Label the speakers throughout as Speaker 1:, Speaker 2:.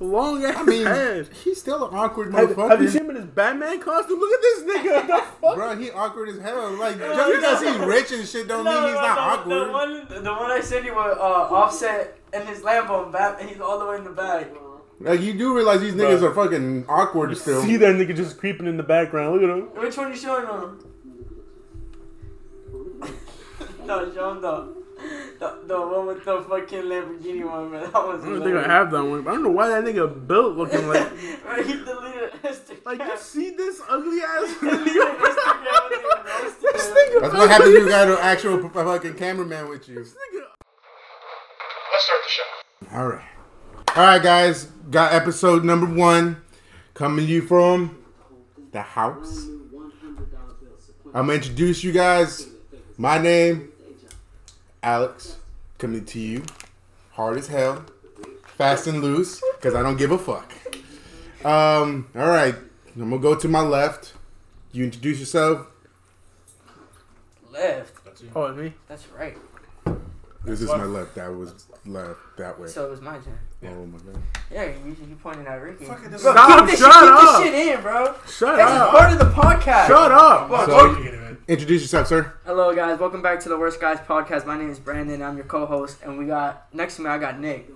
Speaker 1: long ass
Speaker 2: I mean,
Speaker 1: ass.
Speaker 2: he's still an awkward
Speaker 1: Have,
Speaker 2: motherfucker.
Speaker 1: have you seen him in his Batman costume? Look at this nigga. The fuck?
Speaker 2: Bro, he awkward as hell. Like just because he's rich and shit, don't mean he's not
Speaker 3: the,
Speaker 2: awkward.
Speaker 3: The one, the one I sent you was uh, Offset and his Lambo and Bat, and he's all the way in the back.
Speaker 2: Like you do realize these niggas
Speaker 1: Bruh.
Speaker 2: are fucking awkward still.
Speaker 1: See that nigga just creeping in the background. Look at him.
Speaker 3: Which one you showing him? no, show him the, the the one with the fucking Lamborghini one, man. That was.
Speaker 1: I don't think I have that one. I don't know why that nigga built looking like.
Speaker 3: Right, he deleted Instagram.
Speaker 1: Like you see this ugly ass
Speaker 3: Deleted
Speaker 1: nigga.
Speaker 3: Instagram when he was
Speaker 1: This
Speaker 3: roasting him.
Speaker 1: nigga
Speaker 2: That's what happens when you got an actual p- fucking cameraman with you.
Speaker 1: Nigga.
Speaker 4: Let's start the show.
Speaker 2: All right, all right, guys. Got episode number one coming to you from the house. I'm gonna introduce you guys. My name, Alex, coming to you, hard as hell, fast and loose, cause I don't give a fuck. Um, all right, I'm gonna go to my left. You introduce yourself.
Speaker 3: Left.
Speaker 1: Oh, it's me.
Speaker 3: That's right.
Speaker 2: This is my left. That was left that way.
Speaker 3: So it was my turn.
Speaker 2: Oh my god.
Speaker 3: Yeah, you, you pointed out Ricky. Bro,
Speaker 1: Stop!
Speaker 3: keep this
Speaker 1: shut
Speaker 3: shit, keep
Speaker 1: up!
Speaker 3: this shit in, bro.
Speaker 1: Shut
Speaker 3: That's
Speaker 1: up!
Speaker 3: part of the podcast.
Speaker 1: Shut up!
Speaker 2: So, introduce yourself, sir.
Speaker 3: Hello, guys. Welcome back to the Worst Guys podcast. My name is Brandon. I'm your co-host, and we got next to me. I got Nick.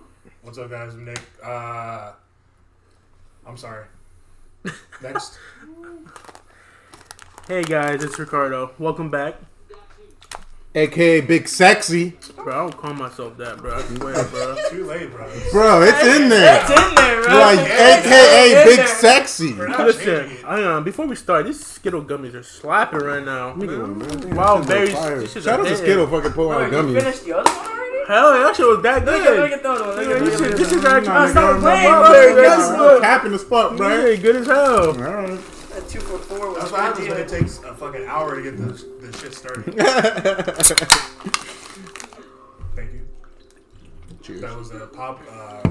Speaker 5: What's up, guys? I'm Nick. Uh, I'm sorry. Next.
Speaker 1: Hey guys, it's Ricardo. Welcome back.
Speaker 2: aka Big Sexy.
Speaker 1: Bro, I don't call myself that, bro. I swear, bro.
Speaker 5: Too late, bro.
Speaker 2: Bro, it's in there.
Speaker 3: It's in there, bro.
Speaker 2: Like,
Speaker 3: It's
Speaker 2: aka
Speaker 3: in
Speaker 2: Big
Speaker 3: there.
Speaker 2: Sexy.
Speaker 5: We're not
Speaker 1: Listen,
Speaker 5: changing it.
Speaker 1: hang on. Before we start, these Skittle gummies are slapping right now. Wow,
Speaker 2: Wow,
Speaker 1: very- this shit's
Speaker 2: Shout out
Speaker 1: a
Speaker 2: to
Speaker 1: hit.
Speaker 2: Skittle fucking pulling
Speaker 3: Bro,
Speaker 2: out
Speaker 3: you
Speaker 2: gummies.
Speaker 3: finished the other one already?
Speaker 1: Hell, that shit was that
Speaker 3: Look at, look
Speaker 1: good.
Speaker 3: at the other one. Look
Speaker 1: Yeah, this
Speaker 3: at the
Speaker 1: shit-
Speaker 3: other
Speaker 1: this
Speaker 3: one.
Speaker 1: is actually
Speaker 3: Oh, stop playing,
Speaker 1: my
Speaker 3: bro.
Speaker 1: favorite.
Speaker 3: Yes,
Speaker 1: Bro,
Speaker 3: look.
Speaker 2: Capping as fuck, bro.
Speaker 1: Really good as hell.
Speaker 2: Alright.
Speaker 3: That Two for four was
Speaker 5: That's why I
Speaker 3: good
Speaker 5: just
Speaker 3: deal.
Speaker 5: it takes a fucking hour to get this, this shit started. Thank you.
Speaker 2: Cheers.
Speaker 5: That was a pop. Uh,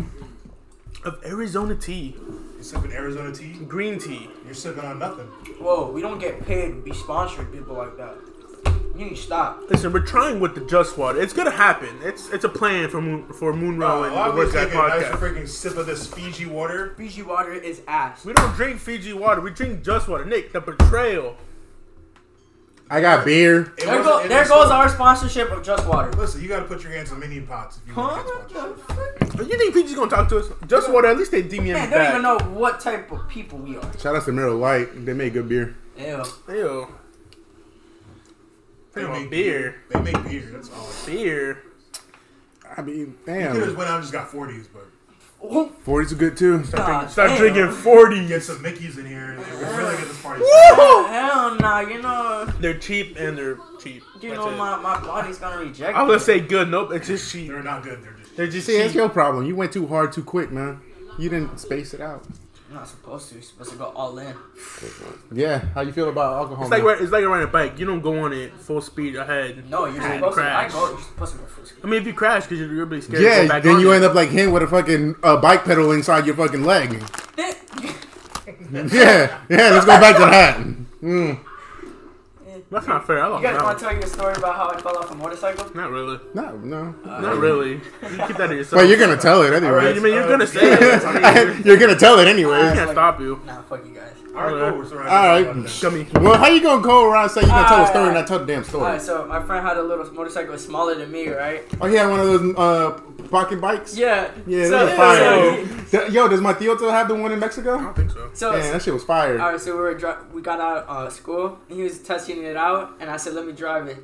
Speaker 1: Of Arizona tea,
Speaker 5: you sipping Arizona tea?
Speaker 1: green tea.
Speaker 5: You're sipping on nothing.
Speaker 3: Whoa, we don't get paid to be sponsoring people like that. You need to stop.
Speaker 1: Listen, we're trying with the Just Water. It's gonna happen. It's it's a plan for Moon for Moonrow
Speaker 5: I'm
Speaker 1: and the Worst Guy
Speaker 5: taking a nice
Speaker 1: podcast.
Speaker 5: freaking sip of this Fiji water.
Speaker 3: Fiji water is ass.
Speaker 1: we don't drink Fiji water. We drink Just Water. Nick, the betrayal.
Speaker 2: I got beer.
Speaker 5: It
Speaker 3: There,
Speaker 5: wasn't
Speaker 3: go,
Speaker 5: in
Speaker 3: there
Speaker 5: this
Speaker 3: goes
Speaker 5: one.
Speaker 3: our sponsorship of Just Water.
Speaker 5: Listen, you gotta put your hands in mini pots if you
Speaker 3: Huh?
Speaker 5: want to
Speaker 3: What
Speaker 5: get
Speaker 3: the
Speaker 5: sponsored.
Speaker 3: fuck?
Speaker 1: But you think Fiji's gonna talk to us? Just Water. At least they DM me
Speaker 3: Man, they don't
Speaker 1: back.
Speaker 3: even know what type of people we are.
Speaker 2: Shout out to Miller Light. They make good beer.
Speaker 3: Ew.
Speaker 1: Ew.
Speaker 5: They
Speaker 1: Talking about
Speaker 5: make
Speaker 1: beer.
Speaker 5: They make beer. That's all.
Speaker 1: Beer.
Speaker 2: I mean,
Speaker 5: You could have
Speaker 2: damn.
Speaker 5: went out and just got 40s, but
Speaker 2: 40's good too.
Speaker 3: Nah,
Speaker 1: Stop
Speaker 3: damn.
Speaker 1: drinking 40.
Speaker 5: get some Mickey's in here. and We're really get this party.
Speaker 3: Hell nah, you know,
Speaker 1: They're cheap and they're cheap.
Speaker 3: you
Speaker 1: That's
Speaker 3: know
Speaker 1: it.
Speaker 3: my, my body's gonna reject.
Speaker 1: I was gonna say
Speaker 3: it.
Speaker 1: good. Nope, it's just cheap.
Speaker 5: They're not good. They're just.
Speaker 1: They're just
Speaker 2: See, that's
Speaker 1: cheap.
Speaker 2: your problem. You went too hard too quick, man. You didn't space it out.
Speaker 3: I'm not supposed to. You're supposed to go all in.
Speaker 2: Yeah, how you feel about alcohol?
Speaker 1: It's like
Speaker 2: man?
Speaker 1: ri- it's like riding a bike. You don't go on it full speed ahead.
Speaker 3: No, you're
Speaker 1: And
Speaker 3: supposed to. I
Speaker 1: crash.
Speaker 3: go. You're supposed to go first.
Speaker 1: I mean, if you crash because you're, you're really scared, to go
Speaker 2: yeah,
Speaker 1: back
Speaker 2: then
Speaker 1: on
Speaker 2: you
Speaker 1: it.
Speaker 2: end up like him with a fucking uh, bike pedal inside your fucking leg. Yeah, yeah, let's go back to that. Mm.
Speaker 1: That's not fair. I
Speaker 3: You
Speaker 1: lost
Speaker 3: guys
Speaker 1: that
Speaker 3: want
Speaker 1: one.
Speaker 3: to tell you a story about how I fell off a motorcycle?
Speaker 1: Not really.
Speaker 2: No, no.
Speaker 1: Not really. You keep that to yourself.
Speaker 2: Well, you're gonna tell it anyway.
Speaker 1: I mean, you're
Speaker 5: Uh,
Speaker 1: gonna say it. I mean, I
Speaker 2: you're gonna tell it anyway.
Speaker 1: can't stop you.
Speaker 3: Nah, fuck you guys.
Speaker 5: All right, cool. We're surrounded
Speaker 2: All
Speaker 5: by
Speaker 2: right.
Speaker 5: that.
Speaker 1: Gummy.
Speaker 2: Well, how you gonna go around saying you gonna tell a story and
Speaker 3: Alright.
Speaker 2: not tell the damn story?
Speaker 3: Alright, so my friend had a little motorcycle smaller than me, right?
Speaker 2: Oh, he had one of those uh, pocket bikes.
Speaker 3: Yeah.
Speaker 2: yeah,
Speaker 3: so,
Speaker 2: those are fire.
Speaker 3: so, he-
Speaker 2: Th- Yo, does my Theo still have the one in
Speaker 1: I
Speaker 2: Mexico?
Speaker 1: don't think so.
Speaker 3: so,
Speaker 2: Man, that shit was fire.
Speaker 3: All right, so we were dri- we got out of uh, school, and he was testing it out, and I said, "Let me drive it,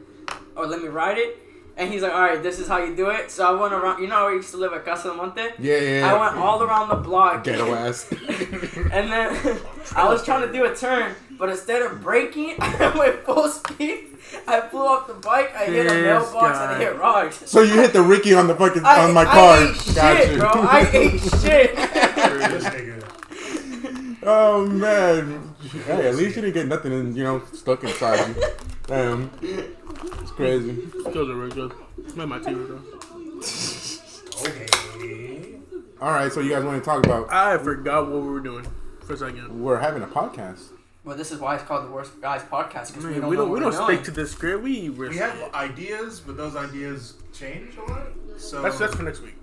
Speaker 3: or let me ride it," and he's like, "All right, this is how you do it." So I went around. You know, where I used to live at Casa del Monte.
Speaker 2: Yeah, yeah.
Speaker 3: I went all around the block.
Speaker 2: Ghetto ass.
Speaker 3: And then I was trying to do a turn, but instead of braking, I went full speed. I flew off the bike. I hit a
Speaker 1: This
Speaker 3: mailbox
Speaker 1: guy.
Speaker 3: and hit rocks.
Speaker 2: so you hit the Ricky on the fucking
Speaker 3: I,
Speaker 2: on my
Speaker 3: I
Speaker 2: car.
Speaker 3: ate shit, bro. I ate shit.
Speaker 5: This nigga.
Speaker 2: oh man. Hey, at least you didn't get nothing, in, you know, stuck inside you. Damn, it's crazy.
Speaker 1: Those are really good. Not my teeth though.
Speaker 5: Okay.
Speaker 2: All right, so you guys want to talk about?
Speaker 1: I forgot what we were doing for a second.
Speaker 2: We're having a podcast.
Speaker 3: well, this is why it's called the Worst Guys Podcast because
Speaker 1: Man,
Speaker 3: we
Speaker 1: we
Speaker 3: don't
Speaker 1: don't
Speaker 3: know
Speaker 1: we
Speaker 3: what
Speaker 1: don't
Speaker 3: we're
Speaker 1: stick
Speaker 3: doing.
Speaker 1: to the script. We risk
Speaker 5: We have
Speaker 1: it.
Speaker 5: ideas, but those ideas change a lot. So
Speaker 1: That's that's for next week.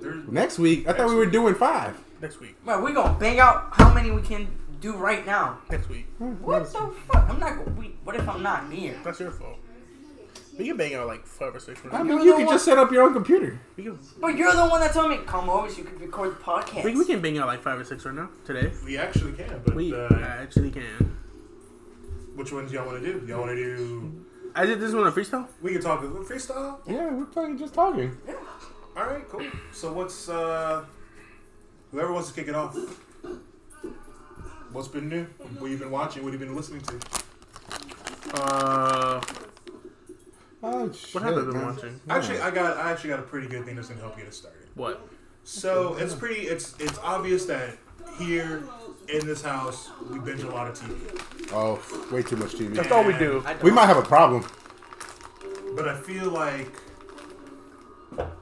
Speaker 5: There's,
Speaker 2: Next week, I thought we were doing five.
Speaker 5: next week.
Speaker 3: Bro, we gonna bang out how many we can do right now.
Speaker 5: Next week.
Speaker 3: What the fuck? I'm not. go- We, what if I'm not near?
Speaker 5: That's your fault. We can bang out like five or six.
Speaker 2: I
Speaker 5: Right?
Speaker 2: mean, you could just set up your own computer.
Speaker 5: We can.
Speaker 3: But you're the one that told me come over so you could record the podcast.
Speaker 1: We, we can bang out like five or six right now today.
Speaker 5: We actually can, but
Speaker 1: We
Speaker 5: uh,
Speaker 1: actually can.
Speaker 5: which ones y'all want to do? Y'all want to do?
Speaker 1: I did this one on freestyle.
Speaker 5: We can talk freestyle.
Speaker 2: Yeah, we're fucking just talking.
Speaker 5: All right, cool. So what's uh, whoever wants to kick it off? What's been new? What you been watching? What you been listening to?
Speaker 1: Uh,
Speaker 2: Oh, shit,
Speaker 1: what have I been
Speaker 2: man.
Speaker 1: watching?
Speaker 5: Actually, I got I actually got a pretty good thing that's gonna help get us started.
Speaker 1: What?
Speaker 5: So it's pretty. It's it's obvious that here in this house we binge a lot of TV.
Speaker 2: Oh, way too much TV.
Speaker 1: That's all we do.
Speaker 3: I don't-
Speaker 2: We might have a problem.
Speaker 5: But I feel like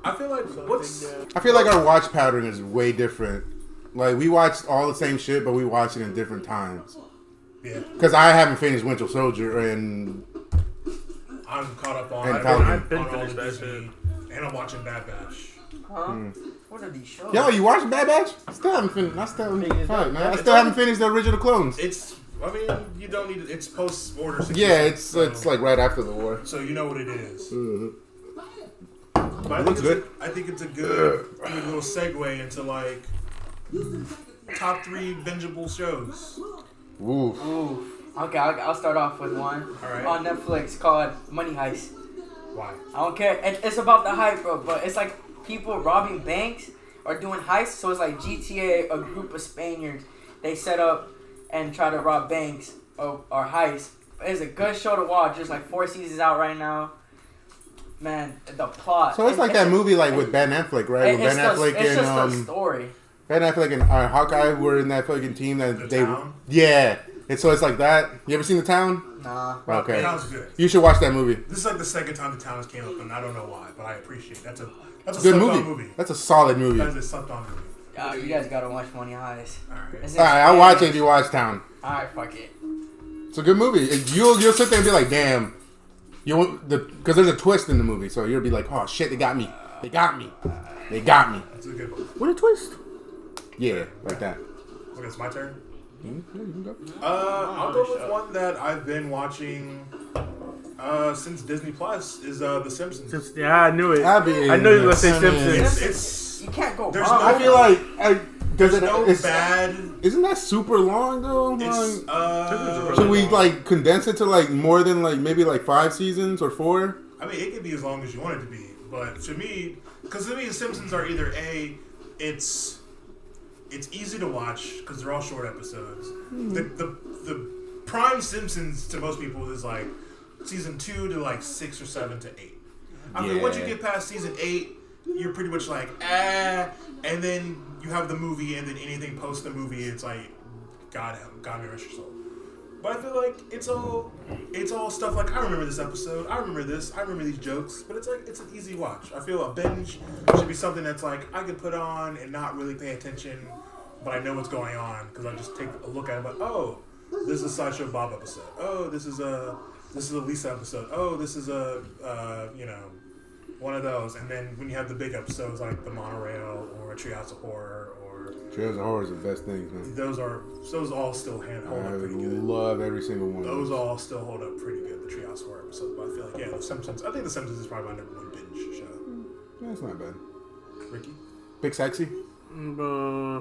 Speaker 5: I feel like what's
Speaker 2: I feel like our watch pattern is way different. Like we watch all the same shit, but we watch it in different times.
Speaker 5: yeah
Speaker 2: Cause I haven't finished Winter Soldier, and
Speaker 5: I'm caught up on.
Speaker 2: And
Speaker 5: I've
Speaker 2: Falcon.
Speaker 5: been-
Speaker 1: I've been
Speaker 5: on all the
Speaker 1: finished that
Speaker 5: Disney, and I'm watching Bad Batch.
Speaker 3: Huh?
Speaker 1: Hmm.
Speaker 3: What are these shows?
Speaker 2: yo, you watched Bad Batch? I still haven't finished. I still, fuck, man. I still haven't finished the original Clones.
Speaker 5: It's I mean you don't need it's post order.
Speaker 2: Yeah, it's it's like right after the war.
Speaker 5: so you know what it is. But I think,
Speaker 2: Looks
Speaker 5: it's a, I think it's a good, good little segue into like top three bingeable shows.
Speaker 2: Ooh,
Speaker 3: Ooh. Okay, I'll, I'll start off with one
Speaker 5: right.
Speaker 3: on Netflix called Money Heist.
Speaker 5: Why?
Speaker 3: I don't care. It, it's about the hype, bro. But it's like people robbing banks or doing heists. So it's like GTA, a group of Spaniards. They set up and try to rob banks or, or heists. It's a good show to watch. There's like four seasons out right now. Man, the plot.
Speaker 2: so it's like that movie like with
Speaker 3: it-
Speaker 2: Ben Affleck, right?
Speaker 3: it-
Speaker 2: With Ben
Speaker 3: it's the-
Speaker 2: Affleck
Speaker 3: it's
Speaker 2: and
Speaker 3: just the
Speaker 2: um,
Speaker 3: story.
Speaker 2: Ben Affleck and uh, Hawkeye were in that fucking team that
Speaker 5: The
Speaker 2: they
Speaker 5: Town?
Speaker 2: yeah. And so it's like that. You ever seen The Town?
Speaker 3: Nah.
Speaker 2: Okay,
Speaker 5: Sounds good.
Speaker 2: you should watch that movie.
Speaker 5: This is like the second time the town has came up, and I don't know why, but I appreciate it. that's a that's a
Speaker 2: Good
Speaker 5: slept
Speaker 2: movie.
Speaker 5: on movie.
Speaker 2: That's a solid movie.
Speaker 5: That's a slept on movie.
Speaker 3: Uh, you guys gotta watch Money Heist.
Speaker 5: All right.
Speaker 3: It's
Speaker 2: All right, I'll watch it if
Speaker 3: insane.
Speaker 2: you watch Town.
Speaker 3: All right, fuck it.
Speaker 2: It's a good movie. And You'll you'll sit there and be like, damn, you won't the because there's a twist in the movie, so you'll be like, oh shit, they got me, they got me, they got me.
Speaker 5: That's a good one.
Speaker 1: What a twist!
Speaker 2: Yeah, like that.
Speaker 5: Okay, it's my turn.
Speaker 2: Mm, yeah, you can go.
Speaker 5: Uh, I'll go with one that I've been watching uh, since Disney Plus is uh, The Simpsons.
Speaker 1: Just- yeah, I knew it.
Speaker 2: I be-
Speaker 1: I knew you were gonna say
Speaker 2: I mean-
Speaker 1: Simpsons.
Speaker 5: It's, it's
Speaker 3: You can't go
Speaker 5: There's
Speaker 3: wrong.
Speaker 5: no-
Speaker 2: I feel like I, does
Speaker 5: there's
Speaker 2: it,
Speaker 5: no
Speaker 2: it's-
Speaker 5: bad.
Speaker 2: Isn't that super long though?
Speaker 5: It's
Speaker 2: Like,
Speaker 5: uh,
Speaker 2: should we like condense it to like more than like maybe like five seasons or four?
Speaker 5: I mean, it could be as long as you want it to be, but to me, because to me, The Simpsons are either a, it's, it's easy to watch because they're all short episodes. The, the the prime Simpsons to most people is like season two to like six or seven to eight. I mean, once you
Speaker 2: Yeah.
Speaker 5: get past season eight, you're pretty much like ah, and then you have the movie, and then anything post the movie, it's like, God, help- God, may rest your soul. But I feel like it's all it's all stuff like I remember this episode, I remember this, I remember these jokes, but it's like it's an easy watch. I feel a binge should be something that's like I could put on and not really pay attention, but I know what's going on because I just take a look at it. But oh, this is a Sideshow Bob episode. Oh, this is a this is a Lisa episode. Oh, this is a uh, you know one of those. And then when you have the big episodes like the monorail or a Treehouse of Horror or
Speaker 2: Trails of Horror is the best things, man.
Speaker 5: those are those all still hand hold
Speaker 2: I
Speaker 5: up pretty good.
Speaker 2: love every single one. of
Speaker 5: Those
Speaker 2: them.
Speaker 5: all still hold up pretty good. The Treehouse Horror episode, but I feel like yeah, The Simpsons. I think The Simpsons is probably my number one binge show.
Speaker 2: That's not bad.
Speaker 5: Ricky,
Speaker 2: Big sexy.
Speaker 1: Uh,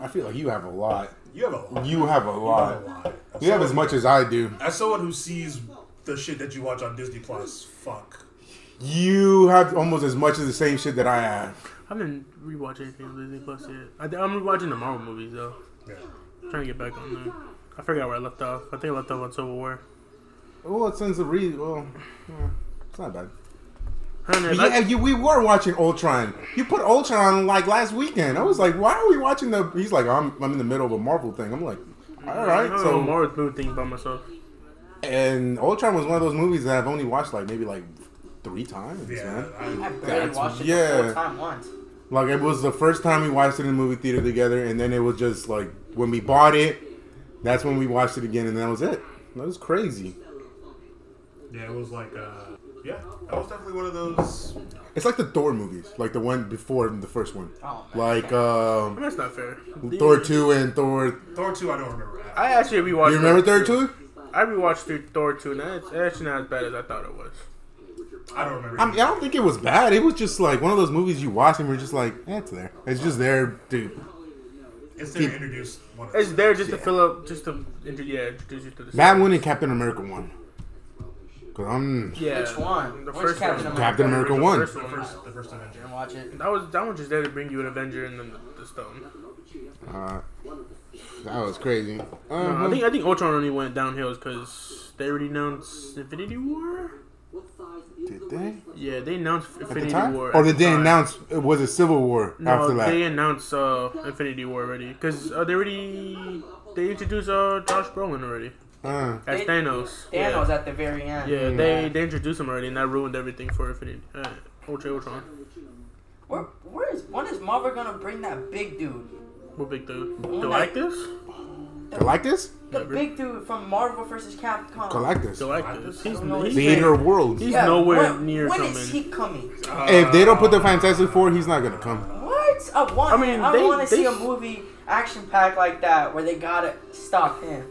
Speaker 2: I feel like you have a lot.
Speaker 5: you have a lot.
Speaker 2: You have a
Speaker 5: You have a
Speaker 2: lot.
Speaker 5: lot. As
Speaker 2: You have as
Speaker 5: someone-
Speaker 2: much as I do.
Speaker 5: As someone who sees the shit that you watch on Disney Plus, fuck.
Speaker 2: You have almost as much as the same shit that I have.
Speaker 1: I haven't rewatched anything on Disney Plus yet. I, th- I'm rewatching the Marvel movies though.
Speaker 5: Yeah.
Speaker 1: trying to get back on there. I forgot where I left off. I think I left off on Civil War.
Speaker 2: Well, it sends a read. Well, yeah, it's not bad.
Speaker 1: I don't know,
Speaker 2: But
Speaker 1: like-
Speaker 2: yeah, you, we were watching Ultron. You put Ultron on like last weekend. I was like, why are we watching the? He's like, I'm, I'm in the middle of a Marvel thing. I'm like, all
Speaker 1: I
Speaker 2: right.
Speaker 1: don't know,
Speaker 2: So
Speaker 1: more mood thing by myself.
Speaker 2: and Ultron was one of those movies that I've only watched like maybe like three times,
Speaker 5: Yeah.
Speaker 2: man.
Speaker 5: I,
Speaker 3: I barely
Speaker 2: That's-
Speaker 3: watched it
Speaker 2: yeah.
Speaker 3: the whole time once.
Speaker 2: Like it was the first time we watched it in the movie theater together, and then it was just like when we bought it, that's when we watched it again, and that was it. That was crazy.
Speaker 5: yeah, it was like uh, Yeah, that was definitely one of those.
Speaker 2: It's like the Thor movies, like the one before the first one,
Speaker 3: Oh, man.
Speaker 2: like um,
Speaker 1: That's not fair.
Speaker 2: Thor two and Thor.
Speaker 5: Thor 2, I don't remember. After.
Speaker 1: I actually rewatched.
Speaker 2: You remember
Speaker 1: Thor
Speaker 2: Thor two?
Speaker 1: I rewatched through Thor two, and it's actually not as bad as I thought it was.
Speaker 5: I don't remember.
Speaker 2: I mean, I don't think it was bad. It was just like one of those movies you watch and we're just like, eh, it's there. It's just there, dude.
Speaker 5: it's there to introduce one of
Speaker 1: It's there just to fill up, just to intro- yeah, introduce you to the.
Speaker 2: That one and Captain America one. Cause I'm
Speaker 1: Yeah.
Speaker 3: Which one?
Speaker 1: The
Speaker 3: Which
Speaker 1: first
Speaker 3: Captain
Speaker 1: one.
Speaker 3: America?
Speaker 2: Captain
Speaker 1: The
Speaker 2: America
Speaker 1: first
Speaker 2: one.
Speaker 5: the first, the first Avenger.
Speaker 3: Didn't watch it.
Speaker 1: That was that one just there to bring you an Avenger and then the, the stone.
Speaker 2: Uh, that was crazy.
Speaker 1: I
Speaker 2: Uh,
Speaker 1: think I think Ultron only went downhill because they already announced Infinity War.
Speaker 2: did they?
Speaker 1: Yeah, they announced
Speaker 2: At the
Speaker 1: Infinity
Speaker 2: time?
Speaker 1: War.
Speaker 2: Or
Speaker 1: at
Speaker 2: did
Speaker 1: the
Speaker 2: they
Speaker 1: time.
Speaker 2: announce it was a Civil War
Speaker 1: No,
Speaker 2: after
Speaker 1: they
Speaker 2: that?
Speaker 1: announced uh, Infinity War already because uh, they already they introduced uh, Josh Brolin already
Speaker 2: Uh,
Speaker 1: as
Speaker 3: They-
Speaker 1: Thanos.
Speaker 3: Thanos at the very end.
Speaker 1: Yeah, yeah they they introduced him already, and that ruined everything for Infinity uh, Ultra Ultron.
Speaker 3: Where, where is when is Marvel gonna bring that big dude?
Speaker 1: What big dude?
Speaker 3: night.
Speaker 1: Galactus?
Speaker 2: Galactus?
Speaker 3: The
Speaker 1: Never.
Speaker 3: big dude from Marvel versus Capcom.
Speaker 2: Galactus.
Speaker 1: Galactus. He's,
Speaker 3: don't know
Speaker 1: he's,
Speaker 3: his name.
Speaker 2: Theater of Worlds.
Speaker 1: he's nowhere
Speaker 3: when-
Speaker 1: near
Speaker 3: When
Speaker 1: coming.
Speaker 3: is he coming?
Speaker 2: If they don't put the Fantastic Four, he's not gonna come.
Speaker 3: What? I want.
Speaker 1: I
Speaker 3: I
Speaker 1: mean,
Speaker 3: mean, I
Speaker 1: they-
Speaker 3: want to
Speaker 1: they-
Speaker 3: see a movie action packed like that where they gotta stop him.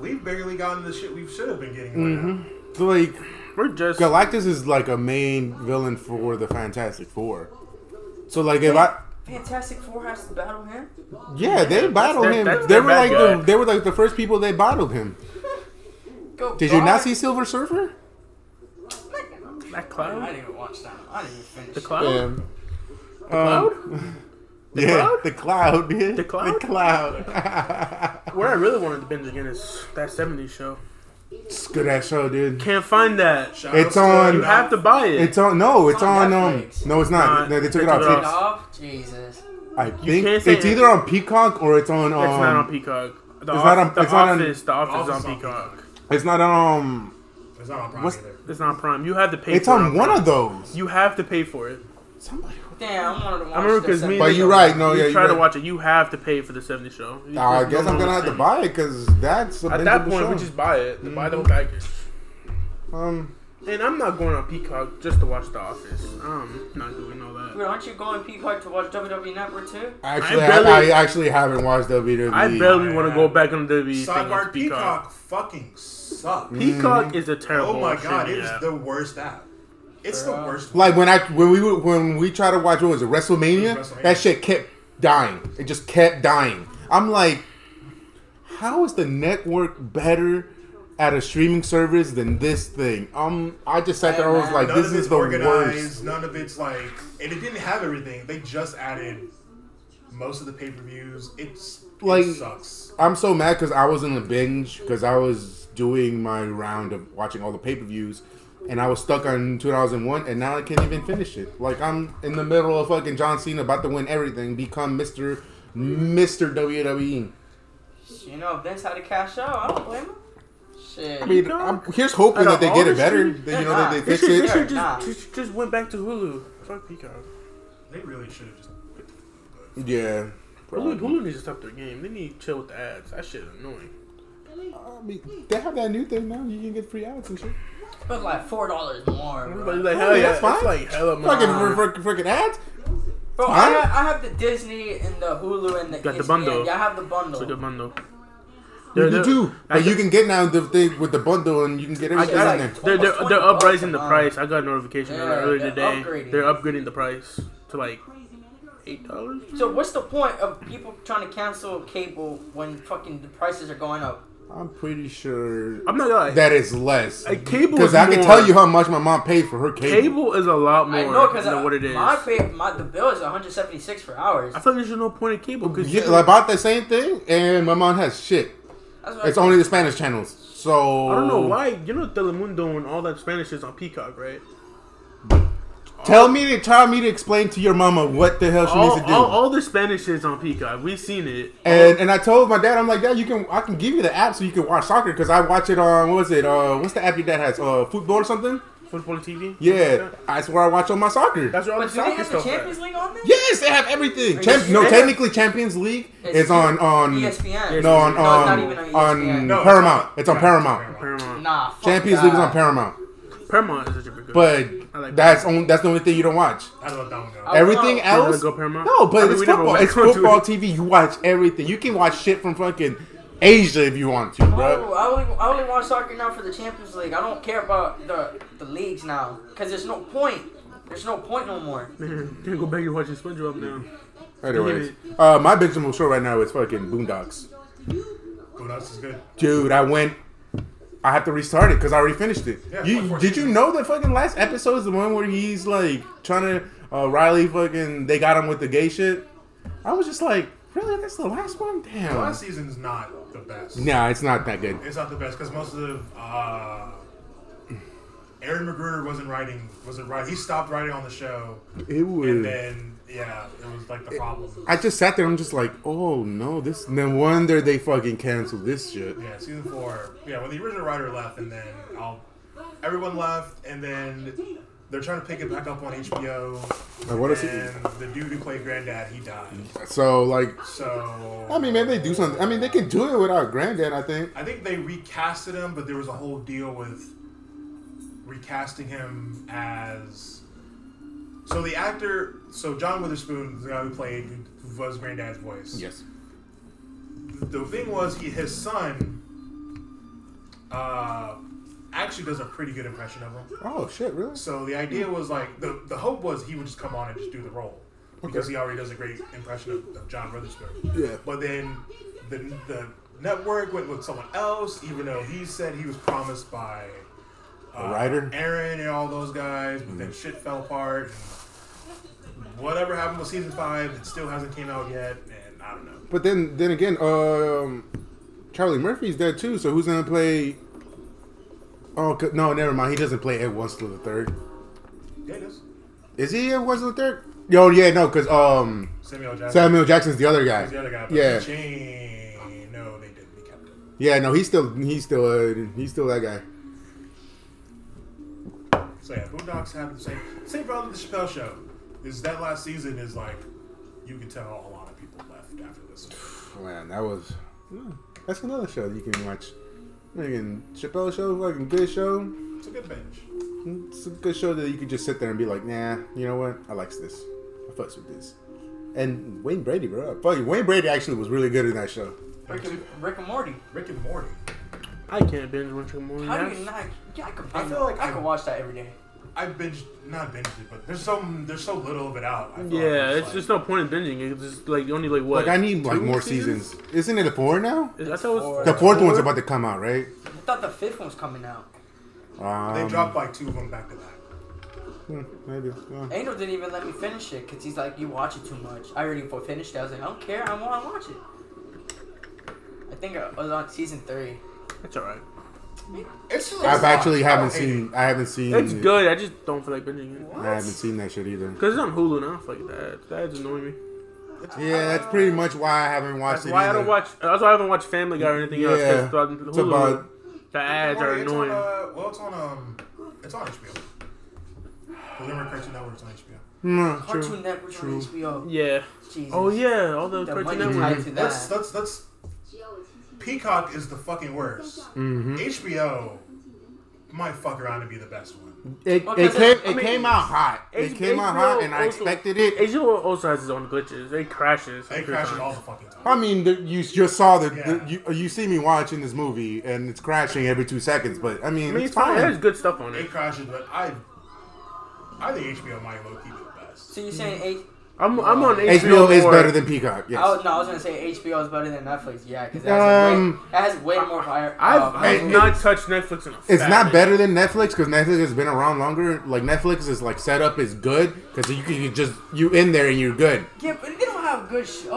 Speaker 5: We've barely gotten the shit we should have been getting. Right now.
Speaker 2: So like,
Speaker 1: We're just
Speaker 2: Galactus is like a main villain for the Fantastic Four. So like, if I
Speaker 3: Fantastic Four has to battle him.
Speaker 2: yeah, they battled
Speaker 1: their-
Speaker 2: him.
Speaker 1: that's
Speaker 2: They
Speaker 1: their
Speaker 2: were
Speaker 1: bad
Speaker 2: like
Speaker 1: guy.
Speaker 2: the, they were like the first people they battled him.
Speaker 3: Go.
Speaker 2: Did you not
Speaker 3: guard.
Speaker 2: see Silver Surfer?
Speaker 1: that
Speaker 3: I
Speaker 1: cloud.
Speaker 3: didn't even watch that. I didn't even finish.
Speaker 1: The
Speaker 3: it.
Speaker 1: cloud.
Speaker 2: Yeah. Um,
Speaker 1: Cloud?
Speaker 2: Yeah,
Speaker 1: cloud?
Speaker 2: the cloud. Yeah.
Speaker 1: The cloud?
Speaker 2: The cloud.
Speaker 1: What I really wanted to binge again is that '70s show.
Speaker 2: it's good ass show, dude.
Speaker 1: Can't find that.
Speaker 5: Shout
Speaker 2: It's
Speaker 5: outs
Speaker 2: on-
Speaker 5: to
Speaker 1: You have to buy it.
Speaker 2: It's on. No, it's,
Speaker 3: on
Speaker 2: on. um,
Speaker 3: Netflix.
Speaker 2: no, it's
Speaker 1: Nah,
Speaker 2: not. No, they took it
Speaker 1: they took it
Speaker 2: off.
Speaker 1: off.
Speaker 3: Oh, Jesus.
Speaker 2: I think
Speaker 1: can't
Speaker 2: it's
Speaker 1: say it.
Speaker 2: either on Peacock or it's on. Um,
Speaker 1: it's not on Peacock. The,
Speaker 2: not
Speaker 1: off-
Speaker 2: on-
Speaker 1: the
Speaker 2: it's not on-
Speaker 1: office. the office,
Speaker 5: Office
Speaker 1: is on
Speaker 5: on
Speaker 1: Peacock.
Speaker 2: It's not um.
Speaker 5: It's not on Prime
Speaker 2: What's-
Speaker 5: either.
Speaker 1: It's not Prime. You have to pay.
Speaker 2: It's
Speaker 1: for it.
Speaker 2: on one of those.
Speaker 1: You have to pay for it.
Speaker 2: Somebody.
Speaker 3: Damn, I wanted to watch.
Speaker 1: remember
Speaker 3: the
Speaker 1: 'cause me
Speaker 3: second
Speaker 1: and-
Speaker 2: But you're right. No,
Speaker 1: you
Speaker 2: yeah.
Speaker 1: try
Speaker 2: you're
Speaker 1: to
Speaker 2: right.
Speaker 1: watch it. You have to pay for the '70s show.
Speaker 2: Uh, I
Speaker 1: There's
Speaker 2: guess
Speaker 1: no
Speaker 2: I'm gonna have to
Speaker 1: understanding.
Speaker 2: buy it because that's a
Speaker 1: At that
Speaker 2: bingeable
Speaker 1: point, we
Speaker 2: show.
Speaker 1: just buy it. Buy the whole package.
Speaker 2: um.
Speaker 1: And I'm not going on Peacock just to watch The Office. I'm not doing all that.
Speaker 3: Wait, aren't you going Peacock to watch WWE Network too?
Speaker 2: Actually,
Speaker 1: I
Speaker 2: I,
Speaker 1: barely-
Speaker 2: I actually haven't watched E. WWE.
Speaker 1: I barely want to go back on the WWE thing. on
Speaker 5: Sidebar Peacock fucking sucks.
Speaker 2: Mm-hmm.
Speaker 1: Peacock is a terrible.
Speaker 5: Oh my god,
Speaker 1: streaming
Speaker 5: it is
Speaker 1: app.
Speaker 5: the worst app. It's the worst.
Speaker 2: Like when I when we were- when we tried to watch what was it WrestleMania,
Speaker 5: WrestleMania.
Speaker 2: that shit kept dying. It just kept dying. I'm like, how is the network better at a streaming service than this thing? Um, I just sat there. I was like,
Speaker 5: Oh, None
Speaker 2: this
Speaker 5: of it's
Speaker 2: is the
Speaker 5: organized.
Speaker 2: worst.
Speaker 5: None of it's like, and it didn't have everything. They just added most of the pay per views. It's
Speaker 2: Like-
Speaker 5: it sucks.
Speaker 2: I'm so mad because I was in the binge because I was doing my round of watching all the pay per views, and I was stuck on 2001, and now I can't even finish it. Like I'm in the middle of fucking John Cena about to win everything, become Mister Mister E. WWE.
Speaker 3: You know, Vince had to cash out. I don't blame him. Shit.
Speaker 2: I mean, I'm, here's hoping
Speaker 1: Out of
Speaker 2: that they
Speaker 1: all
Speaker 2: get
Speaker 1: the
Speaker 2: it better.
Speaker 1: streams,
Speaker 2: That, you know that they
Speaker 3: they're
Speaker 1: They
Speaker 2: fix
Speaker 1: should, they
Speaker 2: it.
Speaker 1: should
Speaker 3: Nah.
Speaker 1: just, just just went back to Hulu. Fuck Peacock.
Speaker 5: They really should have just.
Speaker 2: Yeah.
Speaker 1: Hulu,
Speaker 2: Probably.
Speaker 1: Hulu needs to stop their game. They need to chill with the ads. That shit annoying.
Speaker 2: I mean, they have that new thing now. You can get free ads and shit.
Speaker 3: But like four dollars more. Bro,
Speaker 1: Everybody's like, hell
Speaker 2: yeah,
Speaker 1: yeah,
Speaker 2: that's fine.
Speaker 1: It's like hella more.
Speaker 2: Fucking for, for, freaking ads.
Speaker 3: Bro, I,
Speaker 2: Huh?
Speaker 3: have, I have the Disney and the Hulu and the. E
Speaker 1: Got the
Speaker 3: ESPN.
Speaker 1: bundle.
Speaker 3: Yeah, I have the bundle.
Speaker 1: It's a good bundle.
Speaker 2: You
Speaker 1: They're-
Speaker 2: do
Speaker 1: they're-
Speaker 2: too.
Speaker 1: I
Speaker 2: But you
Speaker 1: got-
Speaker 2: can get now the thing with the bundle, and you can get everything
Speaker 3: got
Speaker 2: in
Speaker 3: it.
Speaker 2: there.
Speaker 1: They're, they're,
Speaker 3: Almost
Speaker 1: they're
Speaker 3: 20 bucks
Speaker 1: uprising
Speaker 3: a
Speaker 1: the
Speaker 3: month.
Speaker 1: price. I got a notification on it
Speaker 3: Yeah,
Speaker 1: earlier
Speaker 3: they're
Speaker 1: today.
Speaker 3: upgrading.
Speaker 1: They're upgrading the price to like eight dollars.
Speaker 3: So what's the point of people trying to cancel cable when fucking the prices are going up?
Speaker 2: I'm pretty sure
Speaker 1: I'm not gonna lie.
Speaker 2: that is less.
Speaker 1: A cable
Speaker 2: Because
Speaker 1: is
Speaker 2: I can
Speaker 1: more.
Speaker 2: tell you how much my mom paid for her cable.
Speaker 1: cable is a lot more
Speaker 3: I know because
Speaker 1: than what it is.
Speaker 3: my pay, my the bill is 176 for hours.
Speaker 1: I feel like there's no point in cable because
Speaker 2: Yeah, like, about the same thing, and my mom has shit.
Speaker 3: That's what
Speaker 2: It's
Speaker 3: I,
Speaker 2: only the Spanish channels. So
Speaker 1: I don't know why. You know Telemundo and all that Spanish is on Peacock, right?
Speaker 2: Tell me to try me to explain to your mama what the hell she
Speaker 1: All,
Speaker 2: needs to do.
Speaker 1: all, all the Spanish is on Peacock. We've seen it.
Speaker 2: And and I told my dad, I'm like, Dad, you can I can give you the app so you can watch soccer because I watch it on what was it? Uh, what's the app your dad has? Uh, football or something?
Speaker 1: Football TV.
Speaker 2: Yeah, that's where I watch all my soccer.
Speaker 1: That's where all
Speaker 3: but
Speaker 1: the
Speaker 3: do they
Speaker 1: soccer
Speaker 3: have the
Speaker 1: stuff.
Speaker 3: Champions
Speaker 1: at.
Speaker 3: League on there?
Speaker 2: yes, they have everything.
Speaker 3: Are
Speaker 2: Champ-
Speaker 3: you
Speaker 2: no,
Speaker 3: serious?
Speaker 2: technically Champions League is on on
Speaker 3: E ESPN.
Speaker 2: no on
Speaker 3: No, it's not
Speaker 2: on
Speaker 3: even on
Speaker 2: on
Speaker 3: ESPN.
Speaker 5: No,
Speaker 2: Paramount. It's on
Speaker 5: Right,
Speaker 2: Paramount.
Speaker 1: Paramount.
Speaker 3: Nah. Fuck
Speaker 2: Champions
Speaker 3: that.
Speaker 2: League is on Paramount.
Speaker 1: Paramount is such a big good.
Speaker 2: But
Speaker 1: I like
Speaker 2: that's on, that's the only thing you don't watch.
Speaker 5: I let that one go.
Speaker 2: Everything
Speaker 3: no.
Speaker 1: We're
Speaker 2: else,
Speaker 1: gonna go Paramount?
Speaker 2: no.
Speaker 1: I
Speaker 2: But
Speaker 1: mean,
Speaker 2: it's
Speaker 1: we never
Speaker 2: football.
Speaker 1: watch
Speaker 2: It's
Speaker 1: Paramount
Speaker 2: football
Speaker 1: TV.
Speaker 2: TV. You watch everything. You can watch shit from fucking Asia if you want to,
Speaker 3: Oh,
Speaker 2: bro.
Speaker 3: I only, I only watch soccer now for the Champions League. I don't care about the the leagues now because there's no point. There's no point no more.
Speaker 1: Man, can't go back and watch SpongeBob now.
Speaker 2: Anyways, uh, my Benjamin show right now is fucking Boondocks.
Speaker 5: Boondocks is good.
Speaker 2: Dude, I went. I have to restart it because I already finished it.
Speaker 5: Yeah,
Speaker 2: you,
Speaker 5: unfortunately.
Speaker 2: did you know the fucking last episode is the one where he's like trying to uh, Riley fucking they got him with the gay shit. I was just like, really? That's the last one? Damn.
Speaker 5: Last season's not the best.
Speaker 2: Nah, it's not that good.
Speaker 5: It's not the best because most of uh, Aaron Magruder wasn't writing. Wasn't writing. He stopped writing on the show,
Speaker 2: It
Speaker 5: and
Speaker 2: was.
Speaker 5: then yeah, it was like the problem.
Speaker 2: I just sat there. I'm just like, oh no, this. No wonder they fucking canceled this shit.
Speaker 5: Yeah, season four. Yeah, when the original writer left, and then i everyone left, and then they're trying to pick it back up on HBO.
Speaker 2: I wanna see-
Speaker 5: And the dude who played Granddad, he died.
Speaker 2: So like,
Speaker 5: So
Speaker 2: I mean, man, they do something. I mean, they can do it without Granddad. I think.
Speaker 5: I think they recasted him, but there was a whole deal with recasting him as. So the actor, so John Witherspoon, the guy who played, who was Granddad's voice.
Speaker 2: Yes.
Speaker 5: The thing was, he his son, uh, actually does a pretty good impression of him.
Speaker 2: Oh shit, really?
Speaker 5: So the idea
Speaker 2: Hmm.
Speaker 5: was like the the hope was he would just come on and just do the role because he already does a great impression of, of John Witherspoon.
Speaker 2: Yeah.
Speaker 5: But then the the network went with someone else, even though he said he was promised by uh,
Speaker 2: A writer. Hmm.
Speaker 5: Aaron and all those guys, but then shit fell apart. and Whatever happened with season five, it still hasn't came out yet, and I don't know.
Speaker 2: But then, then again, um, Charlie Murphy's dead too. So who's gonna play? Oh c- no, never mind. He doesn't play Ed Wenzel the third.
Speaker 5: Yeah, it is.
Speaker 2: Is he Ed Wenzel the third? Yo, yeah, no, because um,
Speaker 5: Samuel Jackson.
Speaker 2: Samuel Jackson's the other guy.
Speaker 5: The other guy, but
Speaker 2: yeah,
Speaker 5: Shane- No, they didn't. They kept it.
Speaker 2: yeah, no, he's still, he's still, uh, he's still that guy.
Speaker 5: So yeah, Boondocks have the same same problem with the Chappelle Show. Is that last season is like you can tell a lot of people left after this. One.
Speaker 2: Oh, Man, that was. yeah, That's another show you can watch. Fucking Chappelle show, fucking good show.
Speaker 5: It's a good bench.
Speaker 2: It's a good show that you can just sit there and be like, nah, you know what? I likes this. I fucks with this. And Wayne Brady, bro. Fucking Wayne Brady actually was really good in that show.
Speaker 3: Rick and, Rick and Morty.
Speaker 5: Rick and Morty.
Speaker 1: I can't binge watch a movie.
Speaker 3: How do
Speaker 1: That's-
Speaker 3: you not? Yeah, I could.
Speaker 5: I feel like
Speaker 3: I
Speaker 5: I-
Speaker 3: could watch that every day.
Speaker 5: I binged not binged it, but there's so there's so little of it out. I feel like
Speaker 1: Yeah, it's
Speaker 5: like-
Speaker 1: just no point in binging. It's just like only like what?
Speaker 2: Like I need like
Speaker 1: two
Speaker 2: more seasons. Isn't it a four now?
Speaker 1: I thought it was
Speaker 2: The fourth
Speaker 1: four?
Speaker 2: one's about to come out, right?
Speaker 3: I thought the fifth one's coming out.
Speaker 2: Um,
Speaker 5: they dropped like two of them back to back.
Speaker 2: hmm, Maybe. yeah.
Speaker 3: Angel didn't even let me finish it because he's like, "You watch it too much." I already finished it. I was like, "I don't care. I want to watch it." I think I was on season three.
Speaker 1: That's alright.
Speaker 5: It's just,
Speaker 2: I've
Speaker 5: it's
Speaker 2: actually
Speaker 5: not- I
Speaker 2: haven't
Speaker 5: don't hate
Speaker 2: seen. I haven't seen.
Speaker 1: It's
Speaker 2: it.
Speaker 1: good. I just don't feel like binging it.
Speaker 2: I haven't seen that shit either.
Speaker 1: Cause it's on Hulu now. Fuck that. That's annoying me.
Speaker 2: Yeah, that's pretty much why I haven't watched
Speaker 1: That's
Speaker 2: it.
Speaker 1: why I
Speaker 2: either.
Speaker 1: don't watch. That's why I haven't watched Family Guy or anything else.
Speaker 2: Yeah.
Speaker 1: Cause throughout the
Speaker 2: It's
Speaker 1: Hulu,
Speaker 2: about-
Speaker 1: the
Speaker 5: Rick
Speaker 1: ads
Speaker 5: and
Speaker 1: are
Speaker 5: Morty, it's on,
Speaker 1: annoying.
Speaker 5: uh, well, it's on um, it's on HBO. Remember Cartoon Network? It's on HBO.
Speaker 2: Mm, true.
Speaker 3: Cartoon Network on HBO.
Speaker 1: yeah.
Speaker 3: Jesus.
Speaker 1: Oh yeah. All the
Speaker 3: The
Speaker 1: Cartoon
Speaker 3: money
Speaker 1: Network.
Speaker 3: tied to that.
Speaker 5: That's that's that's. Peacock is the fucking worst.
Speaker 1: Mm-hmm.
Speaker 5: HBO might fuck around and be the best one.
Speaker 2: It,
Speaker 3: Well,
Speaker 2: it
Speaker 3: 'cause
Speaker 2: came.
Speaker 3: it-
Speaker 2: It
Speaker 3: I mean,
Speaker 2: came out hot. It
Speaker 1: H-
Speaker 2: came out hot, and I
Speaker 1: also-
Speaker 2: expected it.
Speaker 1: HBO also has its own glitches. It crashes.
Speaker 5: They
Speaker 1: three
Speaker 5: crash it
Speaker 1: times.
Speaker 5: all the fucking time.
Speaker 2: I mean, the, you just saw the,
Speaker 5: Yeah.
Speaker 2: the you, uh, you see me watching this movie, and it's crashing every two seconds. But I mean,
Speaker 1: I mean,
Speaker 2: it's
Speaker 1: it's fine. There's
Speaker 2: fine.
Speaker 1: good stuff on
Speaker 5: They
Speaker 1: it.
Speaker 5: crash it, but I, I think HBO might low key be the best.
Speaker 3: So you're saying eight?
Speaker 1: I'm, I'm on
Speaker 2: HBO,
Speaker 1: HBO.
Speaker 2: is
Speaker 1: more.
Speaker 2: better than Peacock. Yes.
Speaker 3: I was, no, I was gonna say HBO is better than Netflix. Yeah, because that, has way-
Speaker 2: Um,
Speaker 3: that has way more fire.
Speaker 1: I've,
Speaker 3: uh,
Speaker 1: I've
Speaker 2: it-
Speaker 1: not touched Netflix in a
Speaker 2: It's
Speaker 1: fat
Speaker 2: not
Speaker 1: minute.
Speaker 2: better than Netflix because Netflix has been around longer. Like Netflix is like setup is good because you can you just you in there and you're good.
Speaker 3: yeah, but they don't have good shows.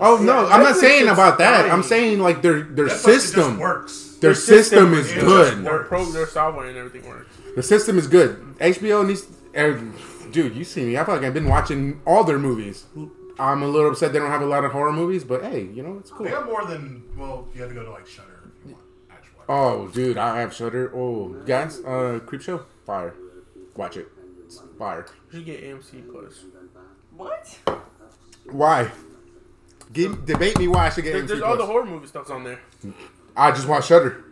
Speaker 2: Oh no, I'm not
Speaker 1: Netflix
Speaker 2: saying
Speaker 1: is
Speaker 2: about that. I'm
Speaker 1: dying.
Speaker 2: saying like their their
Speaker 5: Netflix, it
Speaker 2: system,
Speaker 5: just works.
Speaker 2: their
Speaker 1: Their system
Speaker 2: system is
Speaker 1: is
Speaker 5: just
Speaker 2: good.
Speaker 5: work.
Speaker 1: Their pro, their software and everything works.
Speaker 2: The system is good. HBO needs. er, Dude, you see me. I fucking been watching all their movies. I'm a little upset they don't have a lot of horror movies, but hey, you know it's cool.
Speaker 5: They got more than well. You have to go to like Shutter. If you want actual.
Speaker 2: Oh, dude, I have Shutter. Oh, guys, uh, Creep Show, fire. Watch it, it's fire.
Speaker 1: You should get AMC Plus.
Speaker 3: What?
Speaker 2: Why? Give, debate me why I should get
Speaker 1: There's,
Speaker 2: AMC
Speaker 1: there's all the
Speaker 2: Plus.
Speaker 1: horror movie stuffs on there.
Speaker 2: I just watch Shutter.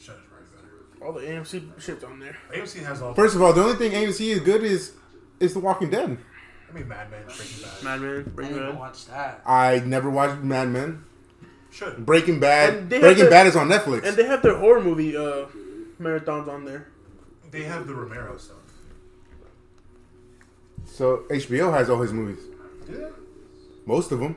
Speaker 5: Shutter's probably better.
Speaker 1: All the AMC shit's on there.
Speaker 5: AMC has all.
Speaker 2: First of all, the only thing AMC is good is is The Walking Dead.
Speaker 5: I mean, Mad Men, Breaking Bad.
Speaker 1: Mad Men,
Speaker 3: I
Speaker 1: Breaking
Speaker 3: didn't
Speaker 1: Bad.
Speaker 3: watch that.
Speaker 2: I never watched Mad Men.
Speaker 5: Should.
Speaker 2: Breaking Bad.
Speaker 1: And they have
Speaker 2: Breaking
Speaker 1: the-
Speaker 2: Bad is on Netflix.
Speaker 1: And they have their horror movie uh, marathons on there.
Speaker 5: They have the Romero stuff.
Speaker 2: so HBO has all his movies.
Speaker 5: Do they?
Speaker 2: Most of them,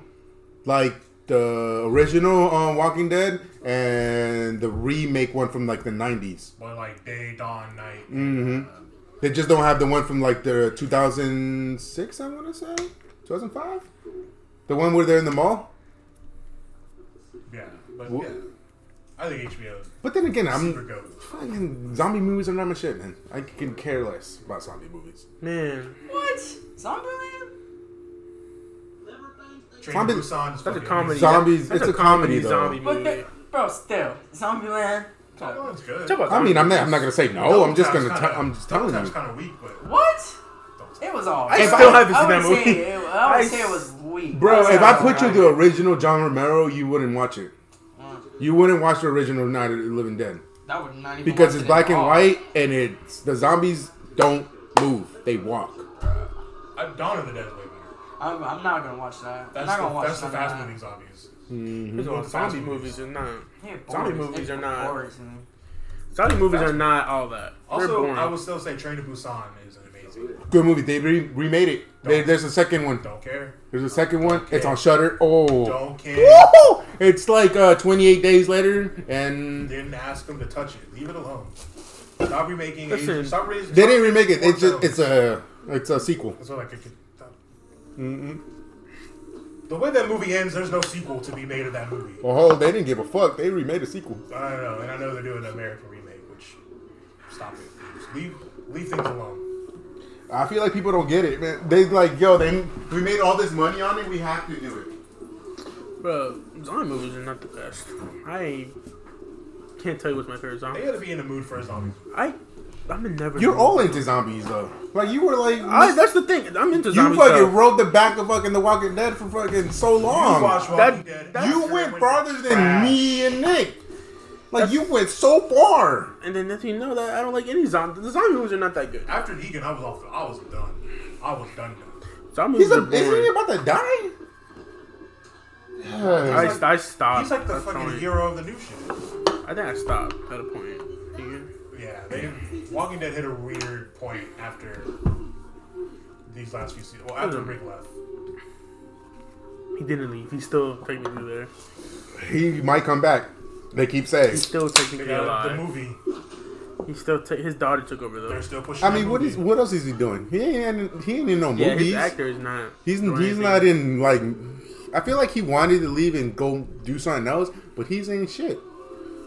Speaker 2: like the original um, Walking Dead and the remake one from like the '90s.
Speaker 5: But like day, dawn, night.
Speaker 2: Mm-hmm. They just don't have the one from like the 2006. I want to say 2005. The one where they're in the mall.
Speaker 5: Yeah, but
Speaker 2: Wh-
Speaker 5: yeah, I think HBO is
Speaker 2: But then again, I'm
Speaker 5: super goat.
Speaker 2: fucking zombie movies are not my shit, man. I can care less about zombie movies.
Speaker 1: Man,
Speaker 3: What? Zombieland?
Speaker 5: Train
Speaker 2: Zombie-
Speaker 5: to Busan is
Speaker 1: that's a
Speaker 5: fucking
Speaker 1: comedy.
Speaker 5: amazing.
Speaker 2: Zombies-
Speaker 1: That's
Speaker 2: it's a comedy, though.
Speaker 1: zombie
Speaker 3: But
Speaker 1: movie.
Speaker 3: they, bro, still Zombieland.
Speaker 5: Oh,
Speaker 3: Come-
Speaker 5: it's good.
Speaker 1: Talk about
Speaker 2: I mean, I'm
Speaker 1: zombies.
Speaker 2: not. I'm not gonna say no.
Speaker 5: Double
Speaker 2: Oh, I'm just
Speaker 5: Tap's
Speaker 2: gonna.
Speaker 5: kinda-
Speaker 2: T- I'm just
Speaker 5: Double
Speaker 2: telling
Speaker 5: Tap's
Speaker 2: you.
Speaker 5: kind of weak, but
Speaker 3: What? It was all.
Speaker 1: I
Speaker 3: right.
Speaker 1: still haven't seen
Speaker 3: I
Speaker 1: that
Speaker 3: wouldn't say
Speaker 1: movie.
Speaker 3: It, I
Speaker 1: I
Speaker 3: would say it
Speaker 1: s-
Speaker 3: was weak.
Speaker 2: Bro,
Speaker 3: That's
Speaker 2: if
Speaker 3: not
Speaker 2: I put you
Speaker 3: right.
Speaker 2: the original John Romero, you wouldn't watch it.
Speaker 3: Mm,
Speaker 2: You wouldn't watch the original Night of the Living Dead
Speaker 6: That would not even watch
Speaker 2: because it's
Speaker 6: it
Speaker 2: black
Speaker 6: at
Speaker 2: and
Speaker 6: all.
Speaker 2: white, and it's the zombies don't move; they walk.
Speaker 5: I, uh, Dawn of the Dead is way better.
Speaker 3: I'm, I'm not gonna watch that. I'm
Speaker 5: That's
Speaker 3: not gonna
Speaker 5: the,
Speaker 3: watch
Speaker 5: that's the
Speaker 3: none of
Speaker 5: fast
Speaker 3: that.
Speaker 5: moving zombies.
Speaker 1: There's all
Speaker 5: Well,
Speaker 1: zombie
Speaker 5: zombie
Speaker 1: movies are not.
Speaker 3: Yeah,
Speaker 1: Zombie
Speaker 3: boring.
Speaker 1: movies
Speaker 3: It
Speaker 1: are not-
Speaker 3: bores me.
Speaker 1: Zombie movies are not all that. They're
Speaker 5: Also,
Speaker 1: boring.
Speaker 5: I will still say Train to Busan is an amazing.
Speaker 2: Good movie. They re- remade it. They,
Speaker 5: Don't.
Speaker 2: there's a second one.
Speaker 5: Don't care.
Speaker 2: There's a second one. It's
Speaker 5: care.
Speaker 2: on Shutter. Oh,
Speaker 5: Don't care.
Speaker 2: Woo! it's like uh, 28 days later, and
Speaker 5: Didn't ask them to touch it. Leave it alone. Stop remaking. Asian-
Speaker 1: Listen.
Speaker 5: Stop raising.
Speaker 2: they didn't remake it.
Speaker 5: Porn
Speaker 2: It's just
Speaker 5: films.
Speaker 2: it's a it's a sequel.
Speaker 5: That's what I could.
Speaker 1: Mm-hmm.
Speaker 5: The way that movie ends, there's no sequel to be made of that movie.
Speaker 2: Oh, they didn't give a fuck. They remade a sequel.
Speaker 5: I don't know, and I know they're doing an American remake, which stop it. Just leave leave things alone.
Speaker 2: I feel like people don't get it, man. They like, yo, they we made all this money on it. We have to do it.
Speaker 1: Bro, zombie movies are not the best. I can't tell you what's my favorite
Speaker 5: They
Speaker 1: zombie.
Speaker 5: gotta be in the mood for a zombie.
Speaker 1: I, I'm in never.
Speaker 2: You're all into zombies though. Like you were like,
Speaker 1: I, that's the thing. I'm into
Speaker 2: you
Speaker 1: zombie
Speaker 2: fucking
Speaker 1: stuff.
Speaker 2: rode the back of fucking The Walking Dead for fucking so long.
Speaker 5: you
Speaker 2: You,
Speaker 5: watch Walking
Speaker 1: that-
Speaker 5: Dead.
Speaker 1: that-
Speaker 2: went
Speaker 5: Trash.
Speaker 2: farther than me and Nick. Like you went so far.
Speaker 1: And then if you know that, I don't like any zombie. The zombie movies are not that good.
Speaker 5: After Negan, I was off. I was done. I was done. done.
Speaker 1: Zombie
Speaker 2: He's
Speaker 1: movies
Speaker 2: a,
Speaker 1: are
Speaker 2: isn't he
Speaker 1: boring.
Speaker 2: about to die?
Speaker 1: I,
Speaker 2: Yeah.
Speaker 5: like-
Speaker 1: I stopped.
Speaker 5: He's like the
Speaker 1: Uh, That's
Speaker 5: fucking
Speaker 1: only-
Speaker 5: hero of the new shit.
Speaker 1: I think I stopped at a point. Yeah.
Speaker 5: Yeah, they Walking Dead hit a weird point after these last few seasons. Well, after
Speaker 1: Mhm.
Speaker 5: Rick left.
Speaker 1: He didn't leave. He's still technically there.
Speaker 2: He might come back. They keep saying.
Speaker 1: He's still
Speaker 5: They
Speaker 1: technically
Speaker 5: got the
Speaker 1: alive.
Speaker 5: movie.
Speaker 1: He's still ta- his daughter took over
Speaker 5: They're
Speaker 1: though.
Speaker 5: still pushing.
Speaker 2: I
Speaker 5: that
Speaker 2: mean, what
Speaker 5: movie.
Speaker 2: is what else is he doing? He ain't he ain't in no
Speaker 1: Yeah, his
Speaker 2: movies.
Speaker 1: actor is not.
Speaker 2: He's
Speaker 1: doing
Speaker 2: he's
Speaker 1: anything.
Speaker 2: not in like. I feel like he wanted to leave and go do something else, but he's in shit.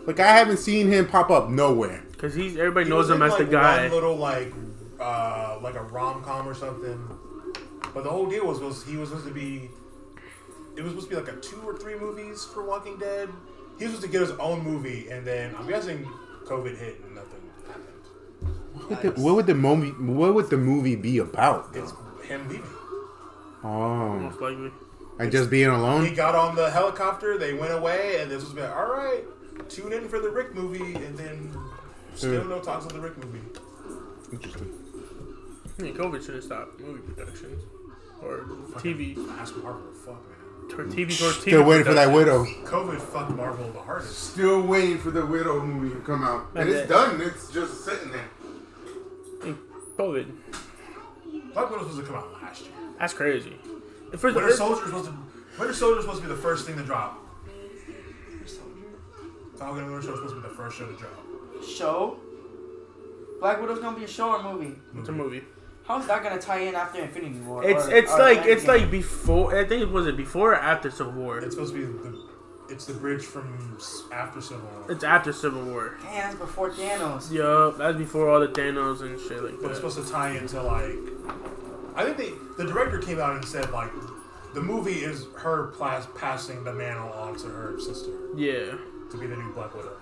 Speaker 2: Like I haven't seen him pop up nowhere.
Speaker 1: Cause he's everybody
Speaker 5: He
Speaker 1: knows
Speaker 5: was
Speaker 1: him
Speaker 5: in,
Speaker 1: as the
Speaker 5: like,
Speaker 1: guy.
Speaker 5: One little like, uh, like a rom com or something. But the whole deal was was he was supposed to be. It was supposed to be like a two or three movies for Walking Dead. He was supposed to get his own movie, and then I'm guessing COVID hit and nothing happened.
Speaker 2: What, the, what would the movie What would the movie be about? though?
Speaker 5: It's him leaving.
Speaker 2: Oh,
Speaker 1: Most likely.
Speaker 2: and just being
Speaker 5: He
Speaker 2: alone.
Speaker 5: got on the helicopter. They went away, and this was like, all right, tune in for the Rick movie, and then still
Speaker 2: Hmm.
Speaker 5: no talks of the Rick movie.
Speaker 2: Interesting.
Speaker 1: Yeah, COVID should have stopped movie productions or TV
Speaker 5: Ask Marvel, fuck man.
Speaker 1: or TV or TV.
Speaker 2: Still waiting for that
Speaker 1: productions.
Speaker 2: widow.
Speaker 5: COVID fucked Marvel the hardest.
Speaker 2: Still waiting for the widow movie to come out,
Speaker 1: And it's
Speaker 2: done. It's just sitting there.
Speaker 1: COVID.
Speaker 5: Black Widow was supposed to come out last year.
Speaker 1: That's crazy. At first,
Speaker 5: Winter Soldier was to, Winter Soldier was supposed to be the first thing to drop. Falcon and Winter Soldier was supposed to be the first show to drop.
Speaker 3: Show. Black Widow's gonna be a show or movie.
Speaker 1: it's a movie.
Speaker 3: How's that gonna tie in after Infinity War?
Speaker 1: It's
Speaker 3: Or-
Speaker 1: it's
Speaker 3: or
Speaker 1: like it's
Speaker 3: Endgame?
Speaker 1: like before. I think it was it before or after Civil War.
Speaker 5: It's supposed to be the, it's the bridge from s- after Civil War.
Speaker 1: It's after Civil War.
Speaker 3: Damn, it's before Thanos.
Speaker 1: Yup, that's before all the Thanos and shit like
Speaker 5: But it's
Speaker 1: that.
Speaker 5: supposed to tie into like, I think they the director came out and said like, the movie is her plas- passing the mantle on to her sister
Speaker 1: Yeah.
Speaker 5: to be the new Black Widow.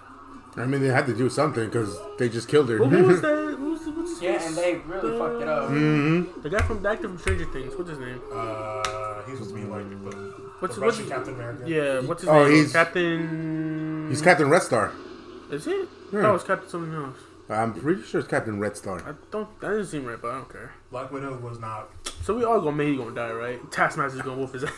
Speaker 2: I mean, they had to do something because they just killed her.
Speaker 1: Well, who was that? Who was, what's
Speaker 3: Yeah, and they really fucked it up.
Speaker 2: Mm.
Speaker 1: The guy from the actor from Stranger Things. What's his name?
Speaker 5: Uh, he's supposed to be like the, the
Speaker 1: What's-
Speaker 5: Russian
Speaker 1: what's-
Speaker 5: Captain America.
Speaker 1: Yeah. What's his
Speaker 2: Oh,
Speaker 1: name?
Speaker 2: he's-
Speaker 1: Captain.
Speaker 2: He's Captain Red Star.
Speaker 1: Is it?
Speaker 2: Yeah.
Speaker 1: No, it's Captain something else.
Speaker 2: I'm pretty sure it's Captain Red Star.
Speaker 1: I don't. That doesn't seem right, but I don't care.
Speaker 5: Black Widow was not.
Speaker 1: So we all gonna make he gonna die, right? Taskmaster's gonna whoop his ass.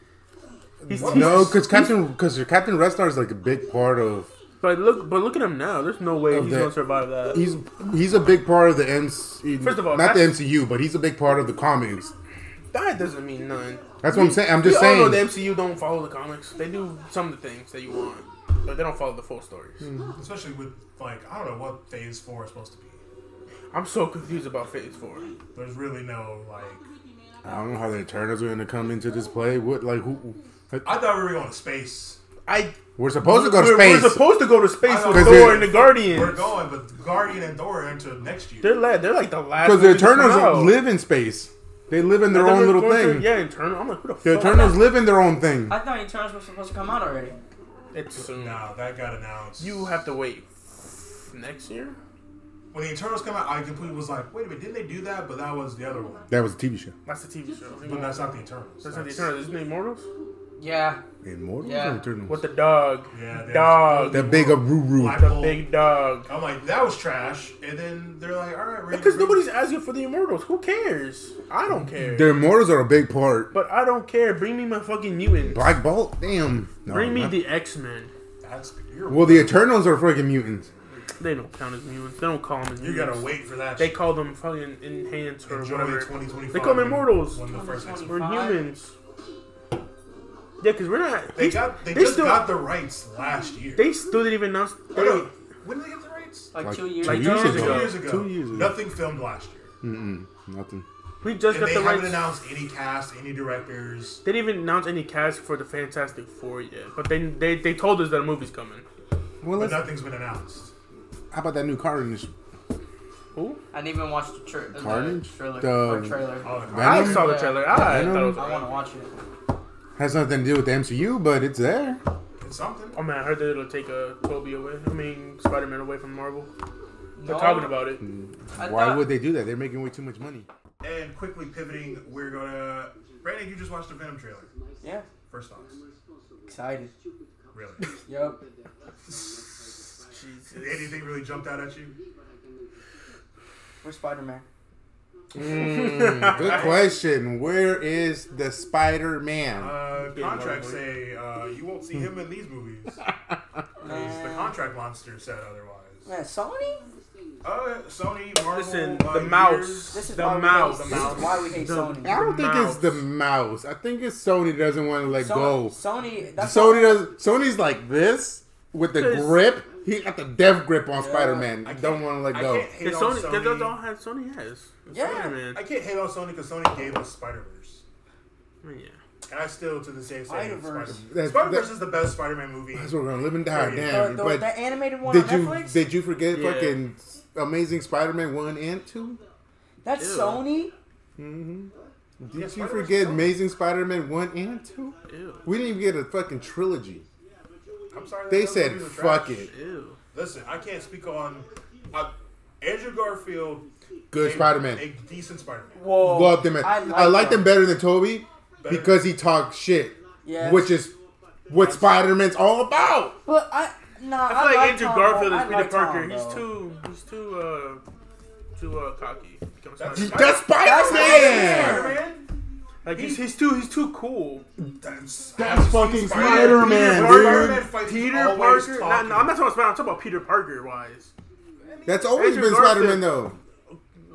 Speaker 1: He's, he's-
Speaker 2: No, because Captain because Captain Red Star is like a big part of
Speaker 1: But look, but look at him now. There's no way
Speaker 2: Of
Speaker 1: he's
Speaker 2: that-
Speaker 1: gonna survive that.
Speaker 2: he's he's a big part of the MC.
Speaker 1: First of all,
Speaker 2: not the
Speaker 1: that's-
Speaker 2: MCU, but he's a big part of the comics.
Speaker 1: that doesn't mean none.
Speaker 2: That's what I'm saying. I'm just
Speaker 1: we all
Speaker 2: saying.
Speaker 1: know the MCU don't follow the comics. They do some of the things that you want, but they don't follow the full stories.
Speaker 2: Hmm.
Speaker 5: Especially with, like, I don't know what Phase 4 is supposed to be.
Speaker 1: I'm so confused about Phase Four.
Speaker 5: There's really no, like.
Speaker 2: I don't know how the Eternals are going to come into this play. What like who?
Speaker 5: I thought we were going to space.
Speaker 1: I
Speaker 2: We're supposed to go to
Speaker 1: we're,
Speaker 2: space.
Speaker 1: we're supposed to go to space
Speaker 5: I
Speaker 1: with
Speaker 5: know.
Speaker 1: Thor and the Guardians.
Speaker 5: We're going, but Guardian and Thor are into next year.
Speaker 1: They're la- they're like the last.
Speaker 2: Because the
Speaker 1: movies to come
Speaker 2: Eternals
Speaker 1: out.
Speaker 2: live in space. They live in their
Speaker 1: They're
Speaker 2: own little
Speaker 1: going to-
Speaker 2: thing.
Speaker 1: yeah, Eternal. I'm like, who the,
Speaker 2: The
Speaker 1: fuck?
Speaker 2: Eternals live in their own thing.
Speaker 3: I thought Eternals was supposed to come out already.
Speaker 1: It's soon.
Speaker 5: No, that got announced.
Speaker 1: You have to wait next year.
Speaker 5: when the Eternals come out, I completely was like, wait a minute, didn't they do that? But that was the other one.
Speaker 2: That was a TV show.
Speaker 1: That's the TV show.
Speaker 5: But that's not the Eternals.
Speaker 1: That's not the Eternals. Isn't it Immortals?
Speaker 3: Yeah.
Speaker 2: Immortals
Speaker 3: Yeah.
Speaker 2: or Eternals?
Speaker 1: With the dog.
Speaker 5: Yeah, they-
Speaker 1: dog.
Speaker 2: that big Abruru.
Speaker 5: Black
Speaker 1: The
Speaker 5: Bolt.
Speaker 1: big dog.
Speaker 5: I'm like, that was trash. And then they're like, all right, we're
Speaker 1: Because nobody's asking for the Immortals. Who cares? I don't care.
Speaker 2: The Immortals are a big part.
Speaker 1: but I don't care. Bring me my fucking mutants.
Speaker 2: Black Bolt, damn. No,
Speaker 1: Bring me
Speaker 2: not-
Speaker 1: the X Men.
Speaker 5: That's, you're,
Speaker 2: Well, the Eternals are freaking mutants.
Speaker 1: They don't count as mutants. They don't call them as
Speaker 5: you
Speaker 1: mutants.
Speaker 5: gotta wait for that.
Speaker 1: They
Speaker 5: shit.
Speaker 1: call them fucking enhanced or
Speaker 5: Enjoy
Speaker 1: whatever.
Speaker 5: 2025
Speaker 1: They call them
Speaker 5: when-
Speaker 1: immortals.
Speaker 5: When the first X-
Speaker 1: We're
Speaker 3: Five.
Speaker 1: humans. Yeah, because we're not.
Speaker 5: they got they, just
Speaker 1: still,
Speaker 5: got the rights last year.
Speaker 1: They still didn't even announce.
Speaker 5: Or
Speaker 1: They,
Speaker 5: no, when did they get the rights?
Speaker 3: Like,
Speaker 2: Like
Speaker 3: two years.
Speaker 2: two
Speaker 3: ago.
Speaker 2: years
Speaker 5: Two
Speaker 1: ago.
Speaker 5: years ago.
Speaker 2: Two years ago.
Speaker 5: Nothing filmed last year.
Speaker 2: Nothing.
Speaker 1: we just
Speaker 5: And
Speaker 1: got
Speaker 5: they
Speaker 1: the
Speaker 5: haven't
Speaker 1: rights.
Speaker 5: announced any cast, any directors.
Speaker 1: They didn't even announce any cast for the Fantastic Four yet, but they they, they told us that a movie's coming.
Speaker 2: Well,
Speaker 5: But
Speaker 2: let's, how
Speaker 5: nothing's been announced.
Speaker 2: about that new Carnage?
Speaker 1: Who?
Speaker 3: I didn't even watch the, tra- the
Speaker 2: Carnage?
Speaker 3: trailer.
Speaker 2: The- um,
Speaker 3: or trailer.
Speaker 5: Oh, no.
Speaker 1: I
Speaker 2: Venom
Speaker 1: saw the
Speaker 3: Yeah.
Speaker 1: trailer. I
Speaker 2: Venom?
Speaker 1: thought it was.
Speaker 3: I want
Speaker 1: alright.
Speaker 3: to watch it.
Speaker 2: has nothing to do with the MCU, but it's there.
Speaker 5: It's something.
Speaker 1: Oh man, I heard that it'll take a Toby away. I mean, Spider Man away from Marvel. They're
Speaker 3: No.
Speaker 1: talking about it.
Speaker 3: I
Speaker 2: Why
Speaker 3: thought-
Speaker 2: would they do that? They're making way too much money.
Speaker 5: And quickly pivoting, we're gonna. Brandon, you just watched the Venom trailer.
Speaker 3: Yeah.
Speaker 5: First thoughts.
Speaker 3: Excited.
Speaker 5: Really?
Speaker 3: Yup.
Speaker 1: Jesus.
Speaker 5: Did anything really jumped out at you?
Speaker 3: We're Spider Man.
Speaker 2: Mm, Good question. Where is the Spider Man?
Speaker 5: Uh,
Speaker 1: Yeah,
Speaker 5: contracts
Speaker 1: probably.
Speaker 5: say uh, you won't see him in these movies. 'Cause the contract monster said otherwise.
Speaker 3: Man, Sony?
Speaker 5: Uh, Sony, Marvel,
Speaker 1: Listen,
Speaker 5: uh,
Speaker 1: the
Speaker 5: years-
Speaker 1: mouse.
Speaker 3: This is
Speaker 1: the
Speaker 3: why we
Speaker 1: mouse.
Speaker 3: hate- this is why we hate
Speaker 1: The-
Speaker 3: Sony.
Speaker 2: I don't think it's
Speaker 1: Mouse.
Speaker 2: the mouse. I think it's Sony doesn't want to let
Speaker 3: So-
Speaker 2: go.
Speaker 3: Sony. That's
Speaker 2: Sony does. Sony's like this with the
Speaker 1: 'Cause-
Speaker 2: grip. He got the death grip on Spider Man.
Speaker 5: I
Speaker 2: I don't want to let
Speaker 5: I
Speaker 2: go.
Speaker 5: can't hate
Speaker 1: It's
Speaker 5: on
Speaker 1: Sony.
Speaker 5: Sony.
Speaker 1: Sony. That's all has Sony has.
Speaker 3: Yeah.
Speaker 1: Spider-Man.
Speaker 5: I can't hate on Sony because Sony gave us Spider Verse,
Speaker 1: I mean, yeah.
Speaker 5: and I still to this day say
Speaker 3: Spider-Verse.
Speaker 5: Spider
Speaker 2: That's-
Speaker 5: Spider Verse
Speaker 2: that-
Speaker 5: is the best Spider Man movie.
Speaker 2: That's what we're gonna live and die.
Speaker 5: Yeah.
Speaker 2: Damn.
Speaker 3: The, the,
Speaker 2: but
Speaker 3: the animated one
Speaker 2: did
Speaker 3: on
Speaker 2: you
Speaker 3: Netflix?
Speaker 2: did you forget
Speaker 1: Yeah.
Speaker 2: fucking Amazing Spider Man one and two?
Speaker 3: that's
Speaker 1: Ew.
Speaker 3: Sony?
Speaker 2: Did you
Speaker 5: Spider-Man's
Speaker 2: forget
Speaker 5: dope.
Speaker 2: Amazing Spider Man one and two?
Speaker 1: Ew.
Speaker 2: We didn't even get a fucking trilogy.
Speaker 5: I'm sorry.
Speaker 2: They
Speaker 5: those
Speaker 2: said
Speaker 5: movies are
Speaker 2: fuck
Speaker 5: trash.
Speaker 2: it.
Speaker 1: Ew.
Speaker 5: Listen, I can't speak on uh, Andrew Garfield.
Speaker 2: Good
Speaker 5: a-
Speaker 2: Spider Man.
Speaker 5: a decent Spider Man.
Speaker 3: Whoa.
Speaker 2: Love them. I like, them. better than Toby
Speaker 5: Better-
Speaker 2: because he talked shit,
Speaker 3: Yes.
Speaker 2: which is what Spider Man's all about.
Speaker 3: But I. Nah, I,
Speaker 1: I feel like,
Speaker 3: like
Speaker 1: Andrew
Speaker 3: Tom,
Speaker 1: Garfield
Speaker 3: though.
Speaker 1: is
Speaker 3: I
Speaker 1: Peter
Speaker 3: like Tom,
Speaker 1: Parker.
Speaker 3: though.
Speaker 1: he's too, he's too, uh, too uh, cocky. when it comes to
Speaker 5: That's-
Speaker 1: Spider-Man.
Speaker 2: That's Spider Man.
Speaker 5: Spider Man.
Speaker 1: Like he's, he's too, he's too cool.
Speaker 5: That's,
Speaker 2: That's fucking Spider-Man,
Speaker 5: Spider-Man,
Speaker 2: dude.
Speaker 5: Spider-Man fights
Speaker 1: Peter
Speaker 5: always
Speaker 1: Parker. Nah,
Speaker 5: talking.
Speaker 1: nah, I'm not talking about Spider. I'm talking about Peter Parker wise.
Speaker 2: That's always
Speaker 1: Andrew
Speaker 2: been Spider
Speaker 1: Garfield.
Speaker 2: Man though.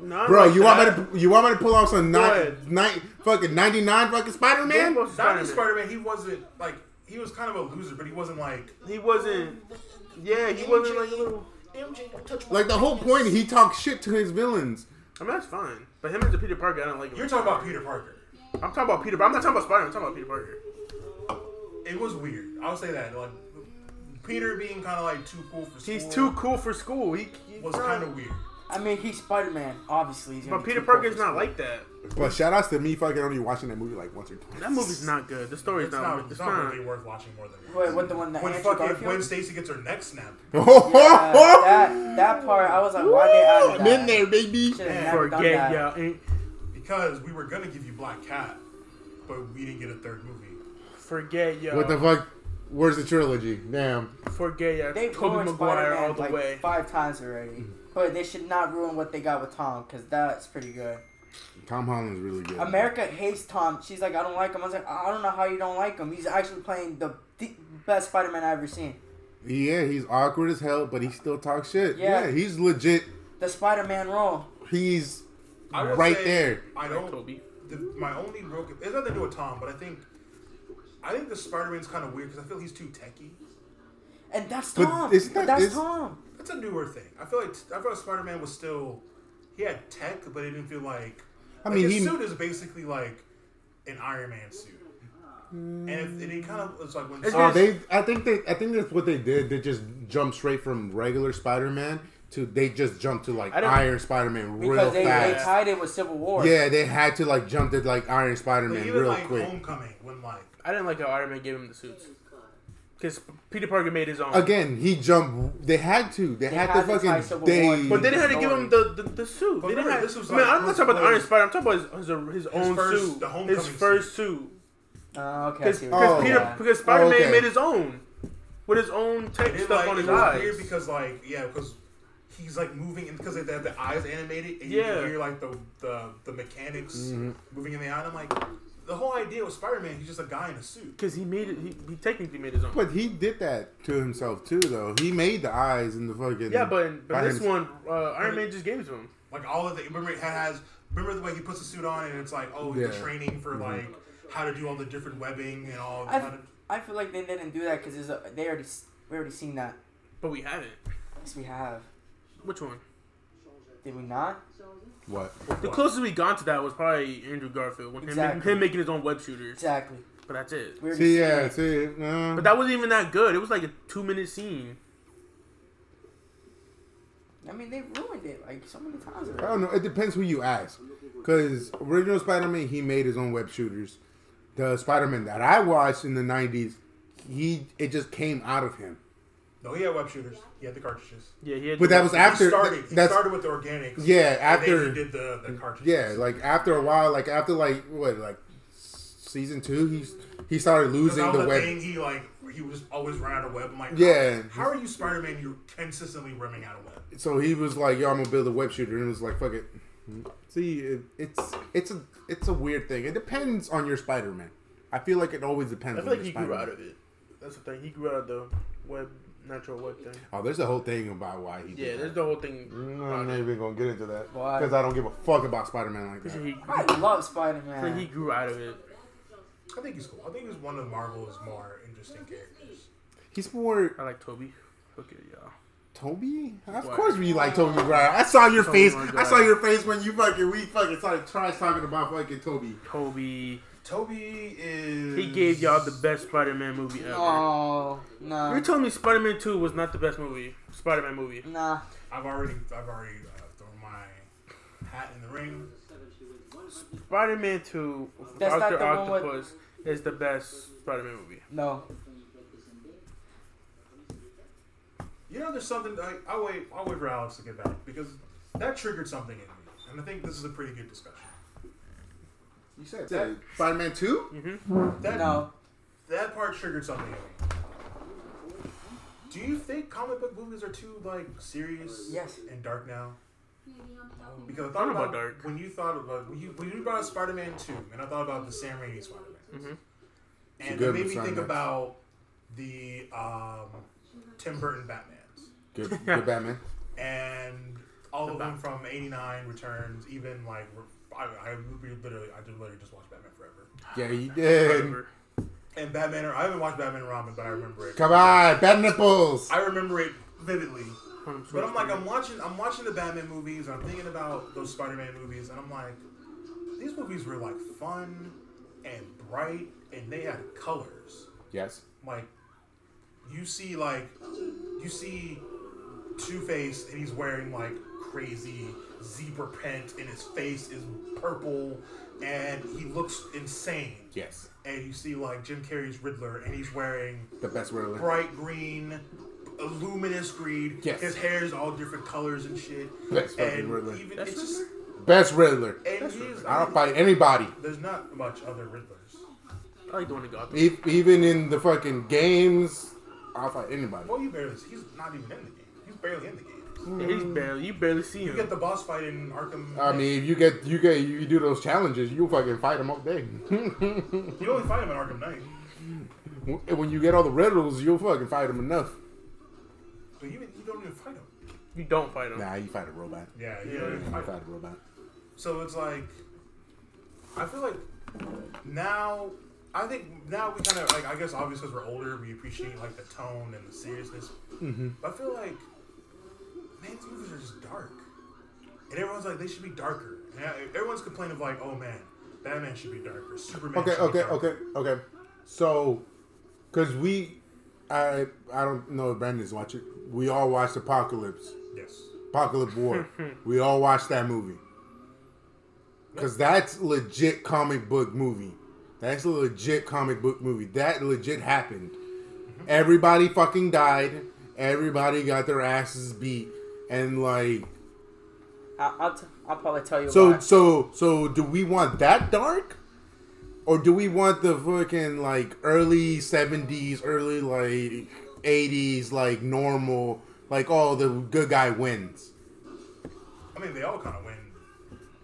Speaker 1: Nah,
Speaker 2: Bro,
Speaker 1: like
Speaker 2: you
Speaker 1: that.
Speaker 2: want me to you want me to pull off some nine,
Speaker 1: ahead.
Speaker 2: nine fucking ninety nine fucking Spider
Speaker 1: He
Speaker 2: Man?
Speaker 1: was
Speaker 5: Not
Speaker 1: Spider-Man.
Speaker 5: Spider Man. He wasn't like he was kind of a loser, but he wasn't like
Speaker 1: He wasn't. Yeah, he wasn't like a little.
Speaker 2: Like the whole point, he talks shit to his villains.
Speaker 1: I mean, that's fine. But him as a Peter Parker, I don't like him.
Speaker 5: you're talking about Peter Parker.
Speaker 1: I'm talking about Peter. But I'm not talking about Spider. I'm talking about Peter Parker.
Speaker 5: It was weird. I'll say that. Like Peter being kind of like too cool for school.
Speaker 1: He's too cool for school. He, he's
Speaker 5: Was
Speaker 1: not-
Speaker 5: kind of weird.
Speaker 3: I mean, he's Spider Man. Obviously. He's gonna
Speaker 1: But
Speaker 3: be
Speaker 1: Peter
Speaker 3: too cool
Speaker 1: Parker's
Speaker 3: for
Speaker 1: not
Speaker 3: school.
Speaker 1: like that.
Speaker 2: But shout outs to me fucking only watching that movie like once or twice.
Speaker 1: That movie's not good. The story's
Speaker 5: It's
Speaker 1: not.
Speaker 5: not.
Speaker 1: it's
Speaker 5: It's not
Speaker 1: not.
Speaker 5: really worth watching more than
Speaker 3: Wait, what the one that
Speaker 5: when
Speaker 3: Andrew
Speaker 5: fucking
Speaker 3: Garfield?
Speaker 5: Gwen Stacy gets her neck snapped.
Speaker 2: Oh,
Speaker 3: Yeah, that, that part, I was like, why they added
Speaker 2: I'm
Speaker 3: that?
Speaker 2: in there, baby.
Speaker 3: Should've never done
Speaker 1: Forget
Speaker 3: that.
Speaker 1: y'all. Ain't,
Speaker 5: Because we were gonna give you Black Cat, but we didn't get a third movie.
Speaker 1: forget y'all.
Speaker 2: What the fuck? Where's the trilogy? Damn.
Speaker 1: forget yeah,
Speaker 3: They
Speaker 1: Toby
Speaker 3: ruined
Speaker 1: Maguire
Speaker 3: Spider-Man
Speaker 1: all the
Speaker 3: like
Speaker 1: way.
Speaker 3: five times already, but they should not ruin what they got with Tom because that's pretty good.
Speaker 2: Tom Holland's really good.
Speaker 3: America hates Tom. She's like, I don't like him. I was like, I don't know how you don't like him. He's actually playing the, the best Spider-Man I've ever seen.
Speaker 2: Yeah, he's awkward as hell, but he still talks shit.
Speaker 3: Yeah.
Speaker 2: Yeah, he's legit.
Speaker 3: The Spider-Man role.
Speaker 2: He's
Speaker 5: I will
Speaker 2: right
Speaker 5: say,
Speaker 2: there.
Speaker 5: I
Speaker 1: Like
Speaker 5: don't.
Speaker 1: Toby.
Speaker 5: The, my only real it has nothing to do with Tom, but I think I think the Spider Man's kind of weird because I feel he's too techy.
Speaker 3: And that's
Speaker 2: But
Speaker 3: Tom.
Speaker 2: it's
Speaker 3: But
Speaker 2: not-
Speaker 3: that's
Speaker 2: it's-
Speaker 3: Tom.
Speaker 5: That's a newer thing. I feel like I feel like Spider Man was still he had tech, but it didn't feel like.
Speaker 2: I
Speaker 5: like,
Speaker 2: mean,
Speaker 5: his
Speaker 2: he-
Speaker 5: suit is basically like an Iron Man suit, and it, and it kind of was like when
Speaker 2: Oh, they. I think they. I think that's what they did. They just jumped straight from regular Spider-Man to they just jumped to like
Speaker 1: I don't-
Speaker 2: Iron Spider-Man real
Speaker 3: Because they, they
Speaker 2: fast.
Speaker 3: tied it with Civil War.
Speaker 2: yeah, they had to like jump to like Iron
Speaker 5: but
Speaker 2: Spider-Man
Speaker 5: even
Speaker 2: real
Speaker 5: like
Speaker 2: quick.
Speaker 5: Homecoming when like
Speaker 1: I didn't like how Iron Man gave him the suits. Because Peter Parker made his own.
Speaker 2: Again, he jumped. They had to. They, had, to
Speaker 3: had to tie
Speaker 2: fucking.
Speaker 3: Civil War
Speaker 2: they.
Speaker 3: to
Speaker 1: But they
Speaker 3: the
Speaker 1: didn't have to give him the, the, the suit.
Speaker 5: But
Speaker 1: they didn't
Speaker 5: remember,
Speaker 1: have,
Speaker 5: this was
Speaker 1: I mean,
Speaker 5: like
Speaker 1: I'm not talking about the
Speaker 5: Homecoming.
Speaker 1: Iron Spider. I'm talking about his, his, his own
Speaker 5: first-
Speaker 1: suit.
Speaker 5: the Homecoming
Speaker 1: his first suit.
Speaker 3: Uh, okay. I
Speaker 1: Because
Speaker 3: see what
Speaker 1: because
Speaker 2: Oh.
Speaker 3: you're
Speaker 1: Peter
Speaker 3: saying.
Speaker 1: because Spider Man
Speaker 2: okay.
Speaker 1: made his own with his own tech
Speaker 5: it,
Speaker 1: stuff
Speaker 5: like,
Speaker 1: on his
Speaker 5: it was
Speaker 1: eyes.
Speaker 5: weird because like yeah because he's like moving and because they have the eyes animated and you
Speaker 1: Yeah.
Speaker 5: can hear like the the, the mechanics
Speaker 2: Mm-hmm.
Speaker 5: moving in the eye. And I'm like the whole idea with Spider Man, he's just a guy in a suit.
Speaker 1: Because he made it. He, he technically made his own.
Speaker 2: But he did that to himself too, though. He made the eyes and the fucking.
Speaker 1: yeah, but but
Speaker 2: by
Speaker 1: this
Speaker 2: himself.
Speaker 1: one uh, Iron Man just gave it to him.
Speaker 5: Like all of the remember it has remember the way he puts the suit on and it's like oh the
Speaker 2: Yeah. Mm-hmm.
Speaker 5: training for like how to do all the different webbing and all.
Speaker 3: I,
Speaker 5: how to,
Speaker 3: f- I feel like they didn't do that because they already s- we already seen that.
Speaker 1: But we haven't.
Speaker 3: Yes, we have.
Speaker 1: Which one?
Speaker 3: Did we not?
Speaker 2: What?
Speaker 1: The closest we got to that was probably Andrew Garfield, when
Speaker 3: Exactly.
Speaker 1: him, him making his own web shooters.
Speaker 3: Exactly.
Speaker 1: But that's it.
Speaker 3: We already
Speaker 2: See,
Speaker 3: seen
Speaker 2: yeah,
Speaker 3: it.
Speaker 2: see, uh, no.
Speaker 1: But that wasn't even that good. It was like a two minute scene.
Speaker 3: I mean, they ruined it like so many
Speaker 2: I
Speaker 3: times already.
Speaker 2: don't know. It depends who you ask. Because original Spider Man, he made his own web shooters. The Spider Man that I watched in the '90s, he it just came out of him.
Speaker 5: no, he had web shooters. He had the cartridges.
Speaker 1: Yeah, he had.
Speaker 2: But that was after.
Speaker 5: he started. He
Speaker 2: that's
Speaker 5: started with the organics.
Speaker 2: Yeah,
Speaker 5: and then
Speaker 2: after-
Speaker 5: he did the, the cartridges.
Speaker 2: yeah. Like after a while, like after like what like season two, he he started
Speaker 5: Because
Speaker 2: losing
Speaker 5: that was
Speaker 2: the
Speaker 5: the
Speaker 2: web.
Speaker 5: thing he like he was always running out of web. I'm like,
Speaker 2: Yeah.
Speaker 5: How, how are you Spider Man? You're consistently running out of web.
Speaker 2: So he was like, "Yo, I'm gonna build a web shooter," and it was like, "Fuck it." See, it, it's it's a it's a weird thing. It depends on your Spider Man. I feel like it always depends.
Speaker 1: I feel
Speaker 2: on
Speaker 1: like
Speaker 2: your
Speaker 1: he grew
Speaker 2: Spider-Man.
Speaker 1: out of it. That's the thing. He grew out of the web, natural web thing.
Speaker 2: Oh, there's a whole thing about why he.
Speaker 1: Yeah,
Speaker 2: did
Speaker 1: there's
Speaker 2: that.
Speaker 1: the whole thing.
Speaker 2: I'm not even Mm, gonna get into that
Speaker 3: Why?
Speaker 2: because I don't give a fuck about Spider Man like that.
Speaker 1: He,
Speaker 3: I love Spider Man.
Speaker 1: he grew out of it.
Speaker 5: I think he's cool. I think he's one of Marvel's more interesting characters.
Speaker 2: He's more
Speaker 1: I like Toby. Okay, y'all.
Speaker 2: Toby. Of
Speaker 1: Why?
Speaker 2: course, we like Toby Maguire. I saw your
Speaker 1: Tobey
Speaker 2: face. I
Speaker 1: Maguire.
Speaker 2: saw your face when you fucking we fucking started trash talking about fucking Toby.
Speaker 1: Toby.
Speaker 5: Toby is.
Speaker 1: He gave y'all the best Spider-Man movie ever.
Speaker 3: Oh no.
Speaker 1: You're telling me Spider-Man 2 was not the best movie? Spider-Man movie.
Speaker 3: Nah.
Speaker 5: I've already. I've already uh, thrown my hat in the ring.
Speaker 1: Spider-Man 2,
Speaker 3: That's not
Speaker 1: Doctor
Speaker 3: the one with-
Speaker 1: Octopus, is the best Spider-Man movie.
Speaker 3: No.
Speaker 5: You know, there's something. I I wait. I wait for Alex to get back because that triggered something in me, and I think this is a pretty good discussion.
Speaker 2: You said Spider Man Two.
Speaker 5: That
Speaker 3: No.
Speaker 5: that part triggered something in me. Do you think comic book movies are too like serious
Speaker 3: Yes.
Speaker 5: and dark now? Because I
Speaker 1: I
Speaker 5: thought
Speaker 1: don't know
Speaker 5: about,
Speaker 1: about dark.
Speaker 5: when you thought about when you, when you brought up Spider-Man Two, and I thought about the Sam Raimi Spider-Man, and it
Speaker 2: good
Speaker 5: made me
Speaker 2: Spider-Man.
Speaker 5: think about the um, Tim Burton Batman's
Speaker 2: Good, good Batman.
Speaker 5: and all of them from '89 returns, even like re- I, I literally I did literally just watch Batman Forever,
Speaker 2: Yeah, you did.
Speaker 1: Whatever.
Speaker 5: and Batman. I haven't watched Batman and Robin, but I remember it.
Speaker 2: Come on, bad nipples.
Speaker 5: I remember it vividly.
Speaker 1: Um,
Speaker 5: But I'm like, I'm watching, I'm watching the Batman movies, and I'm thinking about those Spider-Man movies, and I'm like, these movies were like fun and bright, and they had colors.
Speaker 2: Yes.
Speaker 5: Like, you see, like, you see Two Face, and he's wearing like crazy zebra print, and his face is purple, and he looks insane.
Speaker 2: Yes.
Speaker 5: And you see like Jim Carrey's Riddler, and he's wearing
Speaker 2: The best word.
Speaker 5: bright green, a luminous green.
Speaker 2: Yes.
Speaker 5: His hair's all different colors and shit.
Speaker 2: That's fucking
Speaker 5: and
Speaker 2: Riddler.
Speaker 5: even
Speaker 1: That's
Speaker 5: it's just,
Speaker 2: Best Riddler.
Speaker 5: and he's,
Speaker 2: I don't fight anybody.
Speaker 5: There's not much other Riddlers.
Speaker 1: I like the one in Gotham.
Speaker 2: E- even in the fucking games, outfight anybody.
Speaker 5: Well, you barely. He's not even in the game. He's barely in the game.
Speaker 1: He's barely you barely see
Speaker 5: You get
Speaker 1: him.
Speaker 5: the boss fight in Arkham.
Speaker 2: I mean, if you get you get you do those challenges, you fucking fight them all day.
Speaker 5: you only fight him in Arkham Knight.
Speaker 2: when you get all the riddles, you'll fucking fight them enough.
Speaker 5: But even you don't even fight him.
Speaker 1: You don't fight him.
Speaker 2: Nah, you fight a robot.
Speaker 5: Yeah, you don't even
Speaker 2: You
Speaker 5: fight him.
Speaker 2: fight a robot.
Speaker 5: So it's like, I feel like now, I think now we kind of like, I guess obviously because we're older, we appreciate like the tone and the seriousness.
Speaker 2: Mm-hmm.
Speaker 5: But I feel like, man, these movies are just dark, and everyone's like they should be darker. And I- everyone's complaining of like, oh man, Batman should be darker, Superman.
Speaker 2: Okay,
Speaker 5: should
Speaker 2: okay,
Speaker 5: be darker.
Speaker 2: okay, okay. So, because we, I I don't know if Brandon's watching. We all watched Apocalypse,
Speaker 5: Yes.
Speaker 2: Apocalypse War. we all watched that movie. Because that's legit comic book movie. That's a legit comic book movie. That legit happened. Everybody fucking died. Everybody got their asses beat. And like,
Speaker 3: I, I'll, t- I'll probably tell you
Speaker 2: so
Speaker 3: why.
Speaker 2: so so do we want that dark? Or do we want the fucking like early seventies, early like eighties, like normal, like oh the good guy wins.
Speaker 5: I mean, they all kind of win.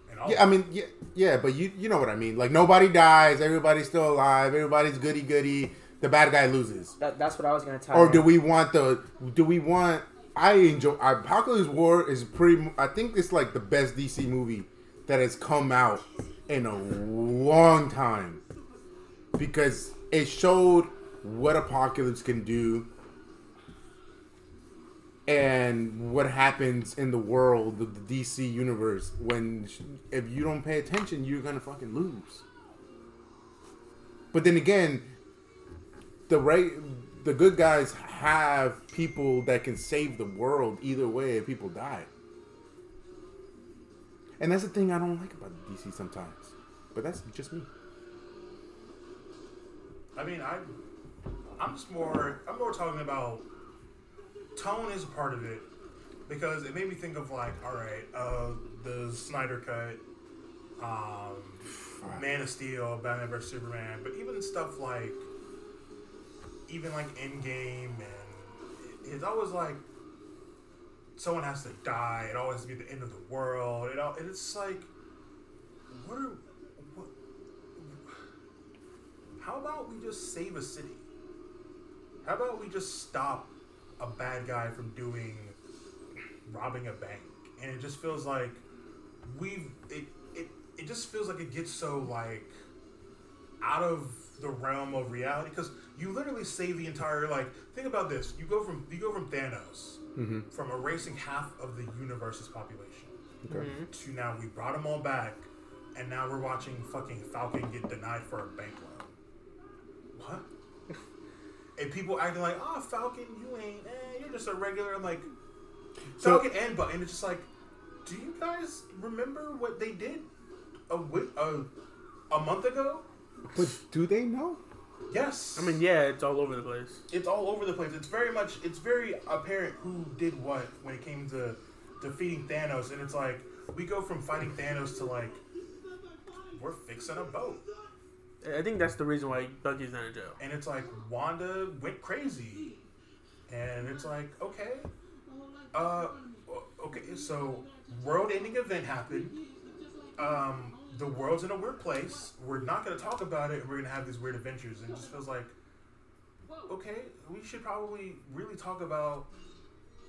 Speaker 5: And all.
Speaker 2: Yeah, I mean yeah, yeah, but you you know what I mean. Like nobody dies, everybody's still alive, everybody's goody goody, the bad guy loses.
Speaker 3: That, that's what I was gonna tell
Speaker 2: Or
Speaker 3: you.
Speaker 2: Oh, do we want the do we want I enjoy Apocalypse War is pretty I think it's like the best DC movie that has come out in a long time because it showed what apocalypse can do and what happens in the world of the DC universe when if you don't pay attention you're going to fucking lose. But then again, the right the good guys have people that can save the world either way if people die and that's the thing i don't like about dc sometimes but that's just me
Speaker 5: I mean, I, I'm just more. I'm more talking about tone is a part of it because it made me think of like, all right, uh, the Snyder cut, um, Man of Steel, Batman vs Superman, but even stuff like, even like Endgame, and it- it's always like someone has to die. It always has to be the end of the world. It all, and it's like, what are, what, how about we just save a city? How about we just stop a bad guy from doing robbing a bank? And it just feels like we've it it, it just feels like it gets so like out of the realm of reality because you literally save the entire like think about this you go from you go from Thanos
Speaker 2: Mm-hmm.
Speaker 5: from erasing half of the universe's population
Speaker 2: okay
Speaker 5: to now we brought them all back, and now we're watching fucking Falcon get denied for a bank loan. What? and people acting like, oh, Falcon, you ain't, eh, you're just a regular. I'm like,
Speaker 2: So-
Speaker 5: Falcon and Button. It's just like, do you guys remember what they did a, wi- a, a month ago?
Speaker 2: but do they know
Speaker 5: Yes.
Speaker 1: I mean, yeah, it's all over the place.
Speaker 5: it's all over the place. It's very much it's very apparent who did what when it came to defeating Thanos, and it's like we go from fighting Thanos to like we're fixing a boat,
Speaker 1: I- I think that's the reason why Bucky's not in jail.
Speaker 5: and it's like Wanda went crazy, and it's like okay, uh, okay, so world-ending event happened. Um, the world's in a weird place. We're not gonna talk about it. and We're gonna have these weird adventures, and it just feels like okay, we should probably really talk about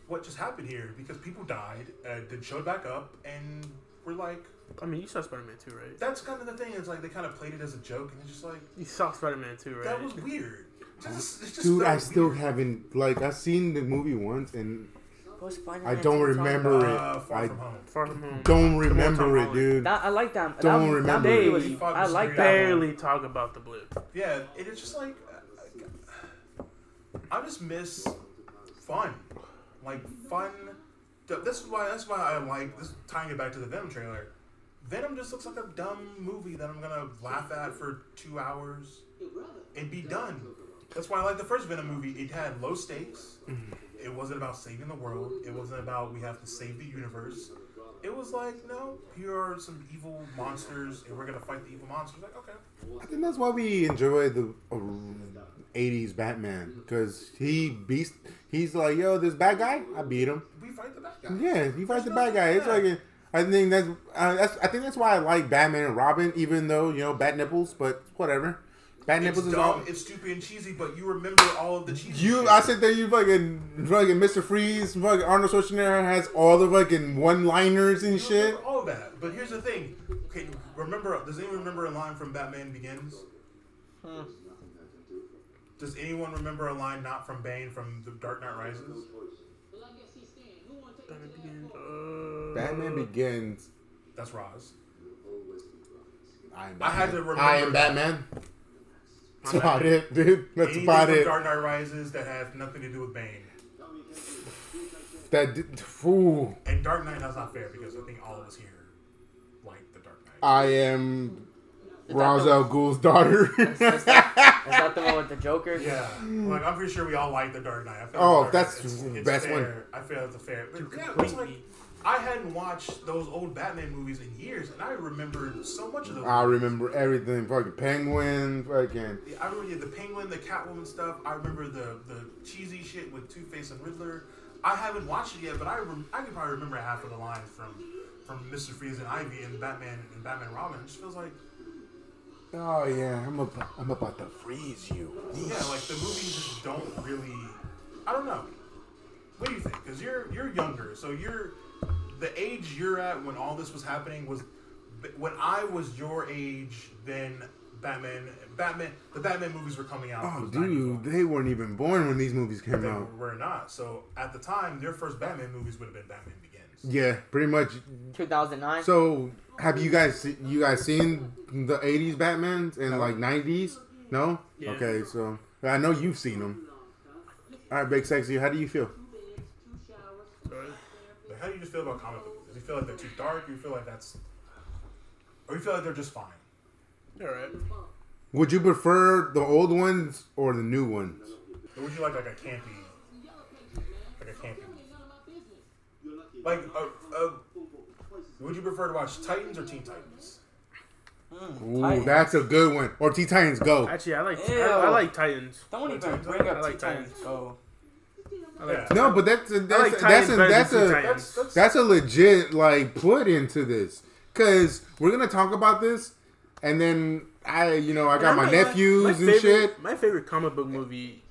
Speaker 5: what just happened here because people died, uh, then showed back up, and we're like,
Speaker 1: I mean, you saw Spider Man too, right?
Speaker 5: that's kind of the thing. It's like they kind of played it as a joke, and it's just like
Speaker 1: You saw Spider Man too, right?
Speaker 5: that was weird. Just, it just
Speaker 2: dude
Speaker 5: felt
Speaker 2: i still
Speaker 5: weird.
Speaker 2: haven't like i've seen the movie once and
Speaker 3: Go Spider-Man
Speaker 2: i don't
Speaker 3: to the top.
Speaker 2: remember
Speaker 5: uh,
Speaker 2: it
Speaker 5: far
Speaker 2: i
Speaker 5: from home.
Speaker 1: Far from home.
Speaker 2: don't
Speaker 1: Tom
Speaker 2: remember it
Speaker 1: Holland.
Speaker 2: dude
Speaker 3: That, I like that.
Speaker 2: Don't
Speaker 3: that,
Speaker 2: remember
Speaker 3: That movie
Speaker 1: it.
Speaker 3: was,
Speaker 5: He fucking
Speaker 3: I like that. one.
Speaker 1: Barely talk about the blip.
Speaker 5: Yeah, it is just like uh, I just miss fun, like fun. This is why. That's why I like this. Tying it back to the Venom trailer, Venom just looks like a dumb movie that I'm gonna laugh at for two hours and be done. That's why I like the first Venom movie. It had low stakes. It wasn't about saving the world. It wasn't about we have to save the universe. It was like, no, here are some evil monsters, and we're gonna fight the evil monsters. Like, okay.
Speaker 2: i think that's why we enjoy the uh, '80s Batman because he beast. He's like, yo, this bad guy, I beat him.
Speaker 5: We fight the bad guy.
Speaker 2: Yeah, he fights the bad
Speaker 5: nothing
Speaker 2: guy. It's
Speaker 5: bad.
Speaker 2: like I think that's uh, that's I think that's why I like Batman and Robin, even though you know bat nipples, but whatever. Bat
Speaker 5: It's
Speaker 2: nipples is
Speaker 5: dumb,
Speaker 2: all.
Speaker 5: it's stupid and cheesy, but you remember all of the cheesy.
Speaker 2: You,
Speaker 5: shit.
Speaker 2: I sit there. You fucking fucking Mr. Freeze, fucking Arnold Schwarzenegger has all the fucking one-liners and
Speaker 5: You
Speaker 2: shit.
Speaker 5: remember all of that. But here's the thing. Okay, remember? Does anyone remember a line from Batman Begins?
Speaker 2: Hmm.
Speaker 5: Does anyone remember a line not from Bane from The Dark Knight Rises?
Speaker 2: Batman Begins.
Speaker 5: That's Roz.
Speaker 2: I am Batman.
Speaker 5: I had to remember
Speaker 2: I am
Speaker 5: that.
Speaker 2: Batman. That's about it, dude. That's
Speaker 5: Anything
Speaker 2: about
Speaker 5: from
Speaker 2: it.
Speaker 5: Dark Knight Rises that has nothing to do with Bane.
Speaker 2: That did, ooh,
Speaker 5: And Dark Knight, that's not fair because I think all of us here like The Dark Knight.
Speaker 2: I am
Speaker 3: Is that
Speaker 2: Ra's
Speaker 3: the-
Speaker 2: al Ghul's daughter.
Speaker 3: Is that, is that the one with the Joker?
Speaker 5: yeah, like I'm pretty sure we all like The Dark Knight. I feel
Speaker 2: Oh,
Speaker 5: like The Dark
Speaker 2: that's
Speaker 5: Knight- it's, it's
Speaker 2: best
Speaker 5: fair.
Speaker 2: one.
Speaker 5: I feel it's a fair. But yeah, it's like I hadn't watched those old Batman movies in years, and I remembered so much of those.
Speaker 2: I remember everything. Fucking Penguin. Fucking.
Speaker 5: I remember the Penguin, the Catwoman stuff. I remember the the cheesy shit with Two Face and Riddler. I haven't watched it yet, but I rem- I can probably remember half of the lines from from Mister Freeze and Ivy and Batman and Batman Robin. It just feels like
Speaker 2: Oh yeah, I'm about, I'm about to freeze you.
Speaker 5: yeah, like the movies just don't really. I don't know. What do you think? Because you're you're younger, so you're the age you're at when all this was happening was when I was your age. Then Batman, Batman, the Batman movies were coming out. It
Speaker 2: Oh
Speaker 5: was 95.
Speaker 2: dude, they weren't even born when these movies came
Speaker 5: they
Speaker 2: out.
Speaker 5: were not. So at the time, their first Batman movies would have been Batman Begins.
Speaker 2: Yeah, pretty much.
Speaker 3: 2009.
Speaker 2: So have you guys se- you guys seen the '80s Batman's and like '90s? No.
Speaker 1: Yeah.
Speaker 2: Okay, so I know you've seen them. All right, big sexy. How do you feel?
Speaker 5: But how do you just feel about comic book movies? Do you feel like they're too dark? Do you feel like that's, or you feel like they're just fine?
Speaker 1: All right.
Speaker 2: Would you prefer the old ones or the new ones?
Speaker 5: Or would you like like a campy, like a campy movie? Like, a, a, would you prefer to watch Titans or Teen Titans?
Speaker 2: Ooh,
Speaker 3: Titans.
Speaker 2: that's a good one. Or T Titans Go.
Speaker 1: Actually, I like I,
Speaker 3: Ew.
Speaker 1: I like Titans.
Speaker 3: Don't even
Speaker 5: Titans.
Speaker 3: bring
Speaker 1: I
Speaker 3: up
Speaker 1: like
Speaker 3: Teen Titans Oh.
Speaker 1: Titans.
Speaker 3: Go.
Speaker 1: I like
Speaker 5: Yeah.
Speaker 2: No, but that's a,
Speaker 1: I
Speaker 2: that's
Speaker 1: like
Speaker 2: a, that's
Speaker 1: Titans
Speaker 2: a,
Speaker 1: better than
Speaker 2: that's
Speaker 1: Teen
Speaker 2: a
Speaker 5: That's
Speaker 1: Titans.
Speaker 5: that's,
Speaker 2: that's a legit like put into this because we're gonna talk about this, and then I you know I got my
Speaker 1: I'm like,
Speaker 2: nephews and
Speaker 1: favorite,
Speaker 2: shit.
Speaker 1: My favorite comic book movie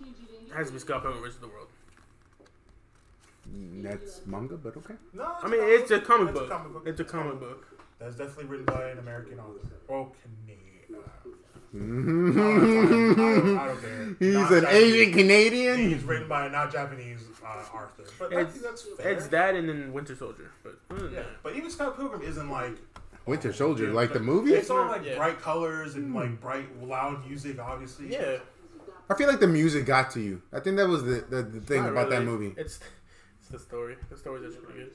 Speaker 1: has to be Scott Pilgrim vs. the World.
Speaker 2: That's manga, but okay.
Speaker 5: no,
Speaker 1: I mean, it's a comic
Speaker 5: It's a
Speaker 1: book.
Speaker 5: comic book.
Speaker 1: It's a comic book.
Speaker 5: That's definitely written by an American author. Well, Canadian.
Speaker 2: He's
Speaker 5: I don't, I don't care.
Speaker 2: an
Speaker 5: Non-Japanese.
Speaker 2: Asian Canadian.
Speaker 5: He's written by a not Japanese uh, author, but that's,
Speaker 1: It's-
Speaker 5: that's fair.
Speaker 1: It's that and then Winter Soldier. But hmm. other than
Speaker 5: Yeah,
Speaker 1: that,
Speaker 5: but even Scott Pilgrim isn't like
Speaker 2: Winter Soldier, like the movie.
Speaker 5: it's all like
Speaker 1: Yeah. Hmm.
Speaker 5: bright colors and like bright loud music, obviously.
Speaker 1: yeah,
Speaker 2: I feel like the music got to you. I think that was the the, the thing
Speaker 1: not
Speaker 2: about that
Speaker 1: really.
Speaker 2: movie.
Speaker 1: It's it's the story. The story's actually pretty good.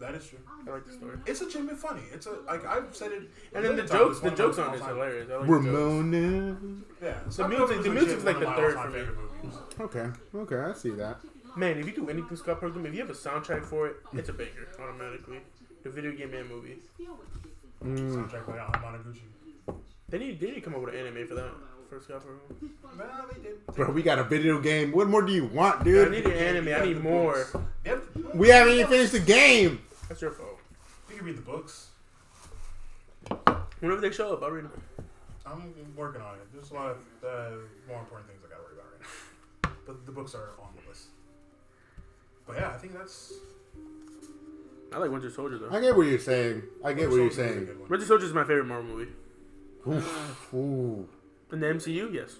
Speaker 5: that is true.
Speaker 1: I like the story.
Speaker 5: It's a and funny. It's a like I've said it.
Speaker 1: And then the
Speaker 5: many times,
Speaker 1: jokes,
Speaker 5: it's
Speaker 1: the
Speaker 5: one of my
Speaker 1: jokes on it is
Speaker 5: all-time-
Speaker 1: hilarious. I like the jokes.
Speaker 2: Ramona.
Speaker 5: Yeah, Scott
Speaker 1: music-
Speaker 5: Pilgrim
Speaker 1: the
Speaker 5: is
Speaker 1: music's
Speaker 5: legit
Speaker 1: like
Speaker 5: one
Speaker 1: the
Speaker 5: of
Speaker 1: third
Speaker 5: my all-time
Speaker 1: for me.
Speaker 5: favorite movies.
Speaker 2: Okay, okay, I see that.
Speaker 1: Man, if you do anything Scott Pilgrim, if you have a soundtrack for it, it's a banger automatically. The video game and movie.
Speaker 2: Mm.
Speaker 5: Soundtrack by Alan Monoguchi.
Speaker 1: They need they need to come up with an anime for that. For Scott Pilgrim.
Speaker 5: Nah, they did.
Speaker 2: Bro, we got a video game. What more do you want,
Speaker 1: I
Speaker 2: dude?
Speaker 1: need an anime. I need more.
Speaker 5: They have the-
Speaker 2: We haven't even finished the game.
Speaker 1: That's your fault.
Speaker 5: You can read the books.
Speaker 1: Whenever they show up, I'll read them.
Speaker 5: I'm working on it. There's a lot of uh, more important things I gotta worry about right now. But the books are on the list. But yeah, I think that's.
Speaker 1: I like Winter Soldier though.
Speaker 2: I get what you're saying. I get what you're
Speaker 5: Soldier's a
Speaker 2: saying.
Speaker 5: good one.
Speaker 1: Winter Soldier is my favorite Marvel movie.
Speaker 2: Oof. Ooh.
Speaker 1: In the MCU, yes.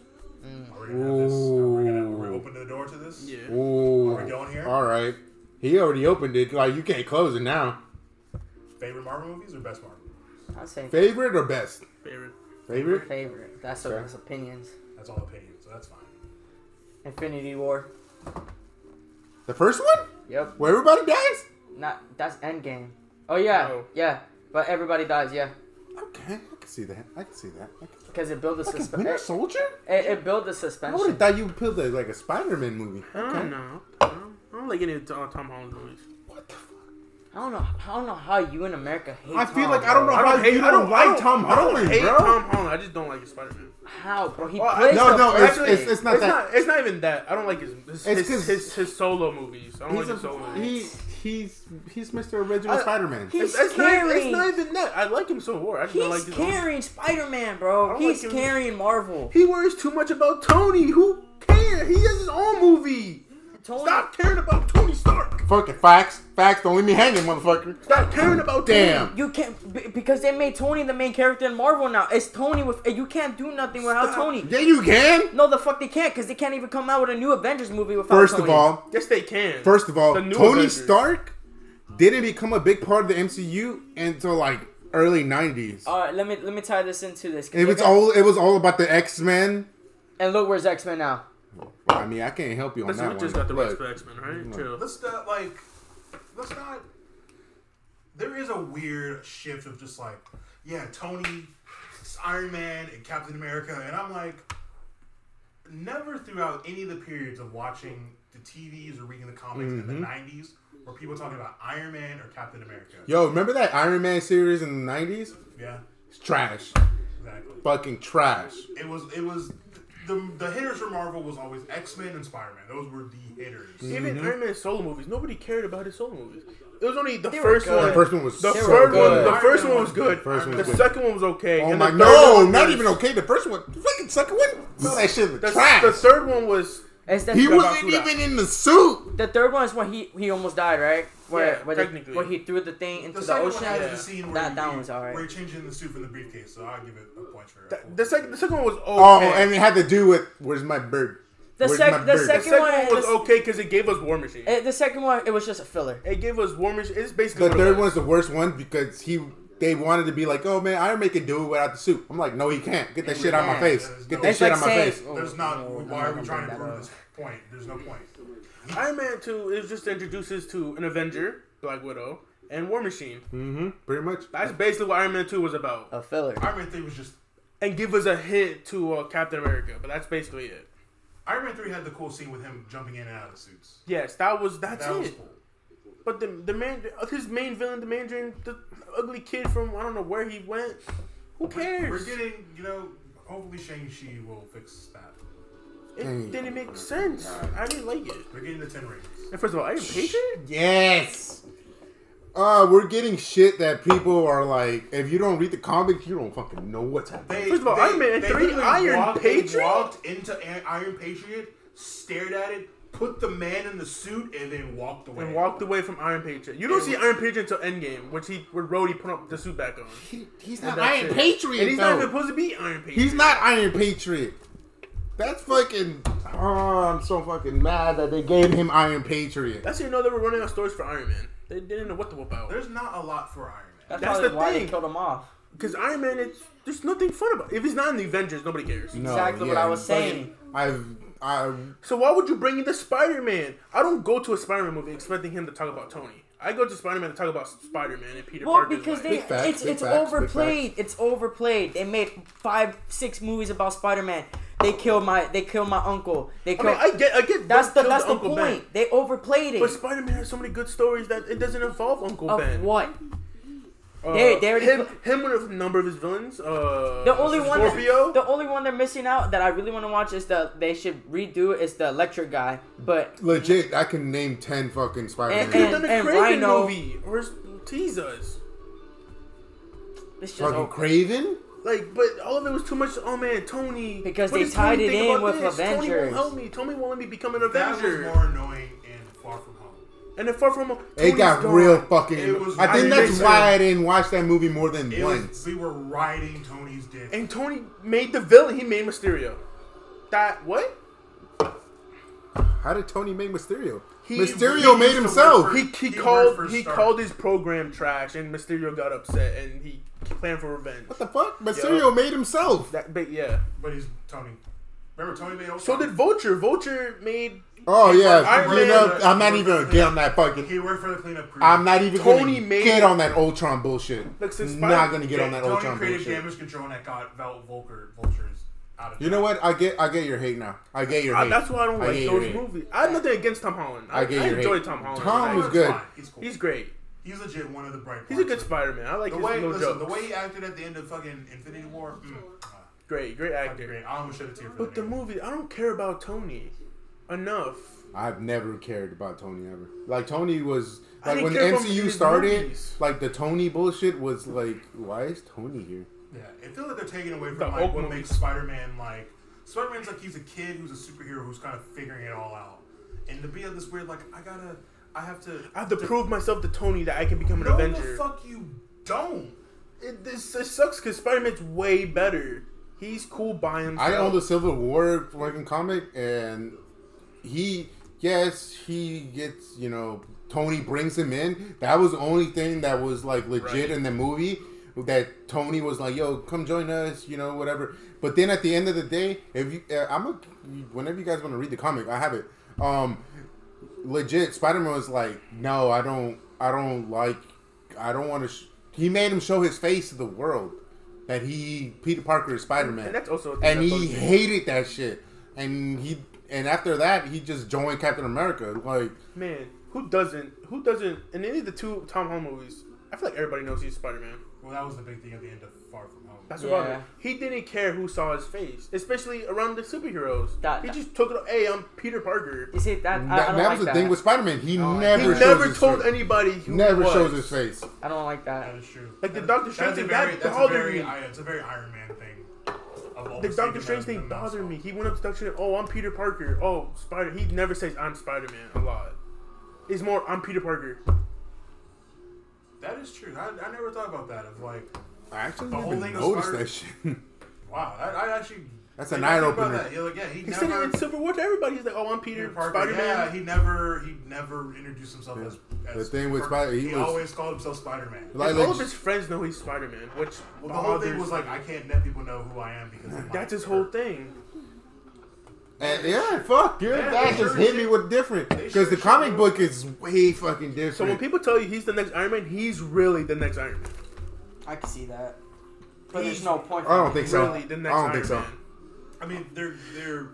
Speaker 5: Are we gonna have this? Are we gonna are we
Speaker 2: Ooh.
Speaker 5: open the door to this?
Speaker 1: Yeah.
Speaker 2: Oh. Ooh.
Speaker 5: Are we going here?
Speaker 2: All right. He already opened it. Like you can't close it now.
Speaker 5: Favorite Marvel movies or best Marvel? movies?
Speaker 3: I say
Speaker 2: Favorite or best?
Speaker 1: Favorite.
Speaker 2: Favorite.
Speaker 3: favorite. That's
Speaker 2: Okay.
Speaker 3: his opinions.
Speaker 5: That's all opinion, so that's fine.
Speaker 3: Infinity War.
Speaker 2: The first one
Speaker 3: Yep.
Speaker 2: where everybody dies.
Speaker 3: Not that's Endgame. Oh yeah,
Speaker 1: No.
Speaker 3: yeah. But everybody dies. Yeah,
Speaker 2: Okay, I can see that. I can see that. I can-
Speaker 3: because it builds a
Speaker 2: Fucking
Speaker 3: suspense.
Speaker 2: Winter
Speaker 3: It,
Speaker 2: Soldier.
Speaker 3: it, it built
Speaker 2: I would
Speaker 3: the
Speaker 2: have
Speaker 3: suspension.
Speaker 2: thought you put the, like a Spider-Man movie.
Speaker 1: I don't
Speaker 2: Okay.
Speaker 1: know. I don't, I don't like any of Tom Tom Holland's movies.
Speaker 2: What the fuck?
Speaker 3: I don't know. I don't know how you in America hate.
Speaker 2: I feel
Speaker 3: Tom,
Speaker 2: like I don't know
Speaker 3: bro.
Speaker 1: I
Speaker 2: how
Speaker 1: don't hate.
Speaker 2: you
Speaker 1: I don't
Speaker 2: don't like
Speaker 1: I don't-
Speaker 2: Tom
Speaker 1: I don't
Speaker 2: Holland,
Speaker 1: hate
Speaker 2: bro.
Speaker 1: Tom Holland. I just don't like his Spider Man.
Speaker 3: how, bro. He
Speaker 1: Well, I-
Speaker 3: plays
Speaker 2: no,
Speaker 3: the
Speaker 2: no, it's-
Speaker 3: person.
Speaker 2: it's- it's not
Speaker 1: it's
Speaker 2: that.
Speaker 1: Not, it's not even that. I don't like his his,
Speaker 2: 'cause-
Speaker 1: his, his, his solo movies. I don't like
Speaker 2: He's
Speaker 1: his solo
Speaker 2: a,
Speaker 1: movies.
Speaker 2: he, he's he's Mr. Original
Speaker 1: I-
Speaker 2: Spider-Man.
Speaker 3: he-
Speaker 1: It's,
Speaker 3: He's
Speaker 1: it's not, even- it's
Speaker 3: scary.
Speaker 1: not even that. I like him so more. I just
Speaker 3: He's
Speaker 1: don't like his own-
Speaker 3: carrying Spider-Man,
Speaker 1: I
Speaker 3: bro.
Speaker 1: don't
Speaker 3: He's
Speaker 1: like him.
Speaker 3: carrying Marvel.
Speaker 1: He worries too much about Tony. Who cares? He has his own movie.
Speaker 3: Tony,
Speaker 1: Stop caring about Tony Stark.
Speaker 2: Fucking facts, facts. Don't leave me hanging, motherfucker.
Speaker 1: Stop caring about
Speaker 2: Damn.
Speaker 3: You can't be- because they made Tony the main character in Marvel now. It's Tony with you can't do nothing without
Speaker 1: Stop.
Speaker 3: Tony.
Speaker 2: Yeah, you can.
Speaker 3: No, the fuck they can't because they can't even come out with a new Avengers movie without
Speaker 2: First
Speaker 3: Tony.
Speaker 2: of all,
Speaker 1: Yes, they can.
Speaker 2: First of all,
Speaker 1: The new
Speaker 2: Tony
Speaker 1: Avengers.
Speaker 2: Stark didn't become a big part of the MCU until like early '90s.
Speaker 1: Uh,
Speaker 3: all right, let me let me tie this into this. 'cause
Speaker 2: it was
Speaker 3: look at-
Speaker 2: all it was all about the X Men.
Speaker 3: and look where's X Men now.
Speaker 2: I mean, I can't help you on
Speaker 1: Listen,
Speaker 2: that
Speaker 1: we just
Speaker 2: one.
Speaker 1: got the
Speaker 2: but-
Speaker 1: rights for X Men, right? Chill.
Speaker 5: Let's not like. Let's not. There is a weird shift of just like, yeah, Tony, Iron Man, and Captain America, and I'm like, never throughout any of the periods of watching the TVs or reading the comics in the '90s were people talking about Iron Man or Captain America.
Speaker 2: Yo, remember that Iron Man series in the '90s?
Speaker 5: Yeah,
Speaker 2: It's trash,
Speaker 5: exactly.
Speaker 2: fucking trash.
Speaker 5: It was. It was. The, the hitters for Marvel was always X Men and Spider Man. Those were the hitters.
Speaker 1: Even
Speaker 2: Mm-hmm.
Speaker 1: Iron Man's solo movies, nobody cared about his solo movies. It was only the
Speaker 3: They were
Speaker 1: first
Speaker 3: good.
Speaker 1: one.
Speaker 2: The first one was
Speaker 1: The
Speaker 2: so
Speaker 1: first
Speaker 2: good.
Speaker 1: one, the first one was good.
Speaker 2: First one
Speaker 1: the
Speaker 2: was good.
Speaker 1: second one was okay.
Speaker 2: Oh
Speaker 1: and
Speaker 2: my
Speaker 1: the
Speaker 2: no,
Speaker 1: third one
Speaker 2: not
Speaker 1: was-
Speaker 2: even okay. The first one, the fucking second one, no, that shit was
Speaker 1: The,
Speaker 2: trash.
Speaker 1: the third one was
Speaker 3: It's the,
Speaker 2: he
Speaker 1: was-
Speaker 2: wasn't even in the suit.
Speaker 3: the third one is when he he almost died, right? Where
Speaker 1: Yeah,
Speaker 3: where, they-
Speaker 1: technically.
Speaker 3: where he threw the thing into
Speaker 5: The
Speaker 3: the,
Speaker 5: second
Speaker 3: ocean.
Speaker 5: one has
Speaker 1: Yeah.
Speaker 5: the scene where
Speaker 3: That-
Speaker 5: he,
Speaker 3: that one's alright.
Speaker 5: where he changed in the suit from the briefcase, so I'll give it a point for
Speaker 1: the,
Speaker 5: it.
Speaker 1: the second. The second one was okay.
Speaker 2: Oh, and it had to do with where's my bird?
Speaker 3: The
Speaker 2: Where's
Speaker 3: sec-
Speaker 2: my
Speaker 3: the
Speaker 2: bird?
Speaker 1: the
Speaker 3: second
Speaker 1: second
Speaker 3: one
Speaker 1: one was
Speaker 3: is-
Speaker 1: okay because it gave us War Machine.
Speaker 3: Eh, the second one it was just a filler.
Speaker 1: It gave us War Machine. It's basically
Speaker 2: The
Speaker 1: what it
Speaker 2: third
Speaker 1: was.
Speaker 2: one's the worst one because he they wanted to be like, oh man, Iron Man can do it without the suit. I'm like, no, he can't. Get that shit out of my
Speaker 3: can't.
Speaker 2: face. Get that
Speaker 3: It's
Speaker 2: shit
Speaker 3: like
Speaker 2: out of my
Speaker 3: saying-
Speaker 2: face.
Speaker 5: There's
Speaker 3: Oh,
Speaker 5: not.
Speaker 3: no, I'm
Speaker 5: why
Speaker 3: not
Speaker 5: are we
Speaker 3: gonna
Speaker 5: trying to
Speaker 3: bring that
Speaker 5: prove
Speaker 3: up.
Speaker 5: this point? There's no point.
Speaker 1: Iron Man Two is just introduces to an Avenger, Black Widow, and War Machine.
Speaker 2: Mm-hmm. Pretty much.
Speaker 1: That's basically what Iron Man Two was about,
Speaker 3: A filler.
Speaker 5: Iron Man three was just.
Speaker 1: and give us a hint to uh, Captain America. But that's basically it.
Speaker 5: Iron Man three had the cool scene with him jumping in and out of suits.
Speaker 1: Yes, that was that's
Speaker 5: That
Speaker 1: it.
Speaker 5: was cool.
Speaker 1: But the the man, uh, his main villain, the Mandarin, the ugly kid from I don't know where he went. Who cares?
Speaker 5: We're getting, you know, hopefully Shang Chi will fix that.
Speaker 1: it didn't make sense. I didn't like it.
Speaker 5: We're getting the ten rings.
Speaker 1: And first of all, Iron Patriot.
Speaker 2: Yes. Uh, we're getting shit that people are like, if you don't read the comics, you don't fucking know what's happening.
Speaker 5: They,
Speaker 1: First of all, Iron Man three,
Speaker 5: literally
Speaker 1: Iron
Speaker 5: walked, they
Speaker 1: Patriot?
Speaker 5: walked into An- Iron Patriot, stared at it, put the man in the suit, and then walked away.
Speaker 1: And walked away from Iron Patriot. You don't see Iron Patriot until Endgame, which he, where Rhodey put up the suit back on.
Speaker 2: He- he's
Speaker 1: And
Speaker 2: not
Speaker 1: that's
Speaker 2: Iron
Speaker 1: it.
Speaker 2: Patriot.
Speaker 1: And he's not
Speaker 2: though.
Speaker 1: even supposed to be Iron Patriot.
Speaker 2: he's not Iron Patriot. That's fucking. Oh, I'm so fucking mad that they gave him Iron Patriot.
Speaker 1: That's how you know they were running out stories for Iron Man. They didn't know what to whip out.
Speaker 5: There's not a lot for Iron Man.
Speaker 3: That's,
Speaker 1: That's
Speaker 3: probably
Speaker 1: the
Speaker 3: why they
Speaker 1: thing.
Speaker 3: killed him off.
Speaker 1: Because Iron Man, it's, there's nothing fun about. If he's not in the Avengers, nobody cares.
Speaker 2: No,
Speaker 3: Exactly what I was
Speaker 2: fucking-
Speaker 3: saying.
Speaker 2: I've. I
Speaker 1: So why would you bring in the Spider Man? I don't go to a Spider Man movie expecting him to talk about Tony. I go to Spider Man to talk about Spider Man and Peter
Speaker 3: Well,
Speaker 1: Parker's
Speaker 3: because
Speaker 1: life.
Speaker 3: they
Speaker 2: Big facts,
Speaker 3: it's
Speaker 2: big
Speaker 3: it's
Speaker 2: facts, big
Speaker 3: overplayed. It's overplayed. They made five, six movies about Spider Man. They killed my they killed my uncle. They
Speaker 1: I
Speaker 3: killed.
Speaker 1: mean, I get, I get.
Speaker 3: that's the
Speaker 1: don't kill
Speaker 3: that's the
Speaker 1: Uncle
Speaker 3: point.
Speaker 1: Ben.
Speaker 3: They overplayed it.
Speaker 1: But Spider Man has so many good stories that it doesn't involve Uncle
Speaker 3: of
Speaker 1: Ben.
Speaker 3: what?
Speaker 1: Uh,
Speaker 3: They- they already-
Speaker 1: him, him with a number of his villains. Uh,
Speaker 3: The only one
Speaker 1: Scorpio.
Speaker 3: the only one they're missing out that I really want to watch is the they should redo is the electric guy. But
Speaker 2: legit, I can name ten fucking Spider
Speaker 1: Could've
Speaker 2: Man.
Speaker 3: and-
Speaker 1: done a Craven
Speaker 3: Rhino.
Speaker 1: movie or tease us.
Speaker 3: it's just
Speaker 2: Fucking
Speaker 3: over.
Speaker 2: Craven.
Speaker 1: Like, but all of it was too much. Oh man, Tony.
Speaker 3: Because
Speaker 1: what
Speaker 3: they
Speaker 1: does
Speaker 3: tied
Speaker 1: Tony
Speaker 3: it
Speaker 1: think
Speaker 3: in
Speaker 1: about
Speaker 3: with
Speaker 1: Tony won't
Speaker 3: Avengers.
Speaker 1: help me. Tony won't let me become an
Speaker 5: That was
Speaker 1: Avenger.
Speaker 5: more annoying in Far From Home.
Speaker 1: and then far from home,
Speaker 2: It got
Speaker 1: gone.
Speaker 2: real fucking.
Speaker 5: It was
Speaker 2: I think
Speaker 1: really
Speaker 2: that's
Speaker 1: bad.
Speaker 2: why I didn't watch that movie more than
Speaker 5: It
Speaker 2: once.
Speaker 5: was, we were riding Tony's dick.
Speaker 1: And Tony made the villain. He made Mysterio. That what?
Speaker 2: How did Tony make Mysterio?
Speaker 1: He-
Speaker 2: Mysterio
Speaker 5: he
Speaker 2: made
Speaker 5: used to
Speaker 2: himself.
Speaker 5: work
Speaker 1: He,
Speaker 5: for-
Speaker 1: he
Speaker 5: He worked
Speaker 1: called
Speaker 5: for
Speaker 1: he
Speaker 5: Stark.
Speaker 1: called his program trash, and Mysterio got upset, and he planned for revenge.
Speaker 2: what the fuck? Mysterio made himself.
Speaker 1: That, but yeah.
Speaker 5: but he's Tony. Remember Tony made Old
Speaker 1: So
Speaker 5: Town?
Speaker 1: did Vulture. Vulture made
Speaker 2: Oh yeah,
Speaker 1: Iron
Speaker 2: you
Speaker 1: Man-
Speaker 2: know I'm not
Speaker 5: He
Speaker 2: even gonna
Speaker 5: worked-
Speaker 2: get on that fucking.
Speaker 5: He worked for the cleanup crew.
Speaker 2: I'm not even
Speaker 1: Tony
Speaker 2: gonna
Speaker 1: made-
Speaker 2: get on that Ultron bullshit.
Speaker 1: Look, since
Speaker 2: not
Speaker 1: Spider-
Speaker 2: gonna get
Speaker 5: Yeah,
Speaker 2: on that
Speaker 5: Tony
Speaker 2: Ultron
Speaker 5: created
Speaker 2: bullshit.
Speaker 5: damage control and that got Val Volker Vultures out of.
Speaker 2: You know what? I get I get your hate now. Mm. I get your
Speaker 1: I,
Speaker 2: hate.
Speaker 1: Uh, that's why I don't like
Speaker 2: get your
Speaker 1: those
Speaker 2: hate.
Speaker 1: movies. I have nothing against Tom Holland. I,
Speaker 2: I get
Speaker 1: I
Speaker 2: your
Speaker 1: enjoy
Speaker 2: hate.
Speaker 1: Tom Holland.
Speaker 2: Tom
Speaker 1: Like,
Speaker 2: was
Speaker 5: It's
Speaker 2: good.
Speaker 5: fine. He's cool.
Speaker 1: He's great.
Speaker 5: He's legit one of the bright.
Speaker 1: He's a
Speaker 5: parts
Speaker 1: good
Speaker 5: of-
Speaker 1: Spider Man. I like
Speaker 5: The
Speaker 1: his
Speaker 5: way,
Speaker 1: little
Speaker 5: listen,
Speaker 1: jokes.
Speaker 5: the way he acted at the end of fucking Infinity War, mm, ah,
Speaker 1: great, great
Speaker 5: fucking
Speaker 1: actor.
Speaker 5: great. I almost shed a tear for
Speaker 1: But
Speaker 5: that
Speaker 1: the
Speaker 5: nigga.
Speaker 1: movie, I don't care about Tony enough.
Speaker 2: I've never cared about Tony ever. Like Tony was
Speaker 1: I
Speaker 2: like
Speaker 1: didn't
Speaker 2: when the
Speaker 1: care from
Speaker 2: MCU
Speaker 1: his
Speaker 2: started,
Speaker 1: movies.
Speaker 2: like the Tony bullshit was like, why is Tony here?
Speaker 5: Yeah, it feels like they're taking away
Speaker 1: The
Speaker 5: from like
Speaker 1: Hulk
Speaker 5: what
Speaker 1: movie.
Speaker 5: makes Spider-Man like. Spider-Man's like he's a kid who's a superhero who's kind of figuring it all out, and to be at this weird like I gotta, I have to,
Speaker 1: I have to prove myself to Tony that I can become an
Speaker 5: No,
Speaker 1: Avenger.
Speaker 5: the fuck you don't.
Speaker 1: It, this, it sucks because Spider Man's way better. He's cool by himself.
Speaker 2: I own the Civil War fucking comic, and he, yes, he gets, you know, Tony brings him in. That was the only thing that was like legit
Speaker 1: Right.
Speaker 2: in the movie that Tony was like, "Yo, come join us," you know, whatever. But then at the end of the day, if you, uh, I'm a, whenever you guys want to read the comic, I have it. Um, legit, Spider Man was like, "No, I don't, I don't like, I don't want to." Sh-. He made him show his face to the world. That he, Peter Parker, is Spider Man,
Speaker 1: And that's also a thing
Speaker 2: and
Speaker 1: that
Speaker 2: he
Speaker 1: bugs me.
Speaker 2: hated that shit. And he and after that he just joined Captain America. Like
Speaker 1: Man, who doesn't? Who doesn't? In any of the two Tom Holland movies, I feel like everybody knows he's Spider Man.
Speaker 5: Well, that was the big thing at the end of Far From Home.
Speaker 1: That's
Speaker 3: Yeah.
Speaker 1: what bothered me. He didn't care who saw his face, especially around the superheroes.
Speaker 3: That-
Speaker 1: he
Speaker 3: that-
Speaker 1: just took it. Hey, I'm Peter Parker.
Speaker 3: You see that? I, I
Speaker 2: that, that
Speaker 3: don't like
Speaker 2: was the
Speaker 3: that.
Speaker 2: thing with Spider Man. He
Speaker 3: No, I-
Speaker 2: never
Speaker 1: He
Speaker 2: shows
Speaker 1: never
Speaker 2: his
Speaker 1: told
Speaker 2: face.
Speaker 1: anybody who
Speaker 2: never
Speaker 1: he was.
Speaker 2: shows his face.
Speaker 3: I don't like
Speaker 5: That
Speaker 3: that.
Speaker 5: is true.
Speaker 1: Like the
Speaker 5: That-
Speaker 1: Doctor
Speaker 5: that's
Speaker 1: Strange
Speaker 5: a
Speaker 1: thing,
Speaker 5: very,
Speaker 1: that
Speaker 5: that's a
Speaker 1: bothered
Speaker 5: very,
Speaker 1: me.
Speaker 5: I- it's a very Iron Man thing. of
Speaker 1: The
Speaker 5: always
Speaker 1: Doctor
Speaker 5: thinking
Speaker 1: Strange
Speaker 5: that
Speaker 1: thing
Speaker 5: the mouse-
Speaker 1: bothered me. He went up to Doctor Strange. Oh, I'm Peter Parker. Oh, Spider. He never says I'm Spider Man a lot. It's more I'm Peter Parker.
Speaker 5: That is true. I, I never thought about that. Of like,
Speaker 2: I actually
Speaker 5: The
Speaker 2: didn't
Speaker 5: whole
Speaker 2: even
Speaker 5: thing was
Speaker 2: notice
Speaker 5: Spider-
Speaker 2: that shit.
Speaker 5: wow, I, I actually.
Speaker 2: That's a
Speaker 5: like,
Speaker 2: night
Speaker 5: think about
Speaker 2: opener.
Speaker 5: That. Yeah, like, yeah, he
Speaker 1: He said it
Speaker 5: never.
Speaker 1: in Civil War to everybody. He's like, oh, I'm Peter,
Speaker 5: Peter Parker.
Speaker 1: Spider Man.
Speaker 5: Yeah, he never. He never introduced himself as. as
Speaker 2: The thing with
Speaker 5: Parker.
Speaker 2: Spider- he
Speaker 5: he,
Speaker 2: was-
Speaker 5: always called himself Spider Man.
Speaker 2: like,
Speaker 1: all
Speaker 2: like,
Speaker 1: of his friends know he's Spider Man, which
Speaker 5: Well, the whole
Speaker 1: bothers
Speaker 5: thing was
Speaker 1: me.
Speaker 5: like, I can't let people know who I am because of my-
Speaker 1: that's his whole thing.
Speaker 2: and- yeah, fuck, yeah,
Speaker 5: Yeah,
Speaker 2: that
Speaker 5: they
Speaker 2: just
Speaker 5: sure
Speaker 2: hit me
Speaker 5: did.
Speaker 2: with different because
Speaker 5: sure
Speaker 2: the
Speaker 5: showed
Speaker 2: comic
Speaker 5: him.
Speaker 2: book is way fucking different.
Speaker 1: So when people tell you he's the next Iron Man, he's really the next Iron Man.
Speaker 3: I can see that. But
Speaker 1: He's-
Speaker 3: there's no point.
Speaker 2: I don't
Speaker 3: in it.
Speaker 2: think so.
Speaker 1: Really, the next
Speaker 2: I don't
Speaker 1: Iron
Speaker 2: think so.
Speaker 1: Man.
Speaker 5: I mean, they're they're.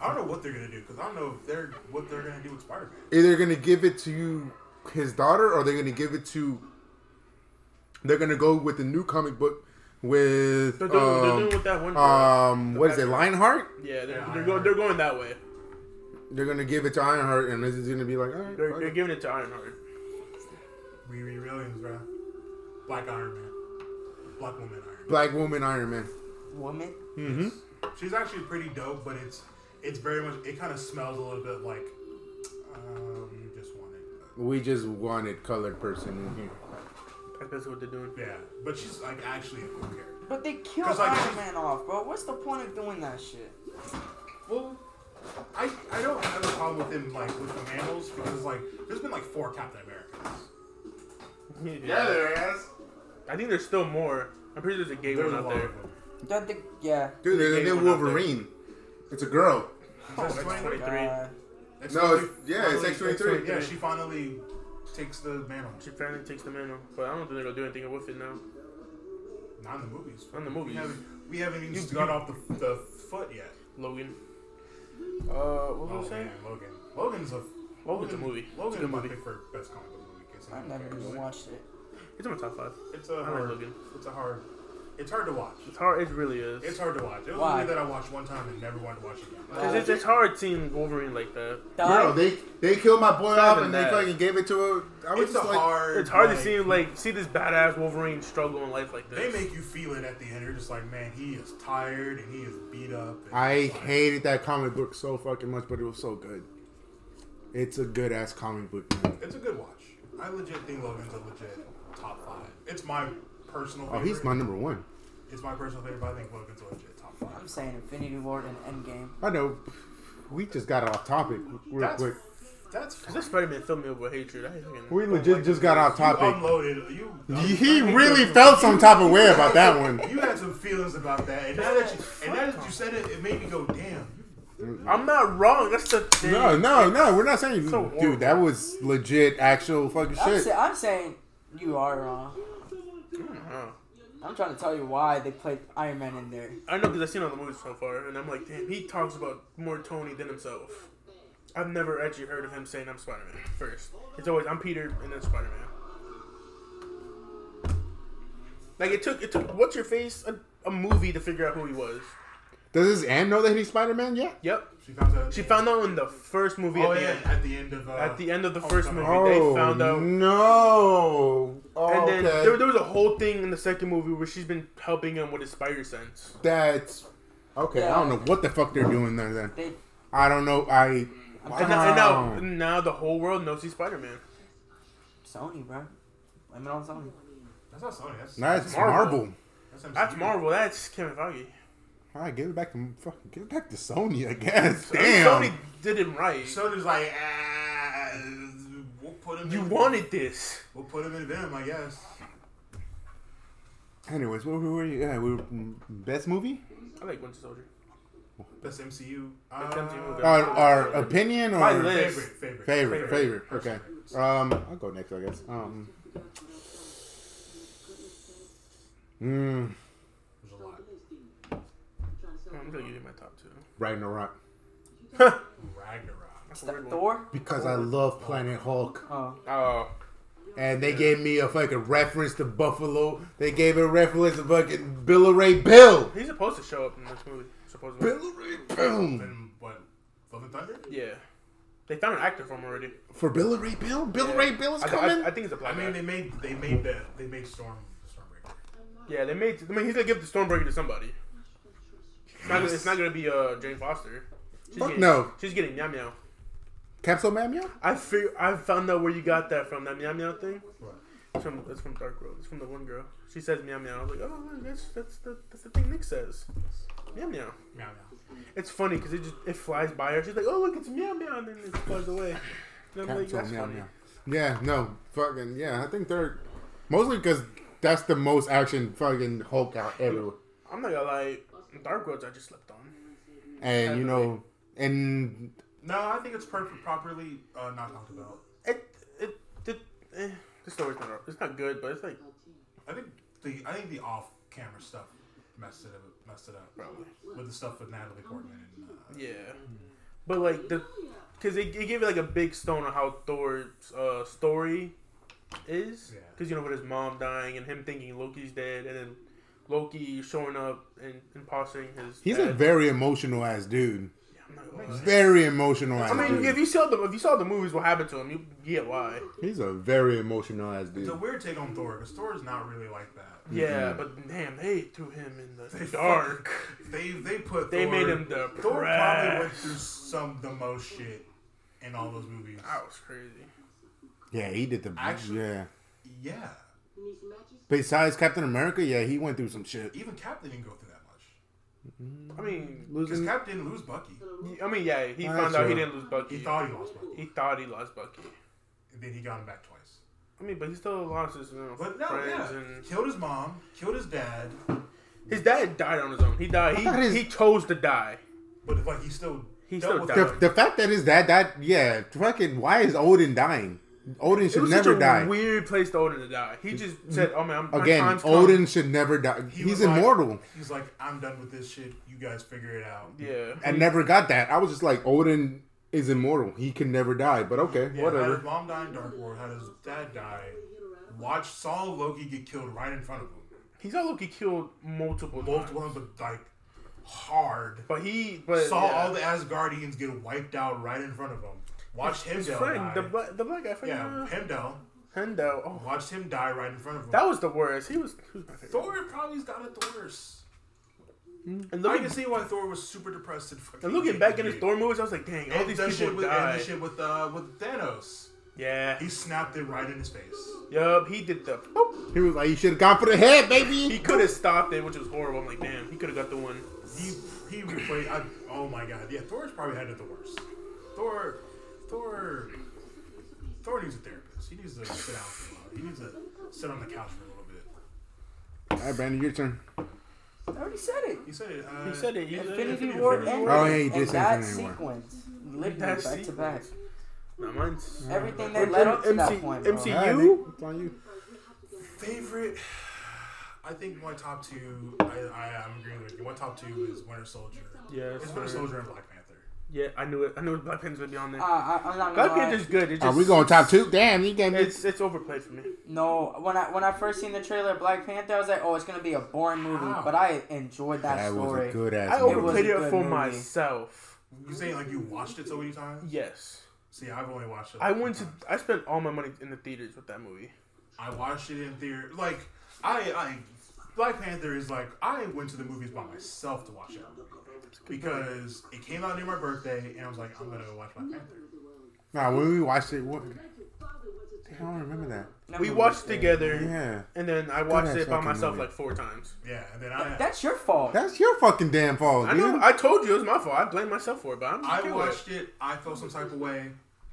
Speaker 5: I don't know what they're gonna do because I don't know if they're what they're gonna do with Spider Man.
Speaker 2: either gonna give it to his daughter or they're gonna give it to they're gonna go with the new comic book with
Speaker 1: They're doing, they're
Speaker 2: um,
Speaker 1: doing with uh, that
Speaker 5: uh,
Speaker 1: one. girl.
Speaker 2: um what is it Lionheart
Speaker 1: yeah, they're,
Speaker 5: Yeah,
Speaker 1: they're,
Speaker 5: Iron
Speaker 1: go,
Speaker 5: Man.
Speaker 1: they're going that way.
Speaker 2: they're gonna give it to Ironheart and this is gonna be like all right,
Speaker 1: They're,
Speaker 2: fuck
Speaker 1: they're
Speaker 2: it.
Speaker 1: giving it to Ironheart.
Speaker 5: Riri Williams, bro. Black Iron Man. Black woman Iron Man.
Speaker 2: black woman Iron Man
Speaker 3: Woman.
Speaker 5: She's actually pretty dope, but it's it's very much it kind of smells a little bit like um, you just want it.
Speaker 2: we just wanted colored person in here
Speaker 1: That's basically what they're doing.
Speaker 5: Yeah, but she's like actually a cool character.
Speaker 3: But they killed
Speaker 5: 'Cause, like,
Speaker 3: Iron Man off, bro. What's the point of doing that shit?
Speaker 5: Well, I I don't have a problem with him like with the mammals because like there's been like four Captain Americas. there is.
Speaker 1: I think there's still more. I'm pretty sure there's a gay
Speaker 5: There's
Speaker 1: one
Speaker 5: a
Speaker 1: out
Speaker 5: lot
Speaker 1: there.
Speaker 5: of them.
Speaker 3: Don't think. Yeah.
Speaker 2: dude there's
Speaker 1: They
Speaker 2: a new
Speaker 1: went up there.
Speaker 2: Wolverine it's a girl
Speaker 5: There's
Speaker 1: That's
Speaker 5: 23.
Speaker 1: 23.
Speaker 3: Uh,
Speaker 5: It's
Speaker 2: No,
Speaker 5: finally-
Speaker 2: it's- yeah, it's
Speaker 5: finally-
Speaker 2: X-23.
Speaker 5: Yeah, she finally takes the mantle.
Speaker 1: She finally takes the mantle, but I don't think they're gonna do anything with it now.
Speaker 5: Not in the movies.
Speaker 1: Not in the movies.
Speaker 5: We haven't, we haven't even
Speaker 1: You-
Speaker 5: got
Speaker 1: you-
Speaker 5: off the, the foot yet.
Speaker 1: Logan. Uh, what was
Speaker 5: Oh,
Speaker 1: I saying?
Speaker 5: man, Logan. Logan's a
Speaker 1: Logan's a movie. It's a
Speaker 5: Logan's
Speaker 1: good
Speaker 5: my
Speaker 1: movie.
Speaker 5: pick for best comic book movie. Case
Speaker 3: I've never even watched it.
Speaker 1: It's in my top five.
Speaker 5: It's a
Speaker 1: like
Speaker 5: hard.
Speaker 1: Logan.
Speaker 5: It's a hard. It's hard to watch.
Speaker 1: It's hard. It really is.
Speaker 5: It's hard to watch. It was
Speaker 3: Why?
Speaker 5: a movie that I watched one time and never wanted to watch it again.
Speaker 3: Uh,
Speaker 1: Cause it's, it's hard seeing Wolverine like that.
Speaker 2: girl
Speaker 3: Dog,
Speaker 2: they they killed my boy off
Speaker 1: even
Speaker 2: and
Speaker 1: that.
Speaker 2: they fucking gave it to her I was
Speaker 5: It's a
Speaker 2: just like
Speaker 5: hard.
Speaker 1: It's hard to
Speaker 5: like,
Speaker 1: see him like see this badass Wolverine struggle in life like
Speaker 5: They
Speaker 1: this.
Speaker 5: make you feel it at the end. You're just like, man, he is tired and he is beat up. and
Speaker 2: I
Speaker 5: it's like-
Speaker 2: hated that comic book so fucking much, but it was so good. It's a good ass comic book. Man.
Speaker 5: It's a good watch. I legit think Logan's a legit top five. It's my personal.
Speaker 2: Oh,
Speaker 5: Favorite.
Speaker 2: he's my number one.
Speaker 5: It's my personal favorite, but I think Logan's a legit top five.
Speaker 3: I'm saying Infinity War and Endgame.
Speaker 2: I know. We just got off topic real
Speaker 5: That's
Speaker 2: quick.
Speaker 5: that's
Speaker 1: Is this Spider-Man filled me up with hatred? I fucking-
Speaker 2: We legit just got off
Speaker 5: You
Speaker 2: topic.
Speaker 5: unloaded. You.
Speaker 2: He really felt some type of way about that one.
Speaker 5: You had some feelings about that, and now that you and now that you said it, it made me go, damn.
Speaker 1: I'm not wrong. That's the thing.
Speaker 2: No, no, no. We're not saying,
Speaker 1: So horrible.
Speaker 2: dude. That was legit, actual fucking
Speaker 3: I'm, sa-
Speaker 2: shit.
Speaker 3: I'm saying you are wrong.
Speaker 1: Uh-huh.
Speaker 3: I'm trying to tell you why they played Iron Man in there.
Speaker 1: I know because I've seen all the movies so far, and I'm like, damn, he talks about more Tony than himself. I've never actually heard of him saying I'm Spider-Man first. It's always I'm Peter and then Spider-Man. Like it took it took what's your face a, a movie to figure out who he was.
Speaker 2: Does his aunt know that he's Spider Man yet?
Speaker 1: Yep.
Speaker 5: She found out.
Speaker 1: She found out in the first movie
Speaker 5: Oh
Speaker 1: at the
Speaker 5: yeah,
Speaker 1: end.
Speaker 5: at the end of uh,
Speaker 1: At the end of the first movie,
Speaker 5: Homecoming.
Speaker 1: they found out.
Speaker 2: Oh, No. Oh,
Speaker 1: And then
Speaker 2: okay.
Speaker 1: there, there was a whole thing in the second movie where she's been helping him with his spider sense.
Speaker 2: That's okay. I don't know what the fuck they're doing there. Then
Speaker 3: They,
Speaker 2: I don't know. I wow.
Speaker 1: And, now, and now, now the whole world knows he's Spider Man.
Speaker 3: Sony, bro. Blame it on Sony.
Speaker 5: That's not Sony. That's
Speaker 2: that's
Speaker 1: Marvel.
Speaker 2: Marvel.
Speaker 5: that's, MCU.
Speaker 1: That's Marvel. That's Kevin Feige.
Speaker 2: All right, give it back to fucking give it back to Sony. I guess.
Speaker 1: So
Speaker 2: Damn.
Speaker 1: Sony did him right.
Speaker 5: Sony's like, ah, we'll put him.
Speaker 1: you
Speaker 5: in,
Speaker 1: wanted this.
Speaker 5: We'll put him in Venom, I guess.
Speaker 2: Anyways, what were you? Yeah, we were, mm, best movie?
Speaker 1: I like Winter Soldier.
Speaker 5: Best MCU.
Speaker 1: Best MCU movie.
Speaker 5: Uh,
Speaker 2: Our, our opinion or
Speaker 1: My list.
Speaker 5: favorite,
Speaker 2: favorite?
Speaker 5: favorite,
Speaker 2: Favorite. Okay. Um, I'll go next. I guess. Um. Mm,
Speaker 5: There's a lot.
Speaker 1: I'm gonna give you my top two.
Speaker 2: Ragnarok
Speaker 5: Ragnarok.
Speaker 1: That's a
Speaker 3: Th-
Speaker 1: weird one.
Speaker 3: Thor?
Speaker 2: because I love Planet Hulk.
Speaker 3: Oh.
Speaker 1: Oh,
Speaker 2: And they gave me a fucking reference to Buffalo. They gave a reference to fucking Billeray Bill.
Speaker 1: he's supposed to show up in this movie. Supposedly.
Speaker 2: Billeray Bill.
Speaker 5: Venom, what? Love and Thunder?
Speaker 1: Yeah. They found an actor for him already.
Speaker 2: For Billeray Bill? Billeray Bill is
Speaker 1: I,
Speaker 2: coming?
Speaker 1: I, I think it's a
Speaker 5: I
Speaker 1: black
Speaker 5: mean,
Speaker 1: guy.
Speaker 5: they made they made the they made Storm Stormbreaker.
Speaker 1: Yeah, they made. I mean, he's gonna give the Stormbreaker to somebody. It's not, gonna- it's not gonna be uh Jane Foster. She's
Speaker 2: Fuck
Speaker 1: getting,
Speaker 2: no.
Speaker 1: She's getting meow meow.
Speaker 2: Capsule Man Meow?
Speaker 1: I fig- I found out where you got that from. That meow meow thing. It's from it's from Dark Road. It's from the one girl. She says meow meow. I was like, oh, that's that's the that's the thing Nick says. Meow meow.
Speaker 5: Meow meow.
Speaker 1: It's funny because it just it flies by her. She's like, oh look, it's meow meow, and then it flies away. And I'm like,
Speaker 2: Capsule
Speaker 1: that's
Speaker 2: Meow
Speaker 1: funny.
Speaker 2: Meow. Yeah, no. Fucking, yeah. I think they're. Mostly because that's the most action fucking Hulk out ever.
Speaker 1: I'm not gonna lie. Dark Roads I just slept on.
Speaker 2: And, you know, and.
Speaker 5: No, I think it's per- properly uh, not talked about.
Speaker 1: It it did. Eh, the story's not it's not good, but it's like
Speaker 5: I think the I think the off camera stuff messed it up messed it up probably with the stuff with Natalie Portman and uh,
Speaker 1: Yeah, but like the because it, it gave it like a big stone on how Thor's uh, story is.
Speaker 5: Yeah.
Speaker 1: Because you know with his mom dying and him thinking Loki's dead, and then Loki showing up and impostering his.
Speaker 2: He's a
Speaker 1: dad.
Speaker 2: very emotional ass dude.
Speaker 1: I'm not gonna lie.
Speaker 2: Very emotional ass
Speaker 1: I mean,
Speaker 2: dude.
Speaker 1: if you saw the if you saw the movies, what happened to him? You get why?
Speaker 2: He's a very emotional ass
Speaker 5: it's a
Speaker 2: dude.
Speaker 5: weird take on Thor because Thor is not really like that.
Speaker 1: Yeah,
Speaker 2: Mm-hmm.
Speaker 1: but damn, they threw him in the dark.
Speaker 5: They they put
Speaker 1: They
Speaker 5: Thor,
Speaker 1: made him
Speaker 5: Thor probably went
Speaker 1: depressed.
Speaker 5: through some the most shit in all those movies.
Speaker 1: That was crazy.
Speaker 2: Yeah, he did the.
Speaker 5: Actually-
Speaker 2: yeah.
Speaker 5: Yeah,
Speaker 2: Besides Captain America, yeah, he went through some shit.
Speaker 5: even Cap didn't go through that much
Speaker 1: I mean,
Speaker 5: because
Speaker 2: Losing.
Speaker 5: Cap didn't lose Bucky.
Speaker 1: I mean, yeah, he
Speaker 2: That's
Speaker 1: found out he
Speaker 2: true.
Speaker 1: didn't lose Bucky.
Speaker 5: He thought he lost Bucky,
Speaker 1: he thought he lost Bucky.
Speaker 5: and then he got him back twice.
Speaker 1: I mean, but he still lost his you know,
Speaker 5: But no,
Speaker 1: friends
Speaker 5: yeah,
Speaker 1: and
Speaker 5: killed his mom, killed his dad,
Speaker 1: His dad died on his own. He died. He,
Speaker 2: thought his-
Speaker 1: he chose to die.
Speaker 5: but like he still
Speaker 1: He
Speaker 5: dealt
Speaker 1: still
Speaker 5: with
Speaker 1: died.
Speaker 2: The, the fact that his dad died, yeah, fucking, why is Odin dying? Odin
Speaker 1: It
Speaker 2: should
Speaker 1: was such
Speaker 2: never
Speaker 1: a
Speaker 2: die.
Speaker 1: weird place to Odin to die. He just said, "Oh man, I'm, my
Speaker 2: Again,
Speaker 1: time's come."
Speaker 2: Odin should never die.
Speaker 5: He
Speaker 2: He's
Speaker 5: was like-
Speaker 2: immortal.
Speaker 5: He's like, I'm done with this shit. You guys figure it out.
Speaker 1: Yeah,
Speaker 2: I never got that. I was just like, Odin is immortal. He can never die. But okay,
Speaker 5: Yeah, Had
Speaker 2: whatever.
Speaker 5: his mom die in Dark World. Had his dad die. Watched saw Loki get killed right in front of him.
Speaker 1: he saw Loki killed multiple,
Speaker 5: Multiple
Speaker 1: times.
Speaker 5: ones, but like hard.
Speaker 1: But he, but
Speaker 5: saw
Speaker 1: yeah.
Speaker 5: all the Asgardians get wiped out right in front of him. Watched
Speaker 1: his
Speaker 5: Hemdell
Speaker 1: friend,
Speaker 5: die.
Speaker 1: the black, the black guy, friend,
Speaker 5: yeah, Hemdell.
Speaker 1: Hendo. Oh,
Speaker 5: Watched him die right in front of him.
Speaker 1: that was the worst. He was, he was my favorite.
Speaker 5: Thor probably's got it the worst.
Speaker 1: And
Speaker 5: I
Speaker 1: looking,
Speaker 5: can see why Thor was super depressed and fucking.
Speaker 1: and looking back in his Thor movies, I was like, "Dang, all
Speaker 5: and
Speaker 1: these
Speaker 5: the shit
Speaker 1: people
Speaker 5: with and
Speaker 1: died."
Speaker 5: the shit with uh with Thanos.
Speaker 1: Yeah,
Speaker 5: He snapped it right in his face.
Speaker 1: yup, he did the. boop.
Speaker 2: He was like, you should have gone for the head,
Speaker 1: He
Speaker 2: baby.
Speaker 1: could have stopped it, which was horrible. I'm like, "Damn, he could have got the one."
Speaker 5: He he replayed. I, oh my god, yeah. Thor's probably had it the worst. Thor, Thor, Thor needs a therapist. He needs to sit down for a while. He needs to sit on the couch for a little bit.
Speaker 2: All right, Brandon, your turn.
Speaker 3: I already said it.
Speaker 5: He said it. Uh,
Speaker 1: He said it. He-
Speaker 3: Infinity War
Speaker 5: Infinity
Speaker 3: ended.
Speaker 5: War.
Speaker 2: Oh, yeah, he did
Speaker 3: and
Speaker 2: say
Speaker 3: that
Speaker 2: Infinity War.
Speaker 3: sequence. Literally
Speaker 1: That
Speaker 3: back to back.
Speaker 1: Nah, mine's.
Speaker 3: Everything that led up to
Speaker 1: MC
Speaker 3: that point, bro.
Speaker 1: MC
Speaker 2: All right,
Speaker 1: You?
Speaker 2: Nick, it's on you.
Speaker 5: Favorite. I think my top two. I, I I'm agreeing with you. My top two is Winter Soldier.
Speaker 1: Yes,
Speaker 5: It's Winter
Speaker 1: sir.
Speaker 5: Soldier and Black Panther.
Speaker 1: Yeah, I knew it. I knew Black Panther's gonna be on there.
Speaker 3: Uh, I, I'm not gonna
Speaker 1: Black
Speaker 3: lie.
Speaker 1: Panther's good. It
Speaker 2: Are
Speaker 1: just,
Speaker 2: we going top two? Damn, you gave me.
Speaker 1: It's it's overplayed for me.
Speaker 3: No, when I when I first seen the trailer of Black Panther, I was like, oh, it's gonna be a boring movie.
Speaker 5: Wow.
Speaker 3: But I enjoyed that,
Speaker 2: That was
Speaker 3: story.
Speaker 2: a good ass.
Speaker 1: I
Speaker 3: over-
Speaker 2: movie.
Speaker 3: was a
Speaker 1: overplayed it,
Speaker 3: good
Speaker 1: for
Speaker 3: movie.
Speaker 1: myself.
Speaker 5: You say like you watched it so many times?
Speaker 1: Yes,
Speaker 5: See, I've only watched it.
Speaker 1: I
Speaker 5: like
Speaker 1: went
Speaker 5: three
Speaker 1: to.
Speaker 5: times.
Speaker 1: I spent all my money in the theaters with that movie.
Speaker 5: I watched it in theater. Like I, I, Black Panther is like I went to the movies by myself to watch that movie because it came out near my birthday, and I was like, I'm gonna go watch Black Panther.
Speaker 2: Nah, when we watched it, what? Damn, I don't remember that.
Speaker 3: That
Speaker 1: We
Speaker 3: movie
Speaker 1: watched
Speaker 3: was good.
Speaker 1: together,
Speaker 2: Yeah,
Speaker 1: and then I watched
Speaker 2: ass
Speaker 1: it by
Speaker 2: fucking
Speaker 1: myself
Speaker 2: movie.
Speaker 1: like four times.
Speaker 5: Yeah, and then I,
Speaker 3: That's your fault.
Speaker 2: that's your fucking damn fault,
Speaker 1: I
Speaker 2: dude.
Speaker 1: know. I told you it was my fault. I blame myself for it, but I'm just
Speaker 5: I
Speaker 1: okay with it.
Speaker 5: watched it. I felt some type of way,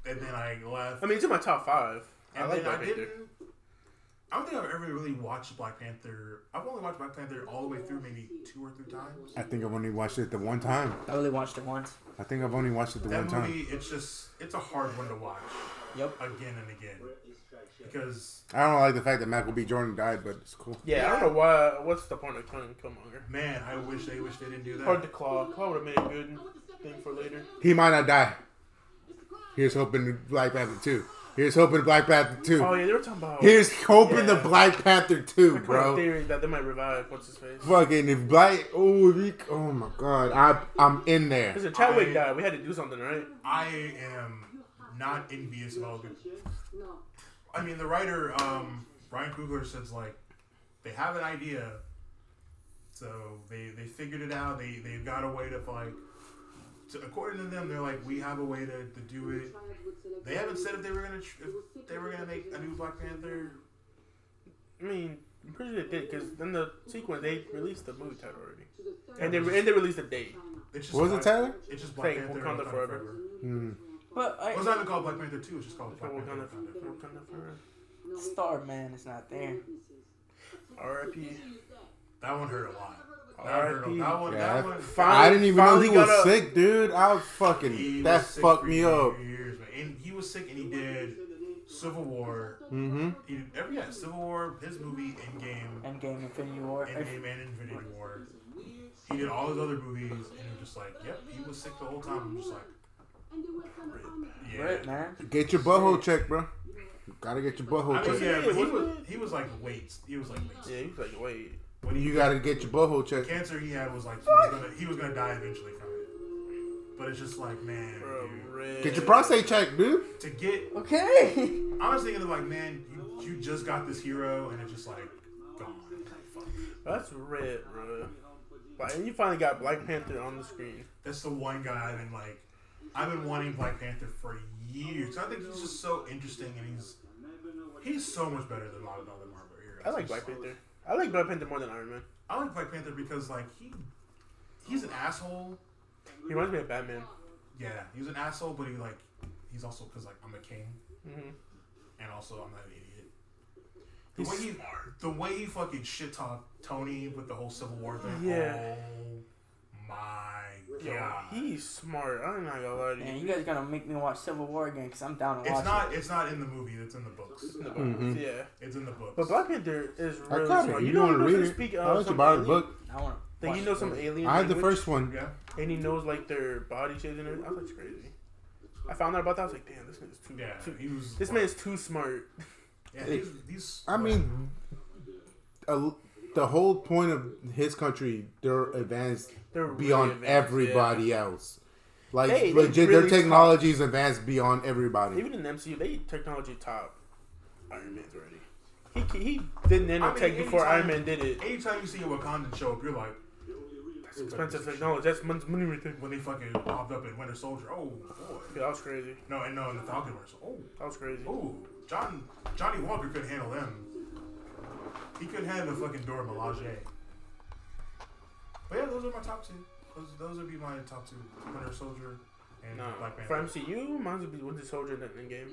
Speaker 5: and then I left.
Speaker 1: I mean, it's in my top five. I
Speaker 5: and
Speaker 1: like
Speaker 5: then
Speaker 1: Black
Speaker 5: I
Speaker 1: Panther.
Speaker 5: didn't. I don't think I've ever really watched Black Panther. I've only watched Black Panther all the way through maybe two or three times.
Speaker 2: I think I've only watched it the one time.
Speaker 3: I only watched it once.
Speaker 2: I think I've only watched it the
Speaker 5: That
Speaker 2: one time.
Speaker 5: movie, it's just it's a hard one to watch
Speaker 3: Yep.
Speaker 5: again and again because
Speaker 2: I don't like the fact that Michael B. Jordan died, but it's cool.
Speaker 1: Yeah, I don't know why. What's the point of killing Killmonger?
Speaker 5: man, I wish they wish they didn't do that.
Speaker 1: Hard to claw. Claw would have made a good thing for later.
Speaker 2: He might not die. Here's hoping Black Panther 2. Here's hoping Black Panther 2.
Speaker 1: Oh yeah, they were talking about.
Speaker 2: Here's hoping
Speaker 1: Yeah.
Speaker 2: the Black Panther 2,
Speaker 1: kind of
Speaker 2: bro.
Speaker 1: theory that they might revive. What's his face?
Speaker 2: Fucking if Black oh if he, oh my god, I I'm in there.
Speaker 1: Because if Chadwick
Speaker 5: I-
Speaker 1: died, we had to do something, right?
Speaker 5: I am not envious of all the I mean, the writer um, Ryan Coogler says like they have an idea, so they they figured it out. They they've got a way to like. To, according to them, they're like we have a way to, to do it. They haven't said if they were gonna tr- if they were gonna make a new Black Panther.
Speaker 1: I mean, I'm pretty sure they did because in the sequence they released the movie title already, and they and they released a date.
Speaker 5: It's just
Speaker 2: What was it,
Speaker 5: Black-
Speaker 2: Tyler?
Speaker 5: It's just Black
Speaker 1: Thing,
Speaker 5: Panther.
Speaker 1: Wakanda
Speaker 5: Wakanda
Speaker 1: Forever.
Speaker 5: Forever.
Speaker 3: But
Speaker 5: Well, it's not
Speaker 3: I,
Speaker 5: even called Black Panther Two. It's just called Black Panther.
Speaker 1: Wakanda,
Speaker 5: Wakanda Forever.
Speaker 1: Wakanda forever.
Speaker 3: Star Man is not there.
Speaker 1: R.I.P.
Speaker 5: That one hurt a lot. That hurt a
Speaker 1: R.I.P.
Speaker 5: That one.
Speaker 2: Yeah,
Speaker 5: That one.
Speaker 2: I didn't even know he
Speaker 1: Finally
Speaker 2: was
Speaker 1: got up.
Speaker 2: sick, dude. I was
Speaker 5: He
Speaker 2: fucking
Speaker 5: was
Speaker 2: that
Speaker 5: sick
Speaker 2: fucked
Speaker 5: for
Speaker 2: me
Speaker 5: years,
Speaker 2: up.
Speaker 5: years, man. And he was sick, and he did Civil War.
Speaker 2: Mm-hmm.
Speaker 5: He did every yeah, Civil War, his movie, Endgame,
Speaker 3: Endgame, Infinity War.
Speaker 5: Endgame, and Infinity War. He did all his other movies, and it was just like, yep, he was sick the whole time. I'm just like,
Speaker 3: Right,
Speaker 5: yeah.
Speaker 3: man.
Speaker 2: Get your butthole checked, bro. You gotta get your butthole
Speaker 5: I mean,
Speaker 2: checked.
Speaker 5: yeah, but he was
Speaker 1: Wasn't
Speaker 5: he was like late. He was like late.
Speaker 1: Yeah, he was like, wait.
Speaker 5: When he
Speaker 2: You gotta get your butthole checked.
Speaker 5: cancer he had was like he was gonna he was gonna die eventually from it. But it's just like, man,
Speaker 1: Bro,
Speaker 5: dude,
Speaker 1: red.
Speaker 2: Get your prostate checked, dude.
Speaker 5: to get
Speaker 3: Okay.
Speaker 5: I was thinking of like, man, you, you just got this hero, and it's just like gone. Fuck.
Speaker 1: That's red, bro. Like, and you finally got Black Panther on the screen.
Speaker 5: That's the one guy I've been like, I've been wanting Black Panther for years. I think he's just so interesting, and he's he's so much better than a lot of other Marvel heroes.
Speaker 1: I like
Speaker 5: It's
Speaker 1: Black
Speaker 5: just
Speaker 1: Panther. I like Black Panther more than Iron Man.
Speaker 5: I like Black Panther because like he he's an asshole.
Speaker 1: He reminds me of Batman.
Speaker 5: Yeah, he's an asshole, but he like he's also because like I'm a king,
Speaker 1: Mm-hmm.
Speaker 5: and also I'm not an idiot. The
Speaker 1: He's
Speaker 5: way he the way he fucking shit talked Tony with the whole Civil War thing.
Speaker 1: Yeah.
Speaker 5: Oh my
Speaker 1: Yo,
Speaker 5: god.
Speaker 1: he's smart. I'm not gonna lie to
Speaker 3: Man,
Speaker 1: you.
Speaker 3: you guys gonna make me watch Civil War again because I'm down to watch
Speaker 5: It's not.
Speaker 3: it.
Speaker 5: It's not in the movie. It's in the books.
Speaker 1: In the book,
Speaker 2: Mhm.
Speaker 1: Yeah,
Speaker 5: It's in the books.
Speaker 1: but Black Panther is
Speaker 2: I
Speaker 1: really
Speaker 2: got it.
Speaker 1: smart.
Speaker 2: You,
Speaker 1: You know,
Speaker 2: want
Speaker 1: he
Speaker 2: to
Speaker 1: knows how
Speaker 2: read
Speaker 1: to
Speaker 2: it?
Speaker 1: speak.
Speaker 2: I
Speaker 1: Uh,
Speaker 2: let you
Speaker 1: some
Speaker 2: borrow the
Speaker 1: alien-
Speaker 2: book.
Speaker 3: I want to.
Speaker 1: Then he knows some alien.
Speaker 2: I had the
Speaker 1: language,
Speaker 2: first one.
Speaker 5: yeah.
Speaker 1: and he knows like their body shapes and everything. I was like, crazy. I found out about that. I was like, damn, this man's too.
Speaker 5: Yeah.
Speaker 1: too
Speaker 5: He was.
Speaker 1: this man's too smart.
Speaker 5: Yeah, he's, he's,
Speaker 2: I mean, a, the whole point of his country, they're advanced
Speaker 1: They're really
Speaker 2: beyond
Speaker 1: advanced,
Speaker 2: everybody else. Like
Speaker 1: They- they
Speaker 2: legit,
Speaker 1: really
Speaker 2: their technology is advanced beyond everybody.
Speaker 1: yeah. even in the MCU, they technology top Iron Man's already. He ca- he did nanotech
Speaker 5: I mean,
Speaker 1: before
Speaker 5: anytime-
Speaker 1: Iron Man did it.
Speaker 5: anytime you see a Wakandan show up, you're like,
Speaker 1: That's expensive technology. That's mon- money right there.
Speaker 5: when they fucking popped up in Winter Soldier, oh boy.
Speaker 1: Yeah, that was crazy.
Speaker 5: No, and no, in the Falcon Wars, oh,
Speaker 1: That was crazy.
Speaker 5: oh, John, Johnny Walker couldn't handle them. He couldn't handle the fucking Dora Milaje. But yeah, those are my top two. Those, those would be my top two: Winter Soldier and
Speaker 1: No,
Speaker 5: Black Panther.
Speaker 1: for MCU, mine would be Winter Soldier and then Endgame.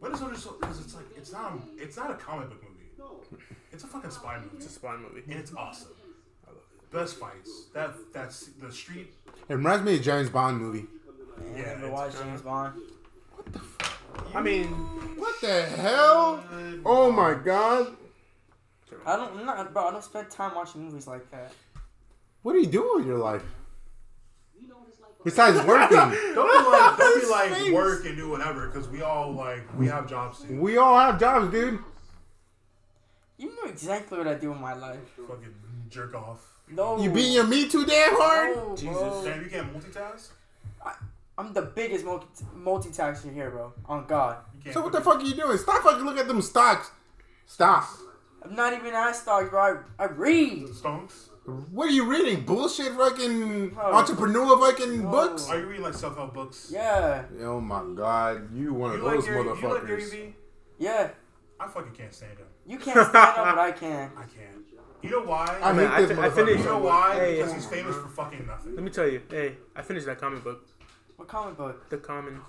Speaker 5: Winter Soldier, because it's like it's not a, it's not a comic book movie. It's a fucking spy movie.
Speaker 1: It's a spy movie.
Speaker 5: and it's awesome. Best fights. That that's the street.
Speaker 2: It reminds me of James Bond movie.
Speaker 3: Man,
Speaker 5: Yeah,
Speaker 3: yeah, to
Speaker 5: it's
Speaker 3: watch
Speaker 1: kinda-
Speaker 3: James Bond.
Speaker 1: I mean,
Speaker 2: What the hell?
Speaker 5: Good.
Speaker 2: Oh my god!
Speaker 3: I don't, I'm not, bro. I don't spend time watching movies like that.
Speaker 2: What are you doing with your life? Besides working,
Speaker 5: Don't be like, don't be like work and do whatever, because we all like we have jobs too.
Speaker 2: we all have jobs, dude.
Speaker 3: You know exactly what I do in my life.
Speaker 5: Fucking jerk off.
Speaker 3: No.
Speaker 1: Oh.
Speaker 2: You beating your meat too damn hard.
Speaker 3: No,
Speaker 5: Jesus,
Speaker 3: bro.
Speaker 5: damn, you can't multitask.
Speaker 3: I'm the biggest multi- multitasker here, bro. On God.
Speaker 5: You can't
Speaker 2: So what the fuck are you doing? Stop fucking looking at them stocks. Stop.
Speaker 3: I'm not even an star, bro. I, I read.
Speaker 5: stonks?
Speaker 2: What are you reading? Bullshit fucking
Speaker 3: Oh.
Speaker 2: entrepreneur fucking
Speaker 3: Oh.
Speaker 2: books?
Speaker 5: Are you reading like self help books?
Speaker 3: Yeah.
Speaker 2: Oh my god, you one of
Speaker 5: You
Speaker 2: those
Speaker 5: like Gary, you like Gary
Speaker 2: motherfuckers.
Speaker 5: Vee?
Speaker 3: Yeah.
Speaker 5: I fucking can't stand him.
Speaker 3: You can't stand up, but I can.
Speaker 5: I can't. You know why?
Speaker 2: I
Speaker 1: Man,
Speaker 2: hate
Speaker 1: I
Speaker 2: this
Speaker 1: fi- I
Speaker 2: motherfucker.
Speaker 5: you
Speaker 1: finished.
Speaker 5: know why?
Speaker 1: Hey,
Speaker 5: because
Speaker 1: yeah.
Speaker 5: he's famous for fucking nothing.
Speaker 1: Let me tell you. Hey, I finished that comic book.
Speaker 3: What comic book?
Speaker 1: The Common,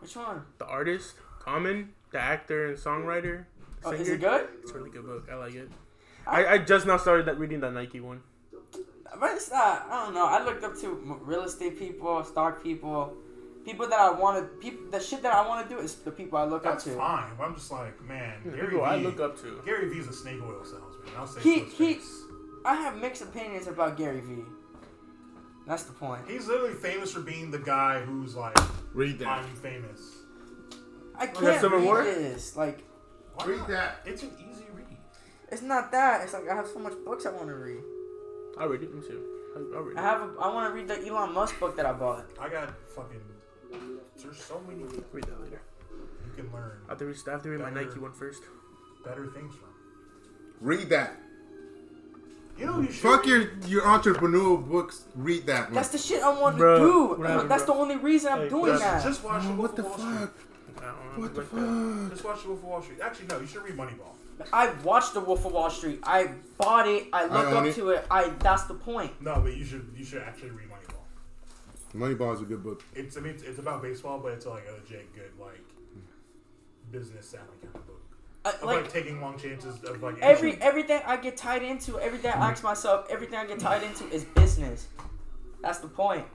Speaker 3: Which one?
Speaker 1: the artist, Common, the actor and songwriter.
Speaker 3: Oh, is
Speaker 1: singer.
Speaker 3: it good?
Speaker 1: It's a really good book. I like it. I, I just now started that, reading that Nike one.
Speaker 3: But it's not. I don't know. I looked up to m- real estate people, stock people, people that I wanted. People, the shit that I want to do is the people I look
Speaker 5: That's
Speaker 3: up to.
Speaker 5: fine. But I'm just like, man, Gary
Speaker 1: People I
Speaker 5: Vee-
Speaker 1: look up to.
Speaker 5: Gary Vee's a snake oil salesman. I'll say
Speaker 3: He-
Speaker 5: so it's
Speaker 3: he-
Speaker 5: face.
Speaker 3: I have mixed opinions about Gary Vee. That's the point.
Speaker 5: He's literally famous for being the guy who's like,
Speaker 2: Read that.
Speaker 5: I'm famous.
Speaker 3: I
Speaker 1: that
Speaker 3: can't
Speaker 1: Civil
Speaker 3: read
Speaker 1: War?
Speaker 3: this. Like,
Speaker 5: Why
Speaker 2: Read
Speaker 5: not?
Speaker 2: that.
Speaker 5: It's an easy read.
Speaker 3: it's not that. It's like I have so much books I want to read.
Speaker 1: I'll read it. Oh, Let me see. Oh, I- I'll read
Speaker 3: I
Speaker 5: Ah.
Speaker 1: it.
Speaker 3: have. A, I want to read the Elon Musk book that I bought.
Speaker 5: I got fucking. There's so many people
Speaker 1: Read that later.
Speaker 5: you can learn
Speaker 1: I have to read, I have to read my
Speaker 5: Better.
Speaker 1: Nike one first.
Speaker 5: better things from.
Speaker 2: Read that.
Speaker 5: You know you should.
Speaker 2: Fuck your your entrepreneur books. Read that one.
Speaker 3: That's the shit I want to
Speaker 1: Bruh,
Speaker 3: do.
Speaker 1: whatever,
Speaker 3: That's
Speaker 1: bro.
Speaker 3: the only reason I'm
Speaker 1: Hey,
Speaker 3: doing
Speaker 5: Just,
Speaker 3: that.
Speaker 5: just watch
Speaker 2: Oh,
Speaker 5: the Wolf
Speaker 2: what
Speaker 5: of
Speaker 2: the
Speaker 5: Wall
Speaker 2: fuck?
Speaker 1: I don't know,
Speaker 2: What the
Speaker 1: like that.
Speaker 5: Street.
Speaker 2: fuck?
Speaker 5: Just watch the Wolf of Wall Street. Actually, no, you should read Moneyball.
Speaker 3: I watched The Wolf of Wall Street. I bought it. I looked
Speaker 2: own
Speaker 3: up
Speaker 2: it.
Speaker 3: to it. I. That's the point.
Speaker 5: No, but you should you should actually read Moneyball.
Speaker 2: Moneyball is a good book.
Speaker 5: It's I mean it's, it's about baseball, but it's like a legit good like business savvy kind of book.
Speaker 3: I,
Speaker 5: Of like,
Speaker 3: like
Speaker 5: taking long chances of like
Speaker 3: every
Speaker 5: injury.
Speaker 3: everything I get tied into, everything I ask myself, everything I get tied into is business. That's the point.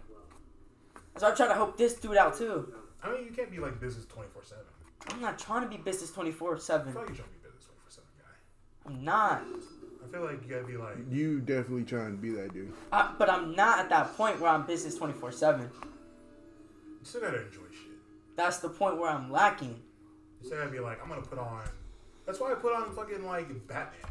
Speaker 3: So I'm trying to help this dude out too.
Speaker 5: I mean you can't be like business twenty four seven.
Speaker 3: I'm not trying to be business 24
Speaker 5: I
Speaker 3: 7.
Speaker 5: feel like you shouldn't be business twenty four seven guy.
Speaker 3: I'm not.
Speaker 5: I feel like you gotta be like
Speaker 2: You definitely trying to be that dude.
Speaker 3: I, but I'm not at that point where I'm business 24 7.
Speaker 5: you still gotta enjoy shit.
Speaker 3: That's the point where I'm lacking.
Speaker 5: You still gotta be like, I'm gonna put on that's why I put on fucking like Batman.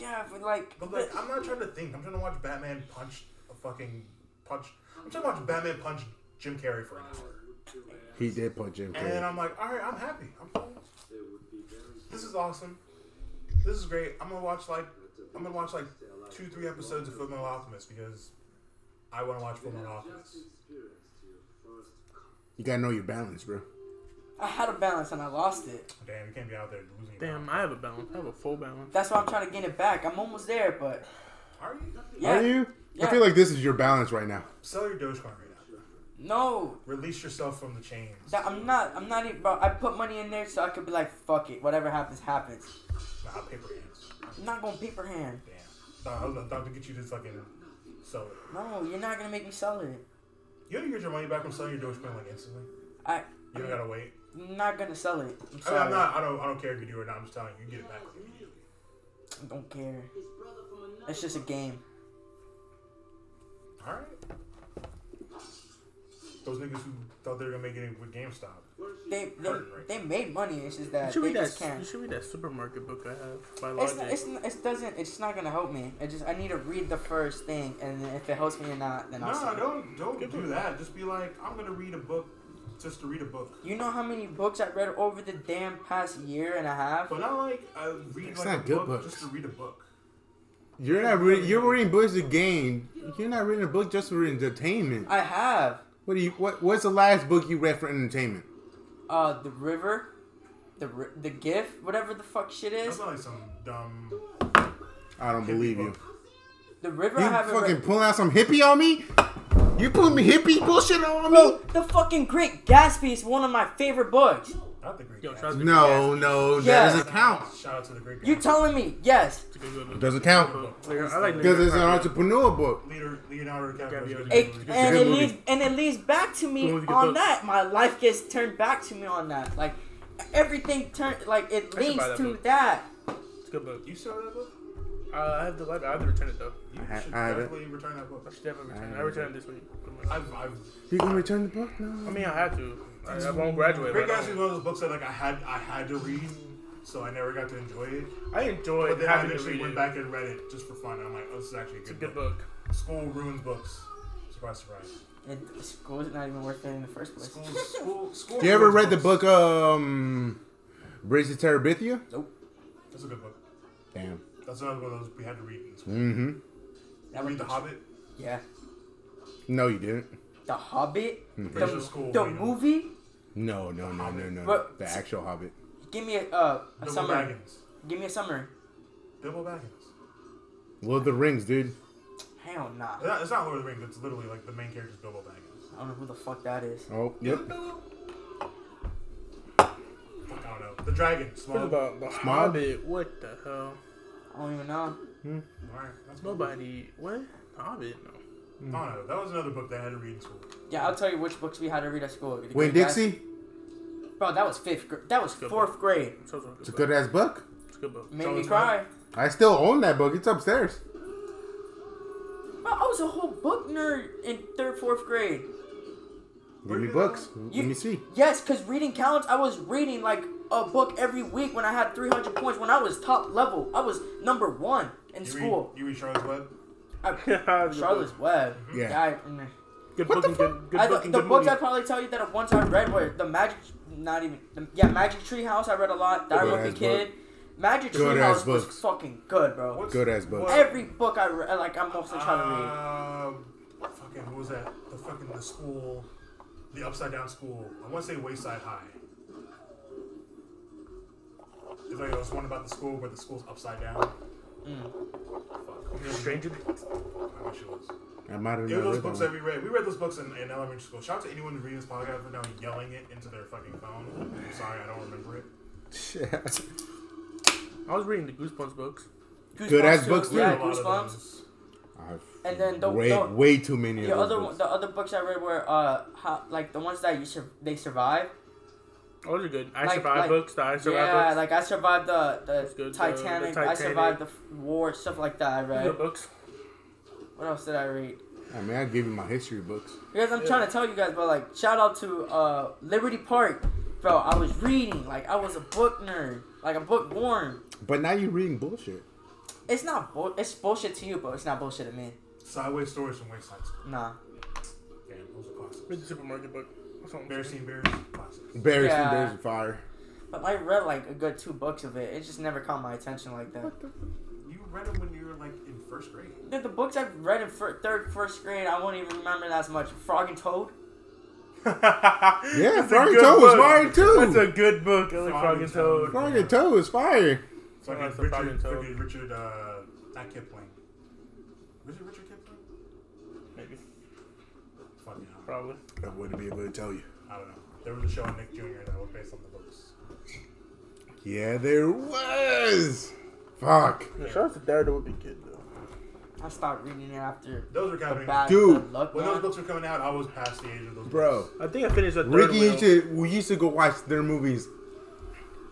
Speaker 3: Yeah, but like,
Speaker 5: But like I'm not trying to think. I'm trying to watch Batman punch a fucking punch I'm trying to watch Batman punch Jim Carrey for an hour.
Speaker 2: He did punch him.
Speaker 5: And uh, then I'm like, all right, I'm happy. I'm cool. This is awesome. This is great. I'm gonna watch like I'm gonna watch like two, three episodes of Fullmetal Alchemist because I want to watch Fullmetal Alchemist.
Speaker 2: You gotta know your balance, bro.
Speaker 3: I had a balance and I lost it.
Speaker 5: Damn, you can't be out there losing. your
Speaker 1: Damn, I have a balance. I have a full balance.
Speaker 3: That's why I'm trying to gain it back. I'm almost there, but
Speaker 5: balance. Are you?
Speaker 3: yeah.
Speaker 2: Are you?
Speaker 3: Yeah.
Speaker 2: I feel like this is your balance right now.
Speaker 5: Sell your Dogecoin right now.
Speaker 3: No,
Speaker 5: Release yourself from the chains.
Speaker 3: that, I'm not. I'm not even. Bro, I put money in there so I could be like, fuck it, whatever happens, happens.
Speaker 5: Nah, paper hands.
Speaker 3: I'm not gonna paper hand.
Speaker 5: Damn. Nah, I was about to get you to fucking sell it.
Speaker 3: No, you're not gonna make me sell it.
Speaker 5: You don't get your money back from selling your Dogecoin like instantly.
Speaker 3: I,
Speaker 5: You don't gotta wait.
Speaker 3: I'm not gonna sell it. I'm
Speaker 5: I mean,
Speaker 3: sorry.
Speaker 5: I'm not. I don't. I don't care if you do or not. I'm just telling you, you get it back. immediately.
Speaker 3: I don't care. It's just a game.
Speaker 5: Alright. Those niggas who thought they were gonna make it with GameStop.
Speaker 3: They they, they made money. It's just that
Speaker 1: You should
Speaker 3: they
Speaker 1: read
Speaker 3: just
Speaker 1: that.
Speaker 3: can't.
Speaker 1: You should read that supermarket book I have by
Speaker 3: It's, not,
Speaker 1: Logic.
Speaker 3: it's not, it doesn't it's not gonna help me. It just I need to read the first thing and then if it helps me or not, then I'll.
Speaker 5: No,
Speaker 3: sell it.
Speaker 5: don't don't do that. Just be like, I'm gonna read a book just to read a book.
Speaker 3: You know how many books I read over the damn past year and a half?
Speaker 5: But not like I read
Speaker 2: It's
Speaker 5: like
Speaker 2: not
Speaker 5: a
Speaker 2: good
Speaker 5: book
Speaker 2: books.
Speaker 5: just to read a book.
Speaker 2: You're not reading. You're reading books to gain. You're not reading a book just for entertainment.
Speaker 3: I have
Speaker 2: What do you? What? What's the last book you read for entertainment?
Speaker 3: uh the river, the Ri- the gift, whatever the fuck shit
Speaker 5: That's
Speaker 3: is.
Speaker 5: not like some dumb
Speaker 2: I don't believe you.
Speaker 3: The river
Speaker 2: You
Speaker 3: I haven't
Speaker 2: fucking
Speaker 3: read.
Speaker 2: pulling out some hippie on me? You pulling me hippie bullshit on me?
Speaker 3: Oh, the fucking Great Gatsby is one of my favorite books.
Speaker 5: not the great
Speaker 1: Yo,
Speaker 5: Gatsby.
Speaker 1: shout out to
Speaker 2: No, no,
Speaker 3: Yeah.
Speaker 2: that doesn't count.
Speaker 5: Shout out to the great
Speaker 3: You
Speaker 5: Gatsby.
Speaker 3: telling me? Yes.
Speaker 1: Gatsby.
Speaker 2: Doesn't count
Speaker 1: Like, I like
Speaker 2: because it's an
Speaker 1: Leonardo
Speaker 2: entrepreneur book.
Speaker 5: Leader Leonardo
Speaker 1: Gabby,
Speaker 5: DiCaprio.
Speaker 3: It,
Speaker 5: It,
Speaker 3: and
Speaker 2: good
Speaker 3: it
Speaker 2: movie.
Speaker 3: leads and it leads back to me
Speaker 1: Good movie, good
Speaker 3: on
Speaker 1: book.
Speaker 3: that. My life gets turned back to me on that. Like everything turned like it
Speaker 1: I should
Speaker 3: leads
Speaker 1: buy that
Speaker 3: to
Speaker 1: book.
Speaker 3: that.
Speaker 1: DiCaprio. It's a good book.
Speaker 5: you saw that book?
Speaker 1: Uh, I have the library. I have to return it though. You
Speaker 5: You
Speaker 2: I-
Speaker 1: should,
Speaker 2: I- have it.
Speaker 5: definitely return that book.
Speaker 1: I should definitely return. it. I returned it this week.
Speaker 5: I've, I've,
Speaker 2: You gonna return the book? No.
Speaker 1: I mean, I had to. I, I won't graduate.
Speaker 5: Great
Speaker 1: but I
Speaker 5: Gatsby is
Speaker 1: don't-
Speaker 5: one of those books that like I had I had to read, so I never got to enjoy it.
Speaker 1: I enjoyed
Speaker 5: But then I
Speaker 1: having to
Speaker 5: eventually
Speaker 1: read
Speaker 5: went
Speaker 1: it.
Speaker 5: back and read it just for fun. And I'm like, oh, this is actually a
Speaker 1: It's a
Speaker 5: good,
Speaker 1: good
Speaker 5: book.
Speaker 1: book.
Speaker 5: School ruins books. Surprise, surprise.
Speaker 3: It, school's not even worth it in the first place.
Speaker 5: School, school, school.
Speaker 2: You ever
Speaker 5: ruins
Speaker 2: read the book um Bridge to Terabithia?
Speaker 3: Nope.
Speaker 5: That's a good book.
Speaker 2: Damn.
Speaker 5: That's another one of those we had to read in school.
Speaker 2: Mm-hmm.
Speaker 3: That
Speaker 5: Read
Speaker 3: was
Speaker 5: The Hobbit.
Speaker 3: Yeah.
Speaker 2: No, you didn't.
Speaker 3: The Hobbit.
Speaker 2: Hmm.
Speaker 5: Pretty sure school
Speaker 3: The, the
Speaker 5: made 'em.
Speaker 3: movie.
Speaker 2: No, no, no, no, no.
Speaker 3: But-
Speaker 2: the actual Hobbit.
Speaker 3: Give me a, uh, a
Speaker 5: Bilbo
Speaker 3: summary.
Speaker 5: Baggins.
Speaker 3: Give me a summary.
Speaker 5: Bilbo Baggins.
Speaker 2: Lord of the Rings, dude.
Speaker 3: Hell nah.
Speaker 5: It's not- It's not Lord of the Rings. It's literally like the main character is Bilbo Baggins.
Speaker 3: I don't know who the fuck that is.
Speaker 2: Oh, yep.
Speaker 5: Fuck, I don't know. The dragon. Small.
Speaker 1: What about the Hobbit? What the hell?
Speaker 3: I don't even know.
Speaker 5: Alright, that's Bilbo.
Speaker 1: Nobody. What? The Hobbit? No.
Speaker 5: No, no, that was another book that I had to read in school.
Speaker 3: Yeah, I'll tell you which books we had to read at school. The
Speaker 2: Wayne
Speaker 3: Great Gatsby-
Speaker 2: Dixie.
Speaker 3: Bro, that was fifth. Gr- that was fourth grade.
Speaker 1: It's also a good
Speaker 2: It's a
Speaker 1: book.
Speaker 2: good ass book.
Speaker 1: It's a good book.
Speaker 3: Made
Speaker 5: So
Speaker 3: me
Speaker 5: it's
Speaker 3: cry.
Speaker 2: I still own that book. It's upstairs.
Speaker 3: Bro, I was a whole book nerd in third, fourth grade.
Speaker 2: Give me books. Let me see.
Speaker 3: Yes, because reading counts. I was reading like a book every week when I had 300 points. When I was top level, I was number one in
Speaker 5: You
Speaker 3: school.
Speaker 5: Read, you read Charlotte's Web?
Speaker 3: I, Charlotte's Web.
Speaker 2: Mm-hmm. Yeah.
Speaker 3: I, mm.
Speaker 1: Good
Speaker 2: What
Speaker 1: book
Speaker 2: the
Speaker 1: and
Speaker 2: fuck?
Speaker 1: good, good
Speaker 3: I-
Speaker 1: book and
Speaker 3: the
Speaker 1: good
Speaker 3: books
Speaker 1: movie.
Speaker 3: I probably tell you that at once I read were the Magic, not even, the, yeah, Magic Tree House. I read a lot. That I
Speaker 2: Good
Speaker 3: was a
Speaker 2: ass
Speaker 3: kid. Magic
Speaker 2: Good
Speaker 3: Tree
Speaker 2: ass
Speaker 3: House was
Speaker 2: books.
Speaker 3: fucking good, bro.
Speaker 5: What's-
Speaker 2: Good ass book.
Speaker 5: what-
Speaker 3: Every book I read, like I'm mostly trying to read.
Speaker 5: Um, fucking, what was that? The fucking, the school, the upside down school. I want to say Wayside High. It's like, it was one about the school where the school's upside down.
Speaker 3: Mm.
Speaker 5: Fuck.
Speaker 1: The Stranger Things.
Speaker 5: I wish it was.
Speaker 2: I might have
Speaker 5: It was
Speaker 2: never
Speaker 5: those
Speaker 2: read that
Speaker 5: books that
Speaker 2: one.
Speaker 5: we read. We read those books in, in elementary school. Shout out to anyone who reading this podcast right now yelling it into their fucking phone. I'm sorry, I don't remember it.
Speaker 2: Shit.
Speaker 1: I was reading the Goosebumps books.
Speaker 2: Good
Speaker 3: Goosebumps
Speaker 2: ass
Speaker 3: too.
Speaker 2: books,
Speaker 3: Yeah,
Speaker 5: A lot of
Speaker 3: Goosebumps.
Speaker 5: those.
Speaker 2: I've
Speaker 3: And then the-
Speaker 2: way,
Speaker 3: the-
Speaker 2: way too many
Speaker 3: The
Speaker 2: of those
Speaker 3: other one,
Speaker 2: books.
Speaker 3: the other books I read were uh, how, like the ones that you sur- they survive.
Speaker 1: Those are good. I
Speaker 3: Like-
Speaker 1: Survive
Speaker 3: like-
Speaker 1: books. The I Survive
Speaker 3: yeah,
Speaker 1: books.
Speaker 3: like I survived the the,
Speaker 1: That's good, the- the
Speaker 3: Titanic, I
Speaker 1: Titanic.
Speaker 3: survived the f- war, stuff like that. I read.
Speaker 1: Good books.
Speaker 3: What else did I read?
Speaker 2: I mean, I give you my history books.
Speaker 3: Because I'm trying to tell you guys, but like, shout out to uh, Liberty Park, bro. I was reading, like, I was a book nerd, like a bookworm.
Speaker 2: But now you're reading bullshit.
Speaker 3: It's not bull. It's bullshit to you, but it's not bullshit to me.
Speaker 5: Sideways Stories from Wayside School.
Speaker 3: Nah.
Speaker 5: Damn, those
Speaker 1: Read
Speaker 5: are
Speaker 1: the
Speaker 5: classics.
Speaker 1: supermarket book. That's all I'm
Speaker 5: Bears
Speaker 1: saying.
Speaker 5: Seen Bears, classics.
Speaker 2: Bears
Speaker 3: Yeah.
Speaker 2: and Bears of Fire.
Speaker 3: But I read like a good two books of it. It just never caught my attention like that.
Speaker 5: You read them when you were like in first grade.
Speaker 3: The, the books I've read in fir- third, first grade, I won't even remember it as much. Frog and Toad.
Speaker 2: Yeah,
Speaker 1: It's a
Speaker 2: Frog and
Speaker 1: good
Speaker 2: Toad was
Speaker 1: book.
Speaker 2: fire
Speaker 1: That's a
Speaker 2: too.
Speaker 1: good book. I like
Speaker 5: Frog
Speaker 1: Frog
Speaker 5: and
Speaker 1: and Toad.
Speaker 2: Frog and Toad was fire.
Speaker 5: So
Speaker 1: Oh, that's a
Speaker 5: Richard,
Speaker 1: fucking toad.
Speaker 5: fucking Richard, uh, not Kipling. Was it Richard Kipling?
Speaker 1: Maybe.
Speaker 5: Fucking, hell,
Speaker 1: Probably.
Speaker 2: I wouldn't be able to tell you.
Speaker 5: I don't know. There was a show on Nick Jr. that was based on the books.
Speaker 2: Yeah, there was. Fuck.
Speaker 1: Yeah. Shout out to Daredevil would be good though.
Speaker 3: I stopped reading it after
Speaker 5: Those were
Speaker 3: the
Speaker 5: kind
Speaker 3: bad
Speaker 5: of
Speaker 2: Dude,
Speaker 3: bad luck
Speaker 5: when
Speaker 3: one.
Speaker 5: those books were coming out. I was past the age of those.
Speaker 2: Bro,
Speaker 5: books.
Speaker 1: I think I finished the third
Speaker 2: Ricky
Speaker 1: one.
Speaker 2: used to we used to go watch their movies.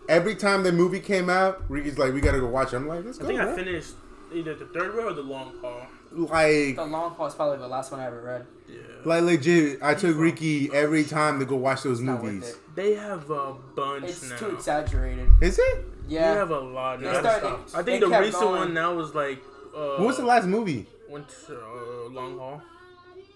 Speaker 2: Every time the movie came out, Ricky's like, "We gotta go watch." it." I'm like, "Let's
Speaker 1: I
Speaker 2: go."
Speaker 1: think I
Speaker 2: bro."
Speaker 1: finished either the third row or the long haul.
Speaker 3: The
Speaker 2: Like,
Speaker 3: Long Haul is probably the last one I ever read.
Speaker 1: Yeah.
Speaker 2: like legit, I took Ricky every time to go watch those
Speaker 3: Not worth
Speaker 2: movies.
Speaker 3: it.
Speaker 1: They have a bunch
Speaker 3: It's
Speaker 1: now.
Speaker 3: too exaggerated.
Speaker 2: Is it?
Speaker 1: They
Speaker 3: Yeah.
Speaker 1: have a lot
Speaker 3: They
Speaker 1: now.
Speaker 5: start-
Speaker 3: started.
Speaker 5: stopped.
Speaker 1: I think
Speaker 3: they
Speaker 1: the
Speaker 3: kept
Speaker 1: recent
Speaker 3: going.
Speaker 1: one now was like. Uh,
Speaker 2: What was the last movie?
Speaker 1: Went to, uh, long haul.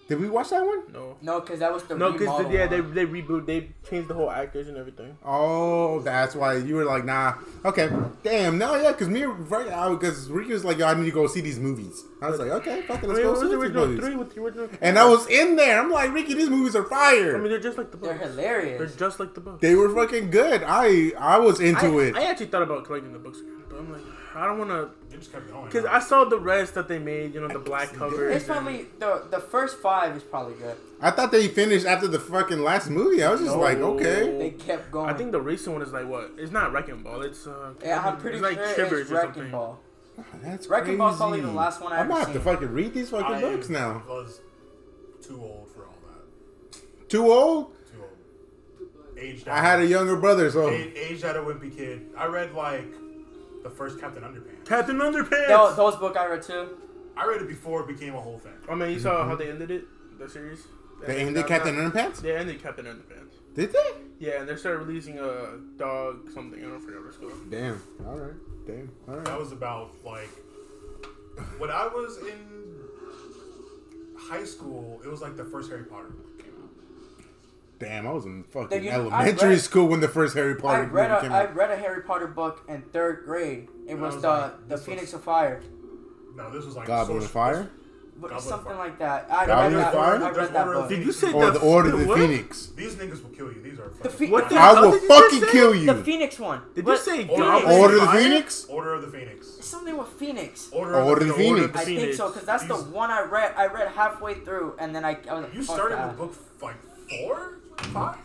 Speaker 2: Did we watch that one?
Speaker 1: No.
Speaker 3: No, because that was the
Speaker 1: No,
Speaker 3: remodel
Speaker 1: because yeah, they
Speaker 3: one.
Speaker 1: they reboot, they changed the whole actors and everything.
Speaker 2: Oh, that's why you were like, "Nah, okay, damn, no, yeah." Because me, and right now, because Ricky was like, "Yo, I need to go see these movies." I was like, "Okay, fuck it,
Speaker 1: I mean,
Speaker 2: let's go
Speaker 1: what was
Speaker 2: see
Speaker 1: the
Speaker 2: these
Speaker 1: original
Speaker 2: movies."
Speaker 1: three with the original?
Speaker 2: And I was in there. I'm like, Ricky, these movies are fire.
Speaker 1: I mean, they're just like the book.
Speaker 3: They're hilarious.
Speaker 1: They're just like the book.
Speaker 2: they were fucking good. I I was into
Speaker 1: I,
Speaker 2: it.
Speaker 1: I actually thought about collecting the books, but I'm like, I don't want to,
Speaker 5: They just kept going.
Speaker 1: because I saw the rest that they made. You know, the black cover.
Speaker 3: It's probably the the first five is probably good.
Speaker 2: I thought they finished after the fucking last movie. I was just like, okay.
Speaker 3: They kept going.
Speaker 1: I think the recent one is like what? It's not Wrecking Ball. It's uh,
Speaker 3: yeah, I'm pretty
Speaker 1: it's like
Speaker 3: sure
Speaker 1: Shivers
Speaker 3: it's
Speaker 1: or
Speaker 3: Wrecking
Speaker 1: something.
Speaker 3: Ball.
Speaker 2: That's
Speaker 3: Wrecking Ball's probably
Speaker 2: crazy.
Speaker 3: the last one I
Speaker 2: I'm
Speaker 3: ever
Speaker 2: gonna have to
Speaker 3: seen.
Speaker 2: fucking read these fucking
Speaker 5: I
Speaker 2: books now.
Speaker 5: was too old for all that.
Speaker 2: Too old.
Speaker 5: Too old. Aged.
Speaker 2: I had a younger brother, so
Speaker 5: a- aged out a wimpy kid. I read like the first Captain Underpants.
Speaker 1: Captain Underpants.
Speaker 3: Tho- those book I read too.
Speaker 5: I read it before it became a whole thing.
Speaker 1: I mean, you saw how they ended it, the series.
Speaker 2: They
Speaker 1: And now-
Speaker 2: ended Captain
Speaker 1: now-
Speaker 2: Underpants?
Speaker 1: They ended Captain Underpants.
Speaker 2: Did they?
Speaker 1: Yeah, and they started releasing a dog something. I don't forget what it's called.
Speaker 2: Damn. All right. Damn. All
Speaker 5: That
Speaker 2: right.
Speaker 5: was about like when I was in high school. It was like the first Harry Potter book came out.
Speaker 2: Damn. I was in
Speaker 3: Then
Speaker 2: fucking
Speaker 3: you- I
Speaker 2: elementary
Speaker 3: read-
Speaker 2: school when the first Harry
Speaker 3: I
Speaker 2: Potter
Speaker 3: read
Speaker 2: movie
Speaker 3: a
Speaker 2: came
Speaker 3: I
Speaker 2: out.
Speaker 3: read a Harry Potter book in third grade. It was,
Speaker 5: was
Speaker 3: the
Speaker 5: like,
Speaker 3: the
Speaker 5: this was-
Speaker 3: Phoenix of Fire,
Speaker 5: No, this was like
Speaker 2: Goblin of
Speaker 5: social-
Speaker 2: Fire.
Speaker 3: but
Speaker 5: Goblet of
Speaker 3: something
Speaker 5: Fire.
Speaker 3: like that. I
Speaker 2: Goblet
Speaker 3: read
Speaker 2: of
Speaker 3: that.
Speaker 2: Fire?
Speaker 3: I
Speaker 5: There's
Speaker 3: read that
Speaker 5: Order of
Speaker 3: book.
Speaker 1: Did
Speaker 5: Phoenix.
Speaker 1: you say
Speaker 2: Or
Speaker 1: that?
Speaker 2: the Order of the
Speaker 1: what?
Speaker 2: Phoenix.
Speaker 5: These niggas will kill you. These are fucking.
Speaker 3: The Phoenix.
Speaker 1: What the
Speaker 2: I
Speaker 1: hell
Speaker 2: will
Speaker 1: did you just
Speaker 2: fucking
Speaker 1: say?
Speaker 2: kill
Speaker 3: The
Speaker 2: you.
Speaker 3: Phoenix one.
Speaker 1: Did you
Speaker 3: What-
Speaker 1: say
Speaker 5: Order,
Speaker 1: Goblin?
Speaker 2: Order of the
Speaker 5: Fire?
Speaker 2: Phoenix?
Speaker 5: Order of the Phoenix.
Speaker 3: It's something with Phoenix?
Speaker 5: Order,
Speaker 2: Order of the
Speaker 5: Order
Speaker 2: Phoenix.
Speaker 3: I think
Speaker 1: Phoenix.
Speaker 3: so because that's the
Speaker 5: These-
Speaker 3: one I read. I read halfway through and then I, I was like,
Speaker 5: You
Speaker 3: fuck
Speaker 5: started
Speaker 3: that.
Speaker 5: with book like four, five.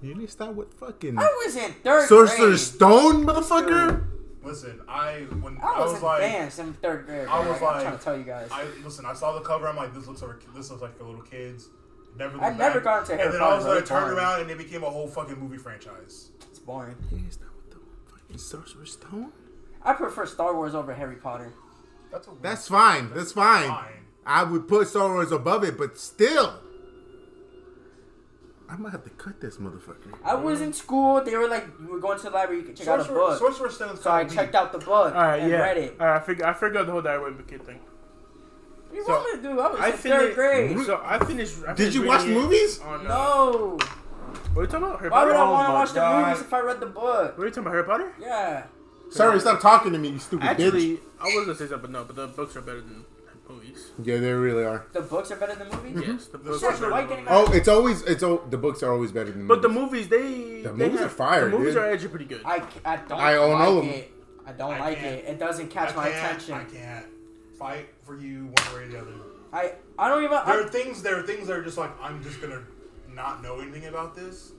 Speaker 2: You need to start with fucking
Speaker 3: I was in third
Speaker 2: Sorcerer's
Speaker 3: grade.
Speaker 2: Stone, motherfucker.
Speaker 5: Listen, I when
Speaker 3: I
Speaker 5: I
Speaker 3: was,
Speaker 5: was like,
Speaker 3: advanced in third grade.
Speaker 5: I
Speaker 3: bro.
Speaker 5: was
Speaker 3: I'm trying
Speaker 5: like-
Speaker 3: to tell you guys.
Speaker 5: I listen. I saw the cover. I'm like, this looks like this looks like for little kids. Never.
Speaker 3: I
Speaker 5: looked
Speaker 3: never
Speaker 5: back.
Speaker 3: got into Harry
Speaker 5: And then
Speaker 3: Potter,
Speaker 5: I was
Speaker 3: bro.
Speaker 5: like,
Speaker 3: It's
Speaker 5: turned
Speaker 3: boring.
Speaker 5: around and it became a whole fucking movie franchise.
Speaker 3: it's boring.
Speaker 2: It's not with the fucking Sorcerer's Stone.
Speaker 3: I prefer Star Wars over Harry Potter.
Speaker 5: That's a weird-
Speaker 2: That's fine. That's fine.
Speaker 5: Fine.
Speaker 2: I would put Star Wars above it, but still. I'm gonna have to cut this motherfucker.
Speaker 3: I was in school. They were like, you were going to the library. You could check out a
Speaker 5: Mm. Sorcerer,
Speaker 3: book.
Speaker 5: Sorcerer Stone's
Speaker 3: so I
Speaker 5: kinda
Speaker 3: checked
Speaker 5: weak.
Speaker 3: out the book
Speaker 1: All right,
Speaker 3: and
Speaker 1: yeah.
Speaker 3: read it.
Speaker 1: All right, I figured I figured out the whole diary with kid thing.
Speaker 3: What do you
Speaker 1: so
Speaker 3: want me to do? I was
Speaker 1: I
Speaker 3: in third
Speaker 1: finished.
Speaker 3: grade.
Speaker 1: So I finished. I
Speaker 2: Did
Speaker 1: finished
Speaker 2: you watch
Speaker 1: reading
Speaker 2: the
Speaker 1: it
Speaker 2: movies?
Speaker 1: On, uh,
Speaker 3: No.
Speaker 1: What are you talking about? Harry
Speaker 3: Why
Speaker 1: Potter.
Speaker 3: would I
Speaker 1: Oh
Speaker 3: want to
Speaker 1: my
Speaker 3: watch the
Speaker 1: God.
Speaker 3: movies if I read the book?
Speaker 1: What are you talking about? Harry Potter?
Speaker 3: Yeah.
Speaker 2: Sorry, stop talking to me, you stupid bitch.
Speaker 1: Actually, I was gonna say something, no, but the books are better than movies.
Speaker 2: Yeah, they really are.
Speaker 3: The books are better than the movies?
Speaker 1: Yes, the books
Speaker 5: Sorcerer-
Speaker 1: are better
Speaker 3: why
Speaker 1: than
Speaker 3: can't
Speaker 1: movies.
Speaker 3: I-
Speaker 2: Oh, it's always it's oh the books are always better than.
Speaker 1: But the movies,
Speaker 2: movies.
Speaker 1: they
Speaker 2: The
Speaker 1: they
Speaker 2: movies
Speaker 1: have-
Speaker 2: are fire,
Speaker 1: The movies
Speaker 2: dude.
Speaker 1: are actually pretty good.
Speaker 3: I, c- I don't
Speaker 2: I own
Speaker 3: like
Speaker 2: all of them.
Speaker 3: it. I don't
Speaker 5: I
Speaker 3: like
Speaker 5: can't.
Speaker 3: it. It doesn't catch
Speaker 5: I
Speaker 3: my
Speaker 5: can't-
Speaker 3: attention.
Speaker 5: I can't fight for you one way or the other.
Speaker 3: I, I don't even.
Speaker 5: There
Speaker 3: I,
Speaker 5: are things. There are things that are just like I'm just gonna not know anything about this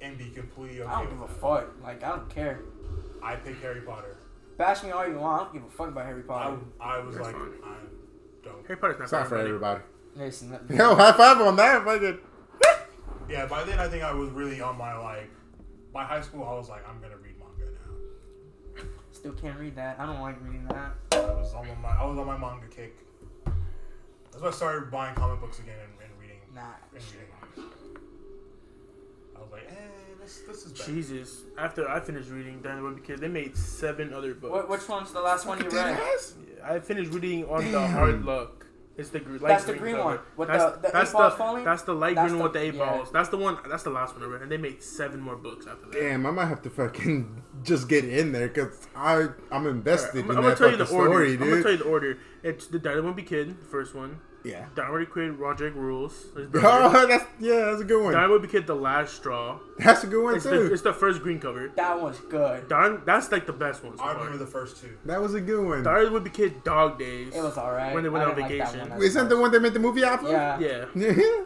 Speaker 5: and be completely
Speaker 3: I
Speaker 5: okay.
Speaker 3: don't give a
Speaker 5: with
Speaker 3: fuck. Like, I don't care.
Speaker 5: it. I pick Harry Potter.
Speaker 3: Bash me all you want. I don't give a fuck about Harry
Speaker 5: I,
Speaker 3: Potter.
Speaker 5: I was like,
Speaker 1: fine.
Speaker 5: I don't.
Speaker 1: Harry Potter's not,
Speaker 2: It's not for
Speaker 1: everybody.
Speaker 2: everybody.
Speaker 3: Listen, let-
Speaker 2: Yo, high five on that, fucking.
Speaker 5: Yeah, by then I think I was really on my like. By high school, I was like, I'm gonna read manga now.
Speaker 3: still can't read that. I don't like reading that.
Speaker 5: I was on my I was on my manga kick. That's why I started buying comic books again and, and reading.
Speaker 3: Nah.
Speaker 5: And reading. manga. I was like, eh, this this is better.
Speaker 1: Jesus. After I finished reading Diary with Kid, they made seven other books.
Speaker 3: Wh- which one's the last one you read?
Speaker 2: Deadass?
Speaker 1: I finished reading on the hard luck. It's the green.
Speaker 3: That's the green one with the- the eight
Speaker 1: that's
Speaker 3: balls
Speaker 1: the,
Speaker 3: falling?
Speaker 1: That's the light
Speaker 3: That's
Speaker 1: green
Speaker 3: the-
Speaker 1: one with the eight
Speaker 3: yeah.
Speaker 1: balls. That's the one. That's the last one I read, and they made seven more books after that.
Speaker 2: Damn, I might have to fucking just get in there because I I'm invested
Speaker 1: I'm,
Speaker 2: in
Speaker 1: I'm gonna
Speaker 2: that
Speaker 1: tell you
Speaker 2: fucking
Speaker 1: the order.
Speaker 2: story,
Speaker 1: I'm gonna
Speaker 2: dude.
Speaker 1: tell you the order. It's the Diary Won't Be Kid, first one.
Speaker 2: yeah.
Speaker 1: Diary Quinn, Roderick Rules. His brother.
Speaker 2: Oh, that's yeah, that's a good one.
Speaker 1: Diary Won't Be Kid, The Last Straw.
Speaker 2: That's a good one
Speaker 1: It's the,
Speaker 2: too.
Speaker 1: it's the first green cover.
Speaker 3: That one's good.
Speaker 1: Don, that's like the best one so
Speaker 5: I
Speaker 1: far.
Speaker 5: remember the first two.
Speaker 2: That was a good one.
Speaker 1: Diary Would Be Kid, Dog Days.
Speaker 3: It was alright.
Speaker 1: When they went
Speaker 3: I
Speaker 1: on
Speaker 3: didn't like that
Speaker 1: vacation.
Speaker 3: one as
Speaker 2: Isn't that the
Speaker 3: much.
Speaker 2: one they made the movie off of?
Speaker 3: Yeah.
Speaker 1: Yeah.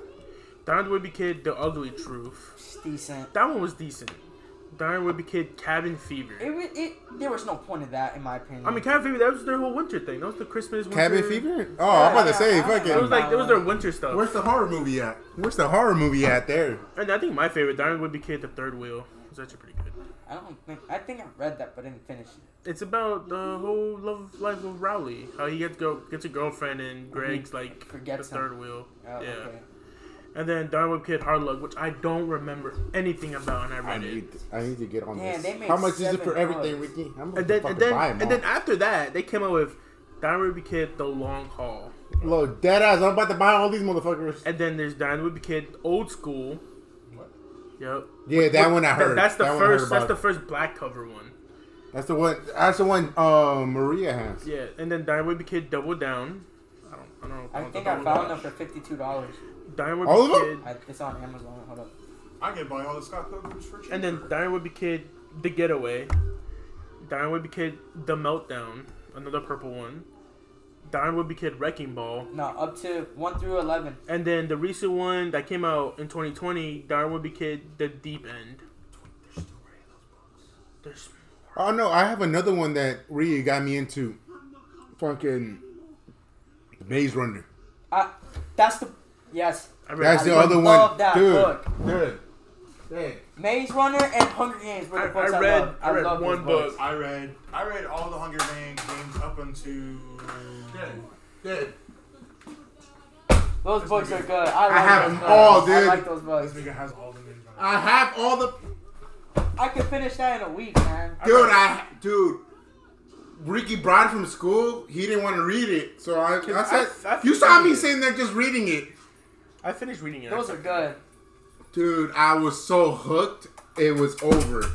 Speaker 1: Diary Would Be Kid, The Ugly Truth.
Speaker 3: It's decent.
Speaker 1: That one was decent. Diary Would Be Kid, Cabin Fever.
Speaker 3: It, wa- it there was no point in that in my opinion.
Speaker 1: I mean, Cabin Fever, that was their whole winter thing. That was the Christmas winter.
Speaker 2: Cabin Fever? Oh, I'm about to
Speaker 1: It
Speaker 2: say,
Speaker 3: Yeah.
Speaker 1: was
Speaker 2: fucking.
Speaker 1: like, it was their winter stuff.
Speaker 2: Where's the horror movie at? Where's the horror movie at there?
Speaker 1: And I think my favorite, Diary Would Be Kid, The Third Wheel, was actually pretty good.
Speaker 3: I don't think I think I read that but didn't finish it.
Speaker 1: It's about the whole love life of Rowley. How he gets go gets a girlfriend and Greg's like
Speaker 3: forgets
Speaker 1: the
Speaker 3: him.
Speaker 1: third wheel.
Speaker 3: Oh,
Speaker 1: yeah.
Speaker 3: Okay.
Speaker 1: And then Darwin Kid Hard Luck, which I don't remember anything about, and I
Speaker 2: I
Speaker 1: read it.
Speaker 2: need, I need to get on
Speaker 3: Damn, they
Speaker 2: this.
Speaker 3: made
Speaker 2: How much is it
Speaker 3: seven
Speaker 2: for everything,
Speaker 3: bucks.
Speaker 2: Ricky? I'm
Speaker 1: And
Speaker 2: gonna
Speaker 1: then
Speaker 2: fucking
Speaker 1: and then
Speaker 2: buy them
Speaker 1: and then
Speaker 2: all.
Speaker 1: after that, they came out with Darwin Kid The Long Haul,
Speaker 2: Look, dead ass. I'm about to buy all these motherfuckers.
Speaker 1: and then there's Darwin Kid Old School.
Speaker 5: What?
Speaker 1: Yep.
Speaker 2: Yeah, that one I
Speaker 1: That-
Speaker 2: heard.
Speaker 1: that's the
Speaker 2: That one I heard
Speaker 1: first. That's
Speaker 2: about.
Speaker 1: the first black cover one.
Speaker 2: That's the one. That's the one. Uh, Maria has.
Speaker 1: Yeah, and then Darwin Kid Double Down. I don't. I don't.
Speaker 3: I think I found them for fifty two dollars.
Speaker 1: Darwin
Speaker 2: All of
Speaker 1: Kid.
Speaker 2: them?
Speaker 3: I It's on Amazon. Hold up.
Speaker 5: I can buy all the Scott Pilgrims for cheap.
Speaker 1: And then Dying Would Be Kid, The Getaway. Dying Would Be Kid, The Meltdown. Another purple one. Dying Would Be Kid, Wrecking Ball.
Speaker 3: No, up to one through eleven.
Speaker 1: And then the recent one that came out in 2020, Dying Would Be Kid, The Deep End.
Speaker 5: They're still writing those
Speaker 1: There's
Speaker 5: books.
Speaker 2: Oh no, I have another one that Ria got me into. Fucking Maze Runner.
Speaker 3: I that's the yes.
Speaker 1: I read
Speaker 2: That's
Speaker 1: I
Speaker 2: the
Speaker 1: read-
Speaker 2: other
Speaker 3: love
Speaker 2: one,
Speaker 3: that
Speaker 2: dude.
Speaker 3: book.
Speaker 2: Dude, Hey,
Speaker 3: Maze Runner and Hunger Games were
Speaker 1: I,
Speaker 3: the books I,
Speaker 1: I read
Speaker 3: love.
Speaker 1: I, read
Speaker 3: love those
Speaker 1: one
Speaker 3: books.
Speaker 1: book.
Speaker 5: I read I read all the Hunger Games games up until
Speaker 2: hey, hey.
Speaker 3: Those books are good. I, love
Speaker 2: have
Speaker 3: those
Speaker 2: them
Speaker 3: books.
Speaker 2: all, dude.
Speaker 3: I like those
Speaker 5: this
Speaker 3: books.
Speaker 5: nigga has all the games.
Speaker 2: I have all the
Speaker 3: I could finish that in a week, man.
Speaker 2: dude. I dude. Ricky Brown from school, he didn't want to read it, so I, I said,
Speaker 1: I- I-
Speaker 2: "You saw me sitting there just reading it,
Speaker 1: I finished reading it.
Speaker 3: Those are good.
Speaker 2: dude." I was so hooked, it was over.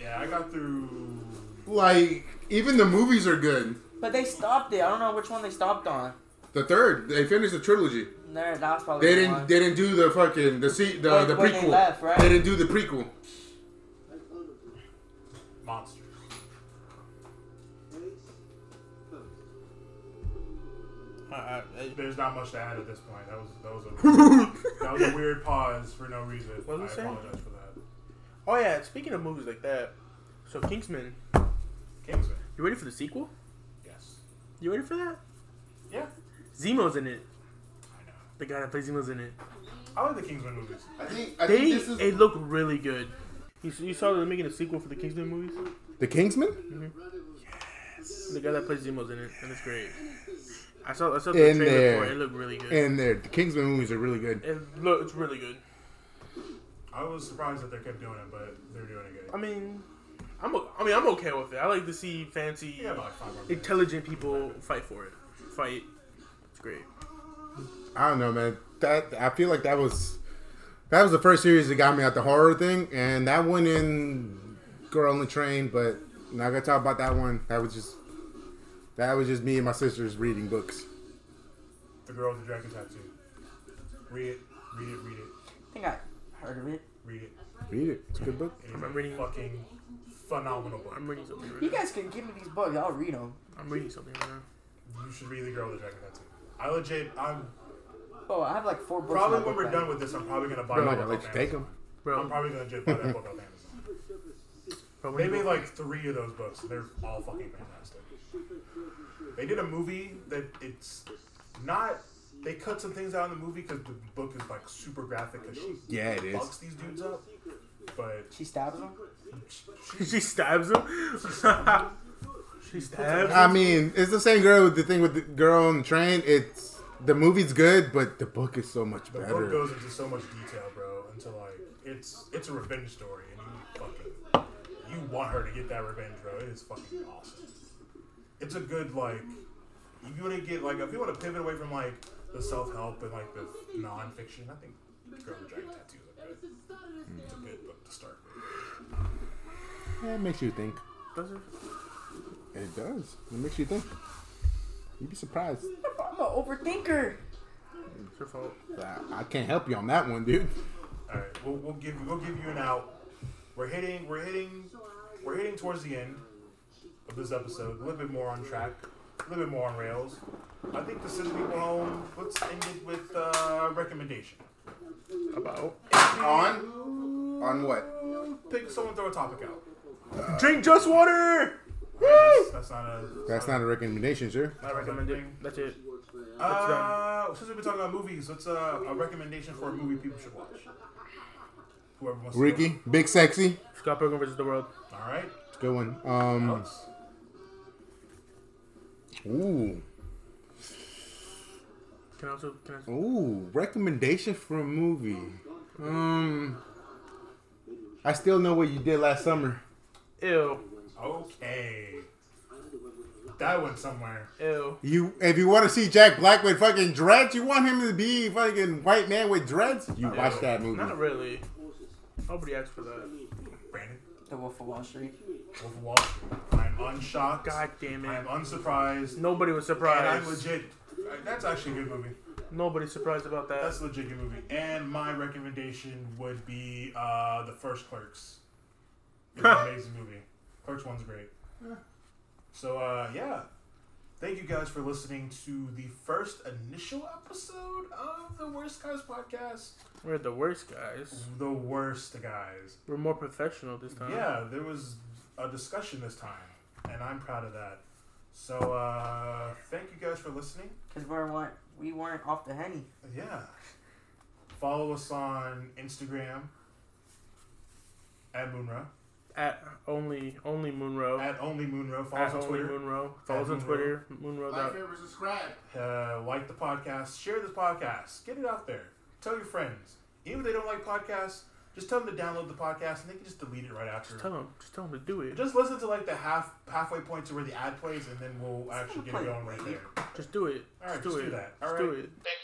Speaker 5: Yeah, I got through.
Speaker 2: Like even the movies are good.
Speaker 3: But they stopped it. I don't know which one they stopped on.
Speaker 2: The third, they finished the trilogy.
Speaker 3: There, that's probably
Speaker 2: They
Speaker 3: the
Speaker 2: didn't.
Speaker 3: one.
Speaker 2: They didn't do the fucking the se- the,
Speaker 3: When-
Speaker 2: the
Speaker 3: when they
Speaker 2: prequel.
Speaker 3: left, right?
Speaker 2: They didn't do the prequel.
Speaker 5: Monsters.
Speaker 1: I, I, I-
Speaker 5: There's not much to add at this point. That was that was a that was a weird pause for no reason.
Speaker 1: What
Speaker 5: I
Speaker 1: was it saying?
Speaker 5: apologize for that.
Speaker 1: oh yeah, speaking of movies like that, so Kingsman,
Speaker 5: Kingsman.
Speaker 1: you ready for the sequel?
Speaker 5: Yes.
Speaker 1: You ready for that?
Speaker 5: Yeah.
Speaker 1: Zemo's in it.
Speaker 5: I know.
Speaker 1: The guy that plays Zemo's in it.
Speaker 5: I like the Kingsman movies.
Speaker 2: I think. I
Speaker 1: They they look really good. You, s- you saw they're making a sequel for the Kingsman movies.
Speaker 2: the Kingsman
Speaker 1: The guy that plays Zemo's in it, and it's great. I saw I saw
Speaker 2: In
Speaker 1: the trailer
Speaker 2: there.
Speaker 1: for it. It looked really good.
Speaker 2: and there. The Kingsman movies are really good.
Speaker 1: it look, it's really good.
Speaker 5: I was surprised that they kept doing it, but they're doing it
Speaker 1: I
Speaker 5: good.
Speaker 1: mean, I'm o- I mean I'm okay with it. I like to see fancy,
Speaker 5: Yeah, about like five more minutes.
Speaker 1: intelligent people fight for it. Fight. It's great.
Speaker 2: I don't know, man. That I feel like that was that was the first series that got me out the horror thing, and that one in Girl on the Train. But not gonna talk about that one. That was just that was just me and my sisters reading books.
Speaker 5: The Girl with the Dragon Tattoo. Read it. Read it. Read it.
Speaker 3: I think I heard of it.
Speaker 5: Read it.
Speaker 2: Read it. It's a good book.
Speaker 5: It is a
Speaker 1: I'm reading-
Speaker 5: fucking phenomenal book.
Speaker 1: I'm reading something. Right
Speaker 3: You
Speaker 1: now.
Speaker 3: guys can give me these books. I'll read them.
Speaker 1: I'm reading something right now.
Speaker 5: You should read The Girl with the Dragon Tattoo. I legit. I'm
Speaker 3: Oh, I have like four books. in
Speaker 5: probably
Speaker 3: my
Speaker 5: when
Speaker 3: book
Speaker 5: we're
Speaker 3: bag.
Speaker 5: done with this. I'm probably gonna buy.
Speaker 2: I'm
Speaker 5: that
Speaker 2: not
Speaker 5: book
Speaker 2: gonna let
Speaker 5: off
Speaker 2: you take them.
Speaker 5: Amazon. I'm
Speaker 1: Bro,
Speaker 5: probably gonna legit buy that book on Amazon.
Speaker 1: bro
Speaker 5: They
Speaker 1: when
Speaker 5: made
Speaker 1: you,
Speaker 5: like three of those books. and They're all fucking fantastic. They did a movie that it's not. They cut some things out in the movie because the book is like super graphic. Cause she
Speaker 2: Yeah, it is.
Speaker 5: fucks these dudes up, but
Speaker 3: She stabs him.
Speaker 1: she stabs him. she stabs.
Speaker 2: I mean, it's the same girl with the thing with the girl on the train. It's the movie's good, but the book is so much
Speaker 5: The book
Speaker 2: better.
Speaker 5: goes into so much detail, bro. Until like it's it's a revenge story, and you fucking you want her to get that revenge, bro. It is fucking awesome. It's a good like if you want to get like if you want to pivot away from like the self help and like the non-fiction, I think Girl with the Dragon Tattoo is a good, it's a good book to start. with.
Speaker 2: Yeah, it makes you think.
Speaker 1: Does it?
Speaker 2: It does. It makes you think. You'd be surprised.
Speaker 3: I'm an overthinker.
Speaker 1: It's your fault.
Speaker 2: I, I can't help you on that one, dude.
Speaker 5: All right, we'll, we'll give we'll give you an out. We're hitting we're hitting we're hitting towards the end of this episode. A little bit more on track, a little bit more on rails. I think to send people home, let's end it with uh, recommendation.
Speaker 1: About.
Speaker 2: On? On what?
Speaker 5: Pick someone, throw a topic out.
Speaker 1: Drink just water.
Speaker 5: That's, that's not a
Speaker 2: That's not a recommendation, sir.
Speaker 5: not a recommendation.
Speaker 1: That's it.
Speaker 5: Uh, since we've been talking about movies, what's uh, a recommendation for a movie people should watch? Whoever wants to
Speaker 2: Ricky, Big Sexy.
Speaker 1: Scott Pilgrim versus the World.
Speaker 5: go. All right.
Speaker 2: It's a good one. Um,
Speaker 5: Alex?
Speaker 2: ooh.
Speaker 1: Can I also can I also,
Speaker 2: Ooh, recommendation for a movie. Um, I still know what you did last summer.
Speaker 1: ew
Speaker 5: Okay. That went somewhere.
Speaker 1: ew.
Speaker 2: You, if you want to see Jack Black with fucking dreads, you want him to be fucking white man with dreads. You watch that movie.
Speaker 1: Not really. Nobody asked for that.
Speaker 5: Brandon.
Speaker 3: The Wolf of Wall Street.
Speaker 5: Wolf of Wall Street. I'm unshocked.
Speaker 1: God damn
Speaker 5: I am
Speaker 1: it.
Speaker 5: unsurprised.
Speaker 1: Nobody was
Speaker 5: And
Speaker 1: surprised.
Speaker 5: I'm legit. That's actually a good movie.
Speaker 1: Nobody's surprised about that.
Speaker 5: That's a legit good movie. And my recommendation would be uh, the first Clerks. It's an amazing movie. Clerks one's great. So uh, yeah, thank you guys for listening to the first initial episode of the Worst Guys podcast.
Speaker 1: We're the worst guys.
Speaker 5: The worst guys.
Speaker 1: We're more professional this time.
Speaker 5: Yeah, there was a discussion this time, and I'm proud of that. So uh, thank you guys for listening.
Speaker 3: Cause we weren't we weren't off the henny.
Speaker 5: Yeah. Follow us on Instagram At Moonrow.
Speaker 1: At only only Moonrow.
Speaker 5: At only Moonrow. Follow
Speaker 1: At
Speaker 5: us on
Speaker 1: only
Speaker 5: Twitter.
Speaker 1: Moonrow. Follow us
Speaker 5: At
Speaker 1: on
Speaker 5: Moonrow.
Speaker 1: Twitter. Moonrow.
Speaker 6: Like,
Speaker 1: dot-
Speaker 6: favorite, subscribe.
Speaker 5: uh, like the podcast, share this podcast, get it out there, tell your friends. Even if they don't like podcasts, just tell them to download the podcast and they can just delete it right after.
Speaker 1: Tell him. Just tell him to do it.
Speaker 5: Just listen to like the half halfway point to where the ad plays, and then we'll actually get it
Speaker 3: play
Speaker 5: going right
Speaker 3: later.
Speaker 5: there.
Speaker 1: Just do it.
Speaker 5: All right,
Speaker 1: do
Speaker 5: just
Speaker 1: it.
Speaker 5: do that.
Speaker 1: Just
Speaker 5: All
Speaker 1: do
Speaker 5: right.
Speaker 1: it.
Speaker 4: Thank